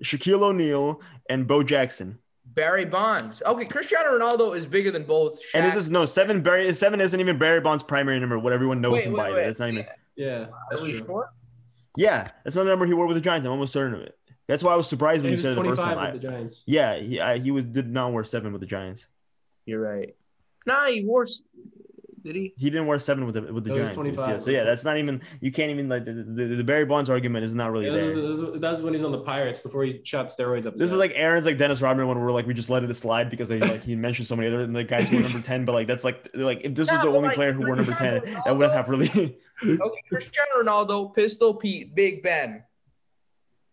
Speaker 1: Shaquille O'Neal and Bo Jackson.
Speaker 3: Barry Bonds. Okay, Cristiano Ronaldo is bigger than both. Shaq.
Speaker 1: And this is no seven. Barry seven isn't even Barry Bonds' primary number. What everyone knows
Speaker 3: Wait,
Speaker 1: him
Speaker 3: wait,
Speaker 1: by.
Speaker 3: wait.
Speaker 1: That's not even.
Speaker 2: Yeah, that's
Speaker 3: Are we
Speaker 2: true.
Speaker 3: sure?
Speaker 1: Yeah, that's not the number he wore with the Giants. I'm almost certain of it. That's why I was surprised
Speaker 2: And
Speaker 1: when
Speaker 2: he
Speaker 1: you
Speaker 2: was
Speaker 1: said it the first time.
Speaker 2: 25
Speaker 1: I,
Speaker 2: with the Giants.
Speaker 1: yeah, he I, he was did not wear seven with the Giants.
Speaker 3: You're right. Nah, he wore. s- Did he?
Speaker 1: He didn't wear seven with the with the
Speaker 2: No, he was
Speaker 1: Giants. dude. So,
Speaker 2: 25.
Speaker 1: Yeah, so yeah, that's not even. You can't even like the, the, the Barry Bonds argument is not really
Speaker 2: Yeah,
Speaker 1: there.
Speaker 2: this was, this was, that was when he was on the Pirates before he shot steroids up. his
Speaker 1: This is
Speaker 2: ass.
Speaker 1: like Aaron's like Dennis Rodman when we're like we just let it slide because they like he mentioned so many other and the guys who were number ten, but like that's like like if this
Speaker 3: Nah,
Speaker 1: was the
Speaker 3: but,
Speaker 1: only
Speaker 3: like,
Speaker 1: player who wore number ten,
Speaker 3: Cristiano
Speaker 1: that wouldn't have really. (laughs)
Speaker 3: Okay, Cristiano Ronaldo, Pistol Pete, Big Ben,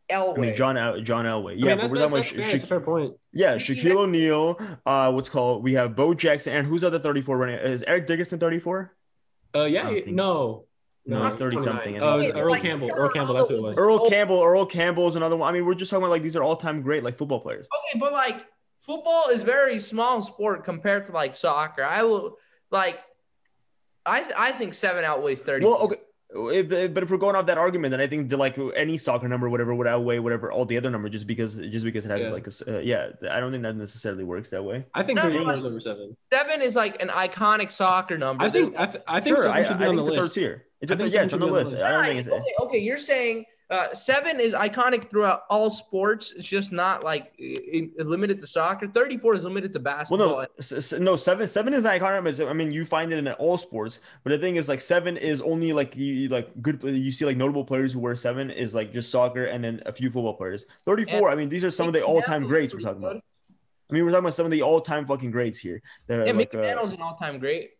Speaker 3: Elway.
Speaker 1: I mean John El- John Elway,
Speaker 2: I
Speaker 1: yeah,
Speaker 2: mean,
Speaker 1: but
Speaker 2: that's,
Speaker 1: we're
Speaker 2: that,
Speaker 1: talking about
Speaker 2: that's,
Speaker 1: Sha-
Speaker 2: fair, that's a
Speaker 1: Sha-
Speaker 2: fair point.
Speaker 1: yeah
Speaker 3: That's
Speaker 1: Shaquille O'Neal. Uh, what's called we have Bo Jackson and who's at the thirty four running? Is Eric Dickerson thirty four?
Speaker 2: Uh,
Speaker 1: I
Speaker 2: yeah,
Speaker 1: don't think so.
Speaker 2: no,
Speaker 1: No,
Speaker 2: he's
Speaker 1: it's 30-something.
Speaker 2: Oh, it was
Speaker 1: Okay,
Speaker 2: Earl
Speaker 1: like,
Speaker 2: Campbell.
Speaker 3: Cristiano
Speaker 2: Earl Campbell. That's who it
Speaker 3: Ronaldo
Speaker 2: was.
Speaker 3: was-
Speaker 1: Earl
Speaker 3: Oh.
Speaker 1: Campbell, Earl Campbell is another one. I mean, we're just talking about like these are all time great like football players.
Speaker 3: Okay, but like football is very small sport compared to like soccer. I will like. I I think seven outweighs thirty.
Speaker 1: Well, okay. If, if- but if we're going off that argument, then I think that like any soccer number, whatever, would outweigh whatever all the other number, just because just because it has
Speaker 2: Yeah.
Speaker 1: like a s- uh, yeah. I don't think that necessarily works that way.
Speaker 2: I think
Speaker 3: No,
Speaker 2: thirty-four
Speaker 3: but-
Speaker 2: is number seven.
Speaker 3: Seven is like an iconic soccer number.
Speaker 2: I think I, th- I think
Speaker 1: sure,
Speaker 2: seven
Speaker 1: I, I
Speaker 2: should
Speaker 1: think
Speaker 2: be on the
Speaker 1: it's a third
Speaker 2: list.
Speaker 1: tier. It's
Speaker 2: I
Speaker 1: a, yeah,
Speaker 2: think seven
Speaker 1: it's on
Speaker 2: should
Speaker 1: the
Speaker 2: be on the
Speaker 1: list.
Speaker 2: list.
Speaker 1: I don't
Speaker 3: Right,
Speaker 1: think it's.
Speaker 3: okay, okay, you're saying uh, seven is iconic throughout all sports. It's just not like i i- limited to soccer. Thirty-four is limited to
Speaker 1: Well,
Speaker 3: basketball.
Speaker 1: no, s- s- no, seven, seven is iconic. But I mean, you find it in all sports. But the thing is, like, seven is only like you you, like good. You see, like notable players who wear seven is like just soccer, and then a few football players. Thirty-four. I mean, these are some of the
Speaker 3: Mickey
Speaker 1: all-time
Speaker 3: Mantle was
Speaker 1: greats we're
Speaker 3: pretty
Speaker 1: talking
Speaker 3: good.
Speaker 1: about. I mean, we're talking about some of the all-time fucking greats here. That are,
Speaker 3: Yeah,
Speaker 1: like,
Speaker 3: Mickey
Speaker 1: uh,
Speaker 3: Mantle's an all-time great.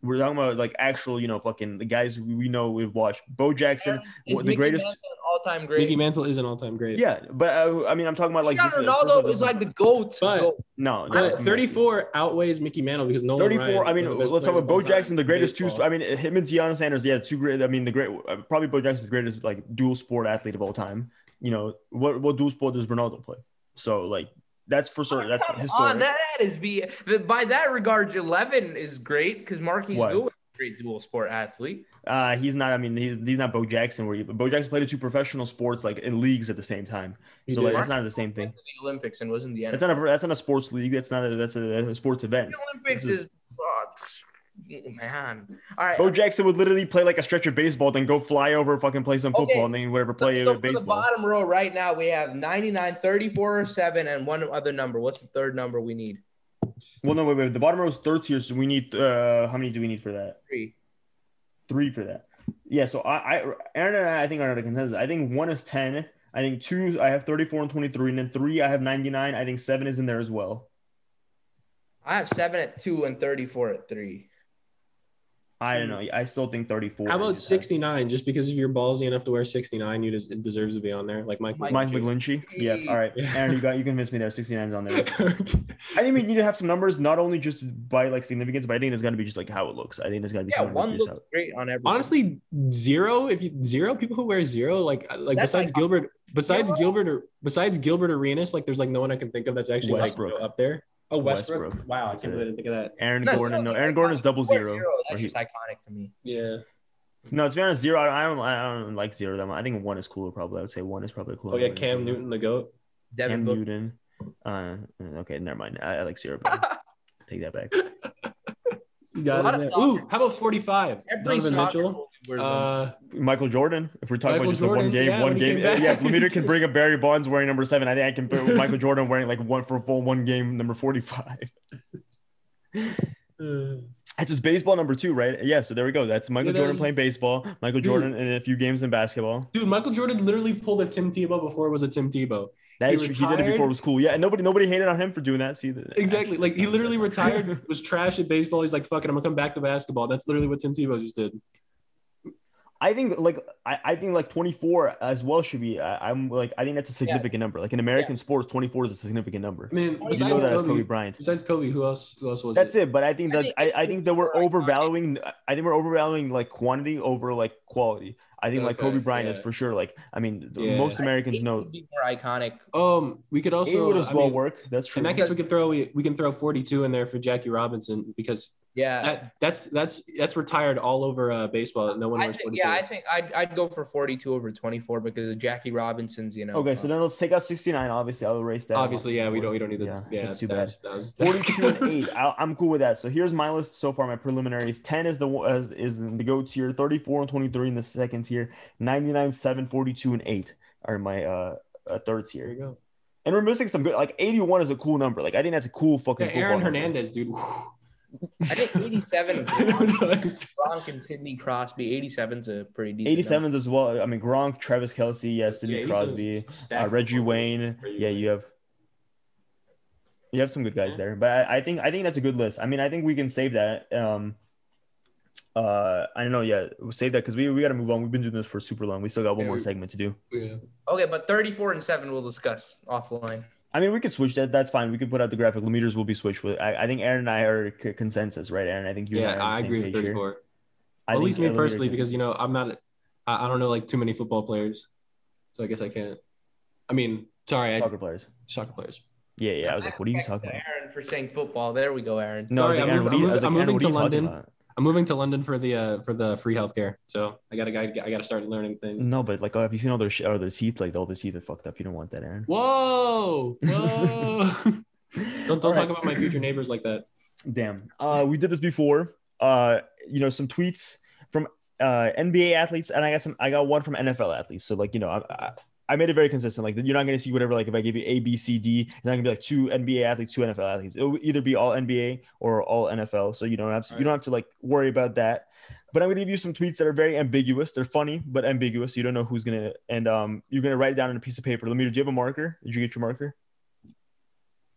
Speaker 1: We're talking about like actual, you know, fucking the guys we know we've watched. Bo Jackson,
Speaker 3: Is
Speaker 1: the
Speaker 3: Mickey
Speaker 1: greatest-
Speaker 3: Mantle an all-time great.
Speaker 2: Mickey Mantle is an all-time great.
Speaker 1: yeah. But uh, I mean, I'm talking about like
Speaker 3: Cristiano
Speaker 1: this- uh,
Speaker 3: Ronaldo is like the goat.
Speaker 2: But-
Speaker 3: goat.
Speaker 1: no, no, it's
Speaker 2: But
Speaker 1: Messi.
Speaker 2: 34 outweighs Mickey Mantle because Nolan
Speaker 1: 34.
Speaker 2: Ryan,
Speaker 1: I mean,
Speaker 2: one of the best
Speaker 1: let's talk about
Speaker 2: players of
Speaker 1: Bo
Speaker 2: all time
Speaker 1: Jackson, the
Speaker 2: in
Speaker 1: greatest two.
Speaker 2: baseball.
Speaker 1: I mean, him and Deion Sanders, yeah, two great. I mean, the great, uh, probably Bo Jackson's greatest like dual sport athlete of all time. You know, what what dual sport does Ronaldo play? So like, that's for certain. That's
Speaker 3: Come
Speaker 1: historic.
Speaker 3: on, Ah, that, that is be the, by that regards, eleven is great because Marquise
Speaker 1: What?
Speaker 3: Goodwin is a great dual sport athlete.
Speaker 1: Uh, he's not. I mean, he's, he's not Bo Jackson. Where he, Bo Jackson played in two professional sports like in leagues at the same time.
Speaker 2: He
Speaker 1: so
Speaker 2: did.
Speaker 1: like, that's not the same
Speaker 3: Went
Speaker 1: thing.
Speaker 3: to the Olympics and was in the NFL.
Speaker 1: That's not a that's not a sports league. That's not a that's a, a sports event.
Speaker 3: the Olympics
Speaker 1: This
Speaker 3: is, oh, man. All right.
Speaker 1: Bo Jackson would literally play like a stretch of baseball, then go fly over, fucking play some football,
Speaker 3: Okay.
Speaker 1: and then whatever
Speaker 3: So,
Speaker 1: play
Speaker 3: so for the
Speaker 1: baseball.
Speaker 3: bottom row right now, we have 99, 34, 7, and one other number. What's the third number we need?
Speaker 1: Well, no, wait, wait. The bottom row is third tier, so we need uh, how many do we need for that?
Speaker 3: Three.
Speaker 1: Three for that. Yeah. So I, I Aaron and I, I think are on a consensus. I think one is ten. I think two, I have thirty-four and twenty-three, and then three, I have ninety-nine. I think seven is in there as well.
Speaker 3: I have 7 at 2 and 34 at 3.
Speaker 1: I don't know. I still think thirty-four.
Speaker 2: How about
Speaker 1: is in there.
Speaker 2: 69? Just because if you're ballsy enough to wear 69, you just it deserves to be on there. Like Mike.
Speaker 3: Mike-
Speaker 1: Mike McGlinchey. Yeah. All right.
Speaker 2: Yeah.
Speaker 1: Aaron, you got you convinced me there. 69's on there.
Speaker 2: (laughs) yeah,
Speaker 1: I think we need to have some numbers, not only just by like significance, but I think it's gonna be just like how it looks. I think there's gonna be
Speaker 3: Yeah,
Speaker 1: some numbers
Speaker 3: one
Speaker 1: just
Speaker 3: looks
Speaker 1: how-
Speaker 3: great on every.
Speaker 2: honestly, zero. If you zero people who wear zero, like uh, like
Speaker 3: That's
Speaker 2: besides
Speaker 3: iconic.
Speaker 2: Gilbert, besides
Speaker 3: Zero?
Speaker 2: Gilbert or besides Gilbert Arenas, like there's like no one I can think of that's actually like,
Speaker 1: Westbrook.
Speaker 2: up there. Oh, Westbrook.
Speaker 1: Westbrook.
Speaker 2: Wow, I
Speaker 1: That's
Speaker 2: can't
Speaker 1: it.
Speaker 2: believe I didn't think of that.
Speaker 1: Aaron
Speaker 3: No,
Speaker 1: Gordon,
Speaker 3: zero's
Speaker 1: no,
Speaker 3: like
Speaker 1: Aaron Gordon is
Speaker 3: iconic.
Speaker 1: double
Speaker 3: Four,
Speaker 1: zero. Or
Speaker 3: That's
Speaker 1: he-
Speaker 3: just iconic to me.
Speaker 2: Yeah.
Speaker 1: no, to be honest, zero. I don't, I don't, I don't like zero that much. I think one is cooler. Probably, I would say one is probably cooler.
Speaker 2: Oh yeah,
Speaker 1: than
Speaker 2: Cam
Speaker 1: zero.
Speaker 2: Newton, the goat.
Speaker 3: Devin
Speaker 1: Cam
Speaker 3: Booker.
Speaker 1: Newton. Uh, okay, never mind. I, I like zero.
Speaker 2: (laughs)
Speaker 1: better. Take that back.
Speaker 2: You
Speaker 3: A lot
Speaker 2: Got it
Speaker 3: of
Speaker 2: there.
Speaker 3: soccer.
Speaker 2: Ooh, how about 45?
Speaker 3: Every
Speaker 2: Donovan
Speaker 3: soccer
Speaker 2: Mitchell.
Speaker 3: goalie wears one.
Speaker 2: Uh,
Speaker 1: Michael Jordan. If we're talking
Speaker 2: Michael
Speaker 1: about just the
Speaker 2: Jordan,
Speaker 1: one game,
Speaker 2: yeah,
Speaker 1: one
Speaker 2: when he
Speaker 1: game.
Speaker 2: came back.
Speaker 1: Yeah, if Lemeter can
Speaker 2: (laughs)
Speaker 1: bring up Barry Bonds wearing number seven. I think I can put Michael Jordan wearing like one for a full one game number forty-five. (laughs) That's his baseball number two, right? Yeah. So there we go. That's Michael
Speaker 2: Yeah, that
Speaker 1: Jordan
Speaker 2: was-
Speaker 1: playing baseball. Michael
Speaker 2: Dude.
Speaker 1: Jordan in a few games in basketball.
Speaker 2: dude, Michael Jordan literally pulled a Tim Tebow before it was a Tim Tebow.
Speaker 1: That
Speaker 2: He
Speaker 1: is true. He did it before it
Speaker 2: retired.
Speaker 1: was cool. Yeah, and nobody nobody hated on him for doing that. See, the-
Speaker 2: Exactly.
Speaker 1: actually,
Speaker 2: Like
Speaker 1: that's
Speaker 2: he
Speaker 1: not- (laughs)
Speaker 2: literally
Speaker 1: that's not-
Speaker 2: retired, was trash at baseball. He's like, fuck it, I'm gonna come back to basketball. That's literally what Tim Tebow just did.
Speaker 1: I think like I, I think like 24 as well should be. I, I'm like I think that's a significant number. Like in American sports, 24 is a significant number.
Speaker 2: I mean,
Speaker 3: You
Speaker 1: You
Speaker 2: besides
Speaker 1: know that as
Speaker 2: Kobe,
Speaker 1: Kobe Bryant.
Speaker 2: besides Kobe, who else who else was
Speaker 1: That's
Speaker 2: it?
Speaker 1: it. But I think
Speaker 3: I
Speaker 1: that
Speaker 3: think
Speaker 1: I, I think that we're
Speaker 3: are iconic.
Speaker 1: overvaluing. I think we're overvaluing like quantity over like quality. I think like
Speaker 2: Okay,
Speaker 1: Kobe Bryant is
Speaker 2: yeah.
Speaker 1: for sure. Like I mean, th-
Speaker 2: Yeah.
Speaker 1: most Americans
Speaker 3: it
Speaker 1: know
Speaker 3: would be more iconic.
Speaker 2: Um, we could also.
Speaker 1: it would as
Speaker 2: I
Speaker 1: well
Speaker 2: mean,
Speaker 1: work. That's true.
Speaker 2: In that case, we could throw we, we can throw 42 in there for Jackie Robinson because
Speaker 3: Yeah.
Speaker 2: that that's that's that's retired all over uh, baseball. No one
Speaker 3: I
Speaker 2: wears
Speaker 3: think,
Speaker 2: 42.
Speaker 3: yeah, I think I'd, I'd go for 42 over 24 because of Jackie Robinson's, you know. uh,
Speaker 1: okay,
Speaker 2: Uh-huh.
Speaker 1: so then let's take out 69. Obviously, I'll erase that.
Speaker 2: Obviously, yeah, we don't we don't need the
Speaker 1: Yeah,
Speaker 2: yeah.
Speaker 1: that's too
Speaker 2: that
Speaker 1: bad.
Speaker 2: was- that was- (laughs)
Speaker 1: 42 and 8. I, I'm cool with that. So here's my list so far. My preliminaries 10 is the is, is the go tier, 34 and 23 in the second tier, 99, 7, 42, and 8 are my uh, uh third
Speaker 2: There you
Speaker 1: tier.
Speaker 2: go.
Speaker 1: And we're missing some good, like 81 is a cool number. Like, I think that's a cool
Speaker 2: Yeah,
Speaker 1: fucking cool
Speaker 2: Aaron
Speaker 1: ball number.
Speaker 2: Hernandez,
Speaker 1: (laughs)
Speaker 2: dude. (laughs)
Speaker 3: I think 87,
Speaker 2: I don't know.
Speaker 3: Gronk and Sidney Crosby. 87's a pretty decent. number.
Speaker 1: 87s as well. I mean, Gronk, Travis Kelsey, yeah, Sidney
Speaker 2: Yeah, he's
Speaker 1: Crosby,
Speaker 2: just
Speaker 1: uh,
Speaker 2: stacked
Speaker 1: Reggie
Speaker 2: football.
Speaker 1: Wayne.
Speaker 2: Reggie
Speaker 1: yeah,
Speaker 2: Wayne.
Speaker 1: you have you have some good guys
Speaker 2: Yeah.
Speaker 1: there, but I, I think I think that's a good list. I mean, I think we can save that. Um, uh, I don't know. Yeah, we'll save that because we we got to move on. We've been doing this for super long. We still got one
Speaker 2: Yeah,
Speaker 1: more
Speaker 2: we-
Speaker 1: segment to do.
Speaker 2: Yeah.
Speaker 3: Okay, but 34 and 7 we'll discuss offline.
Speaker 1: I mean, we could switch that. That's fine. We could put out the graphic. Limiters will be switched with. I, I think Aaron and I are c- consensus, right? Aaron, I think you. and
Speaker 2: Yeah,
Speaker 1: I, are on the
Speaker 2: I
Speaker 1: same
Speaker 2: agree with
Speaker 1: page here. I
Speaker 2: 34. At
Speaker 1: think
Speaker 2: least me
Speaker 1: Elameter
Speaker 2: personally,
Speaker 1: can-
Speaker 2: because you know I'm not, I, I don't know like too many football players, so I guess I can't. I mean, sorry, I,
Speaker 1: soccer players.
Speaker 2: soccer players.
Speaker 1: Yeah, yeah. I was like, what are you
Speaker 3: Back to
Speaker 1: talking about?
Speaker 3: Aaron for saying football. There we go, Aaron.
Speaker 1: No, I was
Speaker 2: Sorry,
Speaker 1: like,
Speaker 2: I'm
Speaker 1: Aaron,
Speaker 2: mov-
Speaker 1: what are you?
Speaker 2: I'm
Speaker 1: I was like,
Speaker 2: moving
Speaker 1: Aaron, what
Speaker 2: to
Speaker 1: are you talking
Speaker 2: London.
Speaker 1: about?
Speaker 2: I'm moving to London for the uh for the free healthcare, so I gotta I gotta, I gotta start learning things.
Speaker 1: No, but like, oh, have you seen all their sh- all their teeth? Like, all their teeth are fucked up. You don't want that, Aaron.
Speaker 2: Whoa, whoa! (laughs) don't don't
Speaker 1: All
Speaker 2: talk
Speaker 1: right.
Speaker 2: about my future neighbors like that.
Speaker 1: Damn. Uh, we did this before. Uh, you know, some tweets from uh NBA athletes, and I got some. I got one from NFL athletes. So like, you know, I. I I made it very consistent. Like you're not gonna see whatever. Like if I give you A, B, C, D, it's not gonna be like two NBA athletes, two NFL athletes. It'll either be all NBA or all NFL. So you don't have to, you don't have to like worry about that. But I'm gonna give you some tweets that are very ambiguous. They're funny but ambiguous. You don't know who's gonna. And um, you're gonna write it down on a piece of paper. Let me. Do you have a marker? Did you get your marker?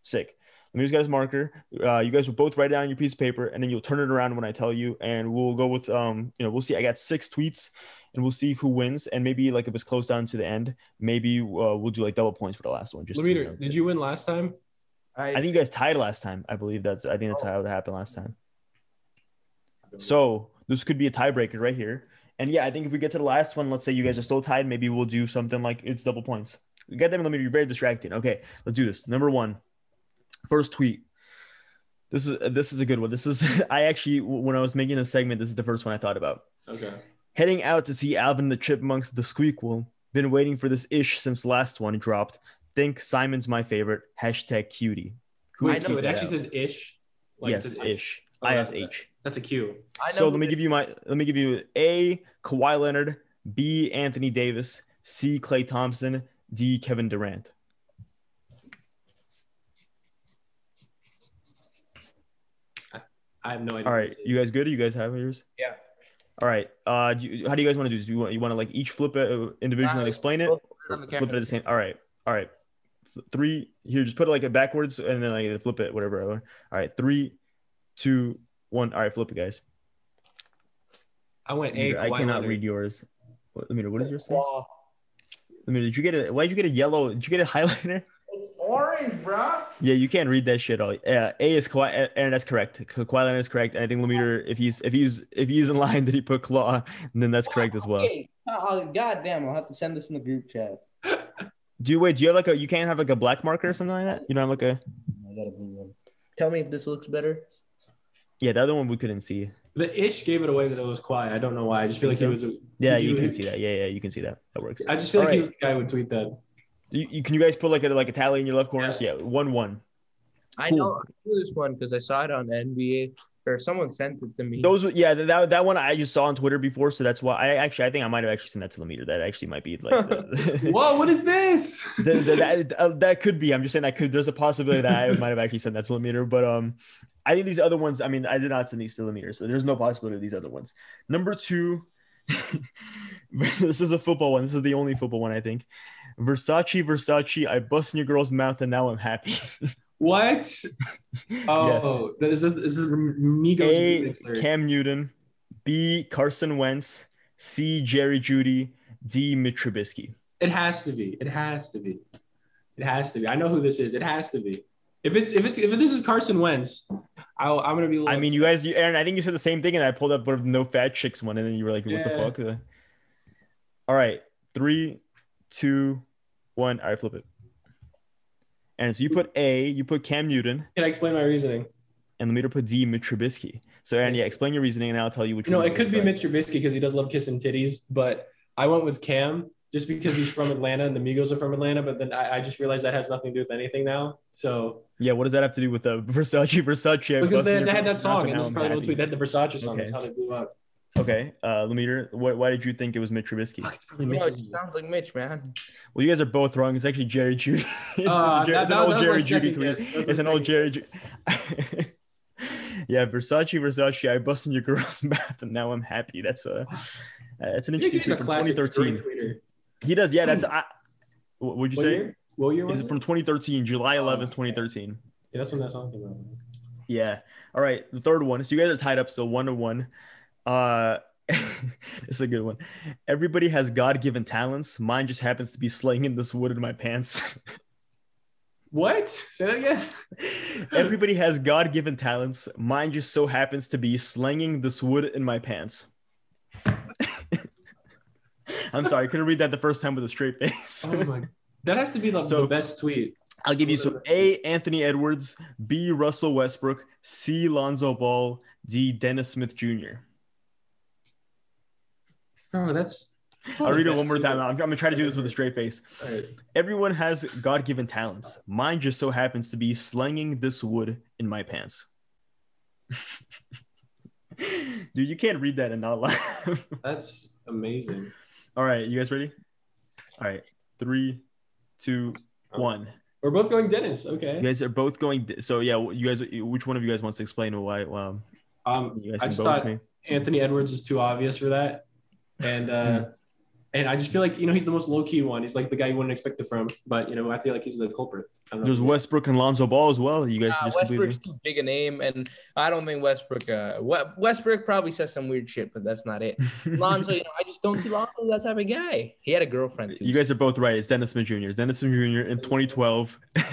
Speaker 1: Sick. Let me just get his marker. Uh, you guys will both write it down on your piece of paper, and then you'll turn it around when I tell you. And we'll go with um, you know, we'll see. I got six tweets, and we'll see who wins. And maybe like if it's close down to the end, maybe uh, we'll do like double points for the last one. Just to, you know,
Speaker 2: Lemeter, did you win last time?
Speaker 3: I,
Speaker 1: I think you guys tied last time. I believe that's. I think that's how it happened last time. So this could be a tiebreaker right here. And yeah, I think if we get to the last one, let's say you guys are still tied, maybe we'll do something like it's double points. Get them. Let me be very distracting. Okay, let's do this. Number one, first tweet. This is this is a good one. This is (laughs) I actually when I was making this segment, this is the first one I thought about.
Speaker 2: Okay.
Speaker 1: Heading out to see Alvin the Chipmunks the Squeakquel. Been waiting for this ish since last one dropped. Think Simon's my favorite. Hashtag cutie. Who
Speaker 2: Wait,
Speaker 1: tweeted
Speaker 2: so it
Speaker 1: that
Speaker 2: actually
Speaker 1: out?
Speaker 2: says ish. it
Speaker 1: yes,
Speaker 2: says
Speaker 1: ish.
Speaker 2: Oh,
Speaker 1: I
Speaker 2: that-
Speaker 1: S H.
Speaker 2: That's a Q.
Speaker 3: I know
Speaker 1: So
Speaker 3: who
Speaker 1: let me
Speaker 3: it
Speaker 1: give you my let me give you A Kawhi Leonard, B Anthony Davis, C Clay Thompson, D Kevin Durant.
Speaker 2: I have no idea.
Speaker 1: All
Speaker 2: what
Speaker 1: right,
Speaker 2: this is.
Speaker 1: you guys good? You guys have yours?
Speaker 3: Yeah.
Speaker 1: All right. Uh, do you, how do you guys want to do this? Do you want you want to like each flip it uh, individually
Speaker 3: Uh,
Speaker 1: and explain it?
Speaker 3: both is.
Speaker 1: Or
Speaker 3: On the
Speaker 1: Flip it
Speaker 3: camera.
Speaker 1: at the same. All right. All right. F- Three here. Just put it like it backwards and then I flip it. Whatever. I want. All right. Three, two, one. All right. Flip it, guys.
Speaker 2: I went A.
Speaker 1: I
Speaker 2: Kawhi
Speaker 1: cannot
Speaker 2: Leonard.
Speaker 1: read yours. What, Amir, what is yours? say?
Speaker 3: Wow.
Speaker 1: Amir, did you get a? Why did you get a yellow? Did you get a (laughs) highlighter?
Speaker 3: It's orange, bro.
Speaker 1: Yeah, you can't read that shit all. Yeah, A is Kawhi, Aaron. That's correct. Ka- Kawhi Leonard is correct, and I think Lemeter, if he's if he's if he's in line, (laughs) that he put Claw, then that's correct as well.
Speaker 3: Okay. Oh, God damn, I'll have to send this in the group chat.
Speaker 1: Do you wait? Do you have like a? You can't have like a black marker or something like that. You don't have like a.
Speaker 3: I got a blue one. Tell me if this looks better.
Speaker 1: Yeah, the other one we couldn't see.
Speaker 2: The ish gave it away that it was quiet. I don't know why. I just feel like he was. a-
Speaker 1: Yeah,
Speaker 2: he
Speaker 1: you can
Speaker 2: was-
Speaker 1: see that. Yeah, yeah, you can see that. That works.
Speaker 2: I just feel like
Speaker 1: All
Speaker 2: he was the guy who would
Speaker 1: (laughs)
Speaker 2: tweet that.
Speaker 1: You, you- can you guys put like a like a tally in your left corners? Yeah, one one.
Speaker 3: I
Speaker 1: Cool.
Speaker 3: know I knew this one because I saw it on NBA or someone sent it to me.
Speaker 1: Those were- yeah that that one I just saw on Twitter before, so that's why I actually I think I might have actually sent that to Lemeter. That actually might be (laughs) like. The,
Speaker 2: Whoa! What is this?
Speaker 1: the, the, that, uh, that could be. I'm just saying that could. There's a possibility that I might have actually sent that to Lemeter, but um, I think these other ones. I mean, I did not send these to Lemeter, so there's no possibility of these other ones. Number two, (laughs) this is a football one. This is the only football one I think. Versace, Versace, I bust in your girl's mouth and now I'm happy.
Speaker 2: What? Oh, that is this is Migos.
Speaker 1: A.
Speaker 2: music lyrics.
Speaker 1: Cam Newton, B. Carson Wentz, C. Jerry Judy, D. Mitch Trubisky.
Speaker 2: It has to be. It has to be. It has to be. I know who this is. It has to be. If it's if it's if this is Carson Wentz, I, I'm gonna be. a little
Speaker 1: I mean, you guys, you, Aaron. I think you said the same thing, and I pulled up one of no fat chicks one, and then you were like, "What
Speaker 2: Yeah.
Speaker 1: the fuck?" All right, three, two, one. All right, flip it. And so you put A, you put Cam Newton,
Speaker 2: Can I explain my reasoning?
Speaker 1: and the meter put D, Mitch Trubisky. So Aaron, yeah, explain your reasoning, and I'll tell you which.
Speaker 2: You know,
Speaker 1: one
Speaker 2: it could be
Speaker 1: was
Speaker 2: Mitch
Speaker 1: correct.
Speaker 2: Trubisky because he does love kissing titties, but I went with Cam just because he's from Atlanta and the Migos are from Atlanta. But then I, I just realized that has nothing to do with anything now. So
Speaker 1: Yeah, what does that have to do with the (laughs) Versace Versace?
Speaker 2: because they,
Speaker 1: busting
Speaker 2: they
Speaker 1: your
Speaker 2: had that
Speaker 1: mouth
Speaker 2: song, and this is
Speaker 1: I'm
Speaker 2: probably what
Speaker 1: happy.
Speaker 2: tweet. They had the Versace song. That's
Speaker 1: Okay.
Speaker 2: how they blew up.
Speaker 1: Okay, uh, Lemeter, why, why did you think it was Mitch Trubisky?
Speaker 2: Fuck, it's probably
Speaker 3: No, it
Speaker 2: Mitch.
Speaker 3: just sounds like Mitch, man.
Speaker 1: Well, you guys are both wrong. It's actually Jerry Judy. (laughs) it's,
Speaker 2: Ah,
Speaker 1: a Jer-
Speaker 2: that-
Speaker 1: it's
Speaker 2: that-
Speaker 1: an old
Speaker 2: that was
Speaker 1: Jerry
Speaker 2: my
Speaker 1: Judy
Speaker 2: second
Speaker 1: tweet.
Speaker 2: guess. That was
Speaker 1: It's an
Speaker 2: my
Speaker 1: old
Speaker 2: second
Speaker 1: Jerry. Ju- (laughs) yeah, Versace, Versace. I busted your girl's (laughs) mouth, and now I'm happy. That's a uh, that's an
Speaker 2: Nick
Speaker 1: interesting
Speaker 2: is a
Speaker 1: tweet from
Speaker 2: classic
Speaker 1: 2013.
Speaker 2: retweeter.
Speaker 1: He does. Yeah, that's. I, what would you
Speaker 2: What
Speaker 1: say?
Speaker 2: year? What year
Speaker 1: It's
Speaker 2: was it?
Speaker 1: from 2013, July
Speaker 2: Oh,
Speaker 1: 11th,
Speaker 2: okay.
Speaker 1: 2013.
Speaker 2: Yeah, that's when that song came out.
Speaker 1: Yeah. All right. The third one. So you guys are tied up still one to one. Uh (laughs) it's a good one. Everybody has God given talents. Mine just happens to be slinging this wood in my pants. (laughs)
Speaker 2: What? Say that again.
Speaker 1: Everybody has God given talents. Mine just so happens to be slinging this wood in my pants. (laughs) I'm sorry, I couldn't read that the first time with a straight face. (laughs)
Speaker 2: Oh my! That has to be like
Speaker 1: So-
Speaker 2: the best tweet.
Speaker 1: I'll give you some A. Anthony Edwards, B. Russell Westbrook, C. Lonzo Ball, D. Dennis Smith Jr.
Speaker 2: Oh, that's. that's
Speaker 1: I'll
Speaker 2: of the
Speaker 1: read it
Speaker 2: best
Speaker 1: one more
Speaker 2: tweets.
Speaker 1: time. I'm, I'm gonna try to do this with a straight face.
Speaker 2: All right.
Speaker 1: Everyone has God given talents. Mine just so happens to be slinging this wood in my pants. (laughs) Dude, you can't read that and not laugh. (laughs)
Speaker 2: That's amazing.
Speaker 1: All right, you guys ready? All right, three, two, one.
Speaker 2: We're both going Dennis. Okay.
Speaker 1: You guys are both going. So yeah, you guys. Which one of you guys wants to explain why? Um,
Speaker 2: Um,
Speaker 1: you guys
Speaker 2: I
Speaker 1: can
Speaker 2: just
Speaker 1: vote
Speaker 2: thought
Speaker 1: with me.
Speaker 2: Anthony Edwards is too obvious for that, and uh,
Speaker 1: Hmm.
Speaker 2: and I just feel like you know he's the most low key one. He's like the guy you wouldn't expect it from, but you know I feel like he's the culprit. I don't know.
Speaker 1: There's Westbrook and Lonzo Ball as well. You guys
Speaker 3: Nah,
Speaker 1: just completely.
Speaker 3: Westbrook's too big a name, and I don't think Westbrook. Uh, we- Westbrook probably says some weird shit, but that's
Speaker 1: (laughs)
Speaker 3: not it. Lonzo, you know, I just don't see Lonzo as that type of guy. He had a girlfriend too.
Speaker 1: You guys are both right. It's Dennis Smith Jr. Dennis Smith Jr. in 2012 (laughs) at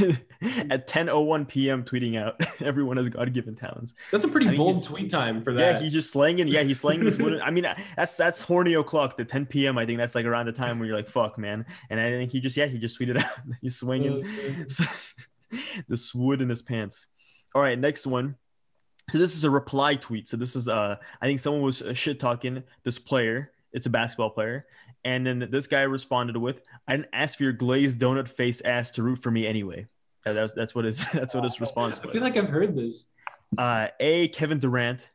Speaker 1: 10:01 p.m. tweeting out, (laughs) "Everyone has God-given talents."
Speaker 2: That's a pretty
Speaker 1: I mean,
Speaker 2: bold
Speaker 1: he's-
Speaker 2: tweet time for
Speaker 1: Yeah,
Speaker 2: that.
Speaker 1: he's just slanging. Yeah, he's slanging this wooden. I mean, uh, that's that's horny o'clock. The 10 p.m. I think that's like around the time where you're like, "Fuck, man." And I think he just yeah, he just tweeted (laughs) out, he's swinging
Speaker 2: Uh,
Speaker 1: (laughs) this wood in his pants. All right, next one. So this is a reply tweet. So this is uh, I think someone was shit talking this player. It's a basketball player, and then this guy responded with, "I didn't ask for your glazed donut face ass to root for me anyway." Uh, that- that's what his (laughs) that's what his response
Speaker 2: Uh, I feel
Speaker 1: was.
Speaker 2: like I've heard this.
Speaker 1: Uh, a Kevin Durant,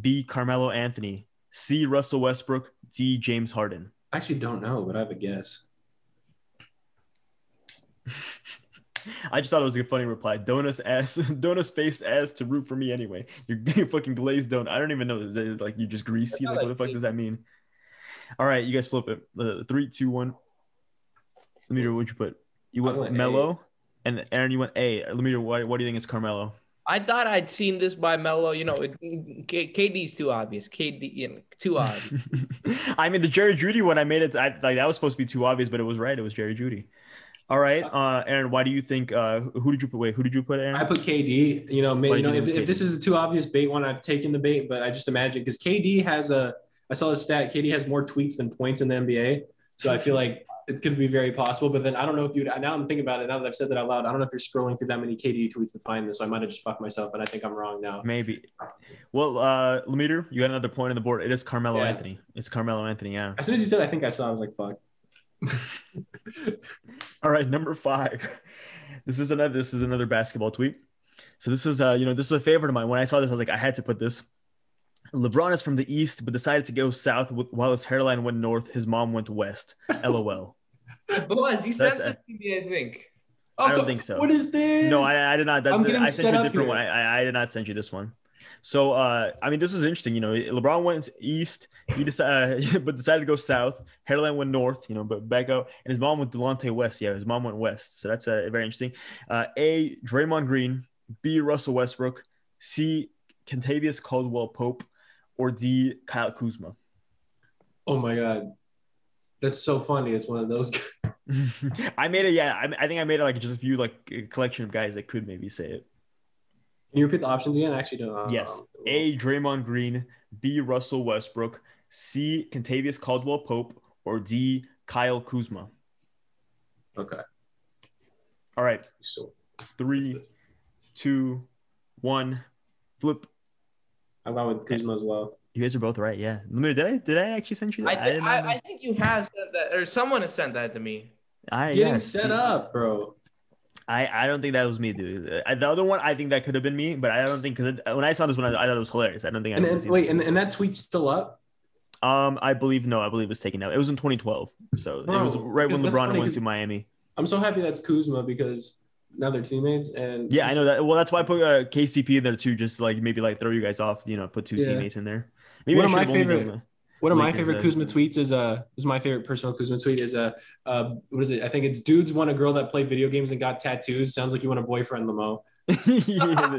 Speaker 1: B Carmelo Anthony, C Russell Westbrook, D James Harden.
Speaker 2: I actually don't know, but I have a guess.
Speaker 1: I just thought it was a funny reply. Donuts ass, (laughs) donuts face ass to root for me anyway. You're, (laughs) you're fucking glazed donut. I don't even know. Is it like you just greasy? Like
Speaker 3: That's not
Speaker 1: what the
Speaker 3: like
Speaker 1: fuck does that mean? All right, you guys flip it. Uh, three, two, one. Lemeter, what'd you put? You
Speaker 2: I
Speaker 1: went,
Speaker 2: went A.
Speaker 1: Mello, and Aaron, you went A. Lemeter, why, why do you think it's Carmelo?
Speaker 3: I thought I'd seen this by Melo. You know, it, K, KD's too obvious. KD, you know,
Speaker 1: (laughs)
Speaker 3: too obvious.
Speaker 1: I mean, the Jerry Judy one, I made it. I, like that was supposed to be too obvious, but it was right. It was Jerry Judy. All right, uh, Aaron, why do you think? Uh, who did you put? Wait, who did you put, Aaron?
Speaker 2: I put KD. You know, man,
Speaker 1: Why did
Speaker 2: you know,
Speaker 1: you
Speaker 2: if,
Speaker 1: do
Speaker 2: if this is a too obvious bait one, I've taken the bait, but I just imagine because KD has a. I saw a stat. KD has more tweets than points in the NBA, so I feel like it could be very possible. But then I don't know if you. would Now I'm thinking about it. Now that I've said that out loud, I don't know if you're scrolling through that many KD tweets to find this. So I might have just fucked myself, and I think I'm wrong now.
Speaker 1: Maybe. Well, uh, Lemeter, you got another point on the board. It is Carmelo
Speaker 2: Yeah.
Speaker 1: Anthony. It's Carmelo Anthony. Yeah.
Speaker 2: As soon as you said, I think I saw. I was like, fuck.
Speaker 1: All right, number five. (laughs) This is another. This is another basketball tweet. So this is, uh, you know, this is a favorite of mine. When I saw this, I was like, I had to put this. LeBron is from the East, but decided to go south wh- while his hairline went north. His mom went west. (laughs) LOL.
Speaker 3: Boaz, you
Speaker 1: That's
Speaker 3: sent this to me, I think.
Speaker 1: I don't
Speaker 2: go-
Speaker 1: think so.
Speaker 2: What is this?
Speaker 1: No, I, I did not. That's
Speaker 2: I'm
Speaker 1: the-
Speaker 2: getting
Speaker 1: I sent
Speaker 2: set
Speaker 1: you a
Speaker 2: up
Speaker 1: different
Speaker 2: here.
Speaker 1: one. I, I- I did not send you this one. So, uh, I mean, this was interesting. You know, LeBron went east, he decided, (laughs) but decided to go south. Hairline went north, you know, but back out. And his mom went Delonte West. Yeah, his mom went west. So that's uh, very interesting. Uh, a. Draymond Green, B. Russell Westbrook, C. Kentavious Caldwell Pope, or D. Kyle Kuzma. (laughs)
Speaker 2: Oh my god, that's so funny. It's one of those. (laughs)
Speaker 1: I made it. Yeah, I, I think I made it like just a few like a collection of guys that could maybe say it.
Speaker 2: Can you repeat the options again? I actually don't. um, know.
Speaker 1: Yes. A. Draymond Green, B. Russell Westbrook, C. Contavious Caldwell Pope, or D, Kyle Kuzma?
Speaker 2: Okay.
Speaker 1: All right,
Speaker 2: So what's
Speaker 1: three,
Speaker 2: this?
Speaker 1: two, one, flip.
Speaker 2: I went with Kuzma as well.
Speaker 1: You guys are both right. Yeah. Lemire, Did I did I actually send you
Speaker 3: I,
Speaker 1: that?
Speaker 3: thi-
Speaker 1: didn't
Speaker 3: I,
Speaker 1: remember.
Speaker 3: I think you have sent that, or someone has sent that to me.
Speaker 1: I,
Speaker 2: Getting
Speaker 1: yeah,
Speaker 2: set
Speaker 1: see,
Speaker 2: up, bro.
Speaker 1: Ah, I, I don't think that was me, dude. I, the other one, I think that could have been me, but I don't think because when I saw this one, I, I thought it was hilarious. I don't think I
Speaker 2: And,
Speaker 1: was
Speaker 2: and
Speaker 1: either.
Speaker 2: wait, and, and that tweet's still up.
Speaker 1: Um, I believe no, I believe it was taken out. It was in 2012, so it was
Speaker 2: Bro,
Speaker 1: right when
Speaker 2: because that's
Speaker 1: LeBron
Speaker 2: funny
Speaker 1: went
Speaker 2: 'cause-
Speaker 1: to Miami.
Speaker 2: I'm so happy that's Kuzma because now they're teammates. And
Speaker 1: Yeah, I know that. Well, that's why I put uh, KCP in there too, just to, like maybe like throw you guys off. You know, put two
Speaker 2: Yeah.
Speaker 1: teammates in there. Maybe
Speaker 2: One
Speaker 1: I
Speaker 2: of my
Speaker 1: should've only done
Speaker 2: favorite- One of my
Speaker 1: Lakers,
Speaker 2: favorite
Speaker 1: uh,
Speaker 2: Kuzma tweets is uh is my favorite personal Kuzma tweet is uh, uh what is it? I think it's dudes want a girl that played video games and got tattoos. Sounds like you want a boyfriend, Lamo.
Speaker 1: the- yeah, (laughs)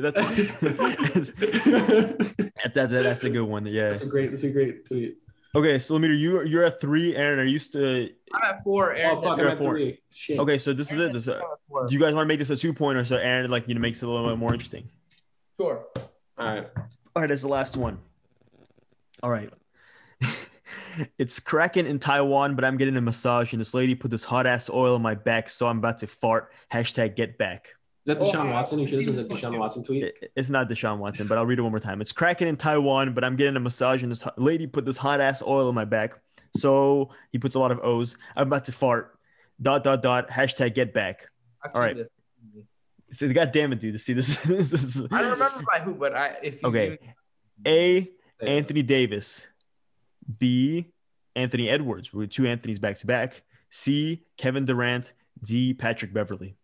Speaker 1: that's,
Speaker 2: that's
Speaker 1: that, that, that's a good one. Yeah.
Speaker 2: a great that's a great tweet.
Speaker 1: Okay, so Lemeter, you you're at three. Aaron, are you still
Speaker 3: I'm at four. Aaron,
Speaker 2: Oh fuck, I'm
Speaker 1: you're
Speaker 2: at
Speaker 1: four.
Speaker 2: three. Shit.
Speaker 1: okay? So this is it. This, uh, do you guys want to make this a two pointer so Aaron like you know makes it a little bit more interesting?
Speaker 3: Sure.
Speaker 2: All right.
Speaker 1: All right, that's the last one. All right. (laughs) it's cracking in Taiwan, but I'm getting a massage, and this lady put this hot ass oil on my back, so I'm about to fart. Hashtag get back.
Speaker 2: Is that Deshaun
Speaker 3: Oh,
Speaker 2: Watson? You sure this is a
Speaker 3: fuck
Speaker 2: Deshaun
Speaker 3: you.
Speaker 2: Watson tweet?
Speaker 1: It- It's not Deshaun Watson, but I'll read it one more time. It's cracking in Taiwan, but I'm getting a massage, and this hot- lady put this hot ass oil on my back. So he puts a lot of O's. I'm about to fart. Dot dot dot. Hashtag get back.
Speaker 3: I've
Speaker 1: All
Speaker 3: seen
Speaker 1: right.
Speaker 3: this.
Speaker 1: See, God damn it, dude. See this. this is, (laughs)
Speaker 3: I don't remember by who, but I if you
Speaker 1: Okay.
Speaker 3: give-
Speaker 1: A. Anthony Davis. B. Anthony Edwards. We're two Anthony's back to back. C. Kevin Durant. D. Patrick Beverly.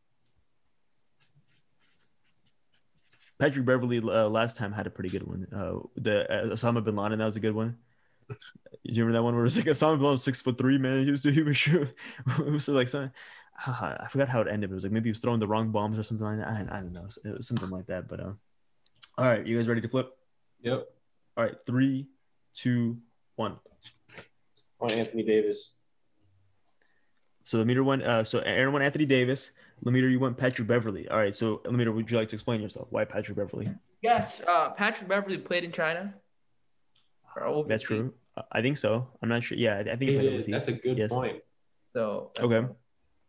Speaker 1: Patrick Beverly uh, last time had a pretty good one. Uh, the uh, Osama bin Laden that was a good one. You remember that one where it was like Osama bin Laden was six foot three man. He was he was (laughs) sure it was like something. I forgot how it ended. It was like maybe he was throwing the wrong bombs or something like that. I, I don't know. It was something like that. But um, all right, you guys ready to flip?
Speaker 2: Yep.
Speaker 1: All right, three, two, one.
Speaker 2: On Anthony Davis.
Speaker 1: So the meter went. Uh, so Aaron went Anthony Davis. Lemeter, you went Patrick Beverly. All right. So Lemeter, would you like to explain yourself? Why Patrick Beverly?
Speaker 3: Yes, uh, Patrick Beverly played in China. Or overseas,
Speaker 1: That's true. I- I think so. I'm not sure. Yeah, I I think
Speaker 2: It
Speaker 1: he played
Speaker 2: is.
Speaker 1: overseas.
Speaker 2: That's a good
Speaker 1: Yes.
Speaker 2: point.
Speaker 3: So that's
Speaker 1: Okay.
Speaker 3: why.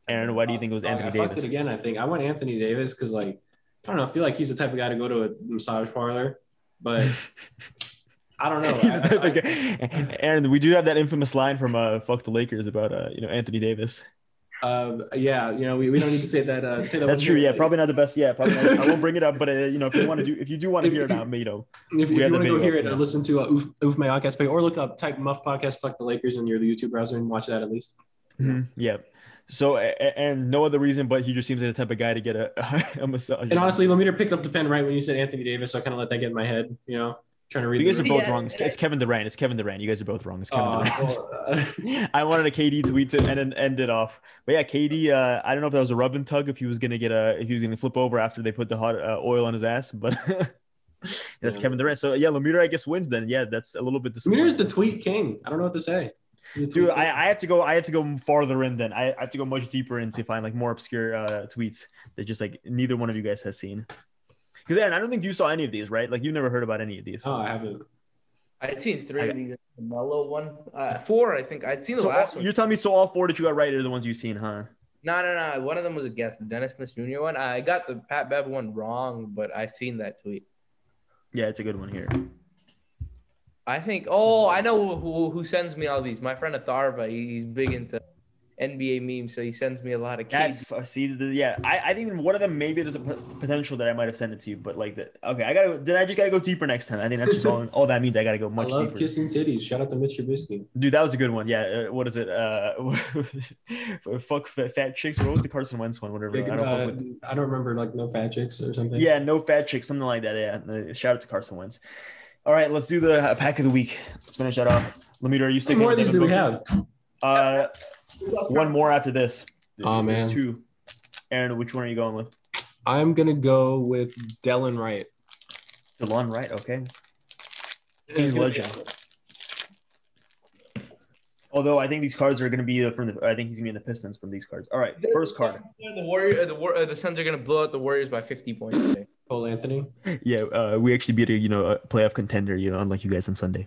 Speaker 1: Aaron, why do you think it was
Speaker 2: Fuck,
Speaker 1: Anthony
Speaker 2: Oh, I fucked
Speaker 1: Davis?
Speaker 2: it again. I think I went Anthony Davis because like I don't know. I feel like he's the type of guy to go to a massage parlor, but
Speaker 1: (laughs)
Speaker 2: I don't know.
Speaker 1: He's
Speaker 2: I-
Speaker 1: the type
Speaker 2: I-
Speaker 1: of guy- Aaron, we do have that infamous line from uh, "Fuck the Lakers" about uh, you know Anthony Davis.
Speaker 2: Um, yeah, you know, we, we don't need to say that. Uh, say that
Speaker 1: That's
Speaker 2: one
Speaker 1: true.
Speaker 2: here.
Speaker 1: Yeah, probably not the best. Yeah, probably. Not, I won't bring it up, but uh, you know, if you want to do, if you do want to
Speaker 2: If
Speaker 1: hear it
Speaker 2: you-
Speaker 1: out, you know,
Speaker 2: If, if
Speaker 1: we
Speaker 2: you
Speaker 1: have the
Speaker 2: want to go
Speaker 1: video,
Speaker 2: hear it,
Speaker 1: yeah.
Speaker 2: uh, listen to uh, Oof, Oof My Podcast page or look up type Muff Podcast Fuck the Lakers in your YouTube browser and watch that at least.
Speaker 1: Mhm. Yeah. So a- a- and no other reason, but he just seems like the type of guy to get a, (laughs) a massage.
Speaker 2: And honestly, Lemeter picked up the pen right when you said Anthony Davis, so I kind of let that get in my head. You know, trying to read.
Speaker 1: you guys are
Speaker 2: the
Speaker 1: both
Speaker 3: Yeah.
Speaker 1: wrong. It's, it's Kevin Durant. It's Kevin Durant. You guys are both wrong. It's Kevin
Speaker 2: Aw,
Speaker 1: Durant. (laughs)
Speaker 2: well, uh, (laughs)
Speaker 1: I wanted a KD tweet to end, end it off, but yeah, KD. Uh, I don't know if that was a rub and tug, if he was gonna get a, if he was gonna flip over after they put the hot uh, oil on his ass, but (laughs) that's
Speaker 2: Yeah.
Speaker 1: Kevin Durant. So yeah, Lemire, I guess wins then. Yeah, that's a little bit
Speaker 2: Lemeter's
Speaker 1: disappointing.
Speaker 2: the tweet king. I don't know what to say. He's the tweet
Speaker 1: Dude,
Speaker 2: king.
Speaker 1: I, I have to go. I have to go farther in. Then I, I have to go much deeper in to find like more obscure uh, tweets that just like neither one of you guys has seen. Because Aaron, I don't think you saw any of these, right? Like you never heard about any of these.
Speaker 2: oh, I haven't.
Speaker 3: I'd seen
Speaker 1: I
Speaker 3: three
Speaker 1: got-
Speaker 3: of these. The mellow one, uh, four, I think. I'd seen the
Speaker 1: So
Speaker 3: last
Speaker 1: all-
Speaker 3: one.
Speaker 1: you're telling me so all four that you got right are the ones you've seen, huh?
Speaker 3: No, no, no. One of them was a guess, the Dennis Smith Jr. one. I got the Pat Bev one wrong, but I seen that tweet.
Speaker 1: Yeah, it's a good one here.
Speaker 3: I think. Oh, I know who, who sends me all these. My friend Atharva. he- He's big into NBA memes, so he sends me a lot of
Speaker 1: That's
Speaker 3: kids.
Speaker 1: f- see, the, yeah. I, I think one of them maybe there's a p- potential that I might have sent it to you, but like the, okay, I gotta then I just gotta go deeper next time. I think that's just
Speaker 3: (laughs)
Speaker 1: all. All that means I gotta go
Speaker 2: I
Speaker 1: much
Speaker 2: love
Speaker 1: deeper.
Speaker 2: kissing titties. Shout out to Mitch Trubisky.
Speaker 1: Dude, that was a good one. Yeah, uh, (laughs) what is it? Uh, fuck fat, fat chicks. Or what was the Carson Wentz one? Whatever.
Speaker 2: Big,
Speaker 1: I
Speaker 2: uh,
Speaker 1: don't fuck with.
Speaker 2: remember like no fat chicks or something.
Speaker 1: Yeah, no fat chicks, something like that. Yeah. Uh, Shout out to Carson Wentz. All right, let's do the uh, pack of the week. Let's finish that off. Lemita, are you
Speaker 2: How
Speaker 1: sticking?
Speaker 2: many more of
Speaker 1: with
Speaker 2: these do
Speaker 1: Devin
Speaker 2: we
Speaker 1: Booker?
Speaker 2: have?
Speaker 1: Uh, one more after this. There's-
Speaker 2: Aw,
Speaker 1: there's
Speaker 2: man.
Speaker 1: two. Aaron, which one are you going with?
Speaker 2: I'm gonna go with Dellen Wright.
Speaker 1: DeLon Wright. Okay. He's a legend. Although I think these cards are going to be uh, from the. I think he's going to be in the Pistons from these cards. All right, first card.
Speaker 3: The Warrior, the, War, uh, the Suns are gonna blow out the Warriors by 50 points today.
Speaker 2: Cole Anthony.
Speaker 1: Yeah, uh, we actually beat a you know a playoff contender. You know, unlike you guys on Sunday.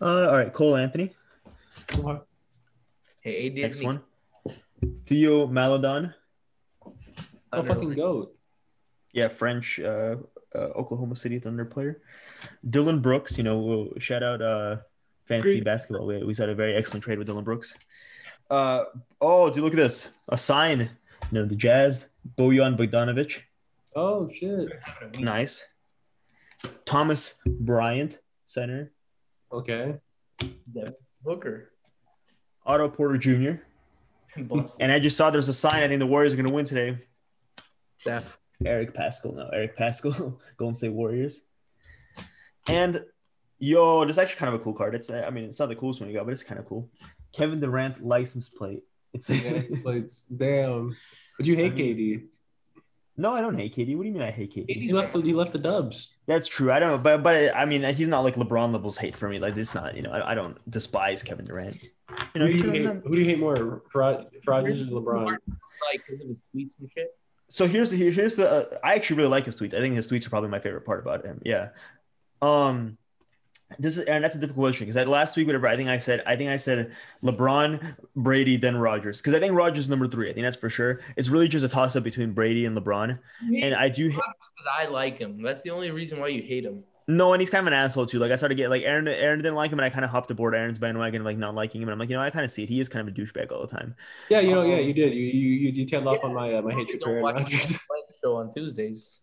Speaker 1: Uh, all right, Cole Anthony.
Speaker 3: Hey, ADHD.
Speaker 1: Next one. Theo Maladon.
Speaker 2: Oh,
Speaker 3: Thunder.
Speaker 2: fucking goat.
Speaker 1: Yeah, French uh, uh, Oklahoma City Thunder player. Dylan Brooks, you know, we'll shout out uh, fantasy
Speaker 3: Great.
Speaker 1: basketball. We, we had a very excellent trade with Dylan Brooks. Uh, oh, do look at this? A sign. You know, the Jazz, Bojan Bogdanovic.
Speaker 2: Oh shit.
Speaker 1: Nice. Thomas Bryant, center.
Speaker 2: (laughs) Okay.
Speaker 3: Booker.
Speaker 1: Otto Porter Jr.
Speaker 3: Boston.
Speaker 1: And I just saw there's a sign. I think the Warriors are going to win today.
Speaker 3: Steph.
Speaker 1: Eric Pascal now. Eric Pascal, (laughs) Golden State Warriors. And yo, this is actually kind of a cool card. It's uh, I mean, it's not the coolest one you got, but it's kind of cool. Kevin Durant license plate. It's
Speaker 2: Yeah, like, damn. But you hate KD.
Speaker 1: (laughs) no, I don't hate Katie. What do you mean I hate Katie?
Speaker 2: He left the he left the dubs.
Speaker 1: That's true. I don't know, but but I mean, he's not like LeBron levels hate for me. Like it's not, you know, I, I don't despise Kevin Durant. You know,
Speaker 2: Who do
Speaker 1: he's
Speaker 2: you hate,
Speaker 1: not-
Speaker 2: who do you hate more, Rod- Rodgers or LeBron?
Speaker 3: Like, because of his tweets and shit.
Speaker 1: so here's the here- here's the uh, I actually really like his tweets. I think his tweets are probably my favorite part about him. Yeah. Um this is and that's a difficult question because last week whatever I think I said I think I said LeBron, Brady, then Rogers. Because I think Rogers number three. I think that's for sure. It's really just a toss-up between Brady and LeBron. And I do
Speaker 3: Because I like him. That's the only reason why you hate him.
Speaker 1: no, and he's kind of an asshole too. Like I started to get like Aaron. Aaron didn't like him, and I kind of hopped aboard Aaron's bandwagon, of, like not liking him. And I'm like, you know, I kind of see it. He is kind of a douchebag all the time.
Speaker 2: Yeah, you know, yeah,
Speaker 1: Um,
Speaker 2: you did. You you you detailed off
Speaker 3: yeah.
Speaker 2: on my uh, my hatred for
Speaker 3: Don't
Speaker 2: Aaron
Speaker 3: watch the
Speaker 2: Rodgers.
Speaker 3: Atlanta show on Tuesdays.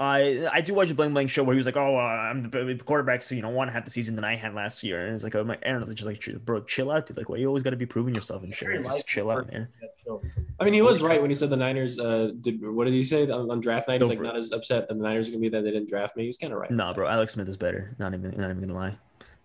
Speaker 1: I I do watch the Bling Bling show where he was like, "Oh, uh, I'm the b- quarterback, so you don't want to have the season that I had last year." And it's like, "Oh my, Aaron, just like, chill- bro, chill out, dude. Like, why you always got to be proving yourself and shit?
Speaker 3: Very
Speaker 1: Like,
Speaker 3: likely
Speaker 1: just chill out,
Speaker 3: person.
Speaker 1: man."
Speaker 3: That show.
Speaker 2: I mean, he was right when he said the Niners. Uh, did what did he say on, on draft night?
Speaker 1: Go
Speaker 2: He's like
Speaker 1: for it.
Speaker 2: not as upset that the Niners are gonna be that they didn't draft me. He was kind of right.
Speaker 1: Nah, bro, Alex Smith is better. Not even, not even gonna lie.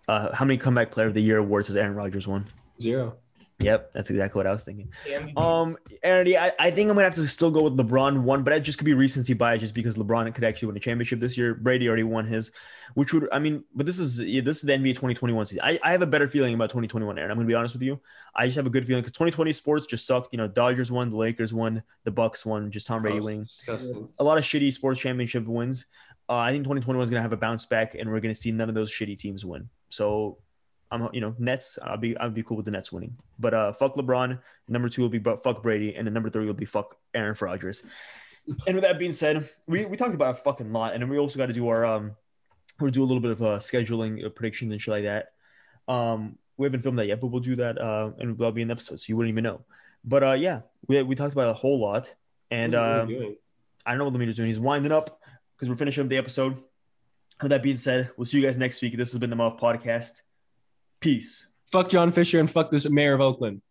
Speaker 1: Uh, how many comeback player of the year awards has Aaron Rodgers won?
Speaker 2: Zero.
Speaker 1: Yep, that's exactly what I was thinking.
Speaker 3: The MVP.
Speaker 1: Um, Aaron, yeah, I, I think I'm gonna have to still go with LeBron one, but that just could be recency bias, just because LeBron could actually win a championship this year. Brady already won his, which would I mean, but this is yeah, this is the NBA 2021 season. I, I have a better feeling about 2021, Aaron. I'm gonna be honest with you. I just have a good feeling because 2020 sports just sucked. You know, Dodgers won, the Lakers won, the Bucks won, just Tom Brady
Speaker 2: Gross.
Speaker 1: winning
Speaker 2: Disgusting.
Speaker 1: a lot of shitty sports championship wins. Uh, I think 2021 is going to have a bounce back, and we're going to see none of those shitty teams win. So, I'm you know Nets. I'll be I'll be cool with the Nets winning. But uh, fuck LeBron. Number two will be bu- fuck Brady, and then number three will be fuck Aaron Rodgers. And with that being said, we we talked about a fucking lot, and then we also got to do our um, we'll do a little bit of uh, scheduling uh, predictions and shit like that. Um, we haven't filmed that yet, but we'll do that, uh, and that'll be an episode, so you wouldn't even know. But uh, yeah, we we talked about a whole lot, and
Speaker 2: What's he really
Speaker 1: um.
Speaker 2: doing?
Speaker 1: I don't know what Lamina's doing. He's winding up because we're finishing up the episode. With that being said, we'll see you guys next week. This has been the Mouth Podcast. Peace.
Speaker 2: fuck John Fisher and fuck this mayor of Oakland.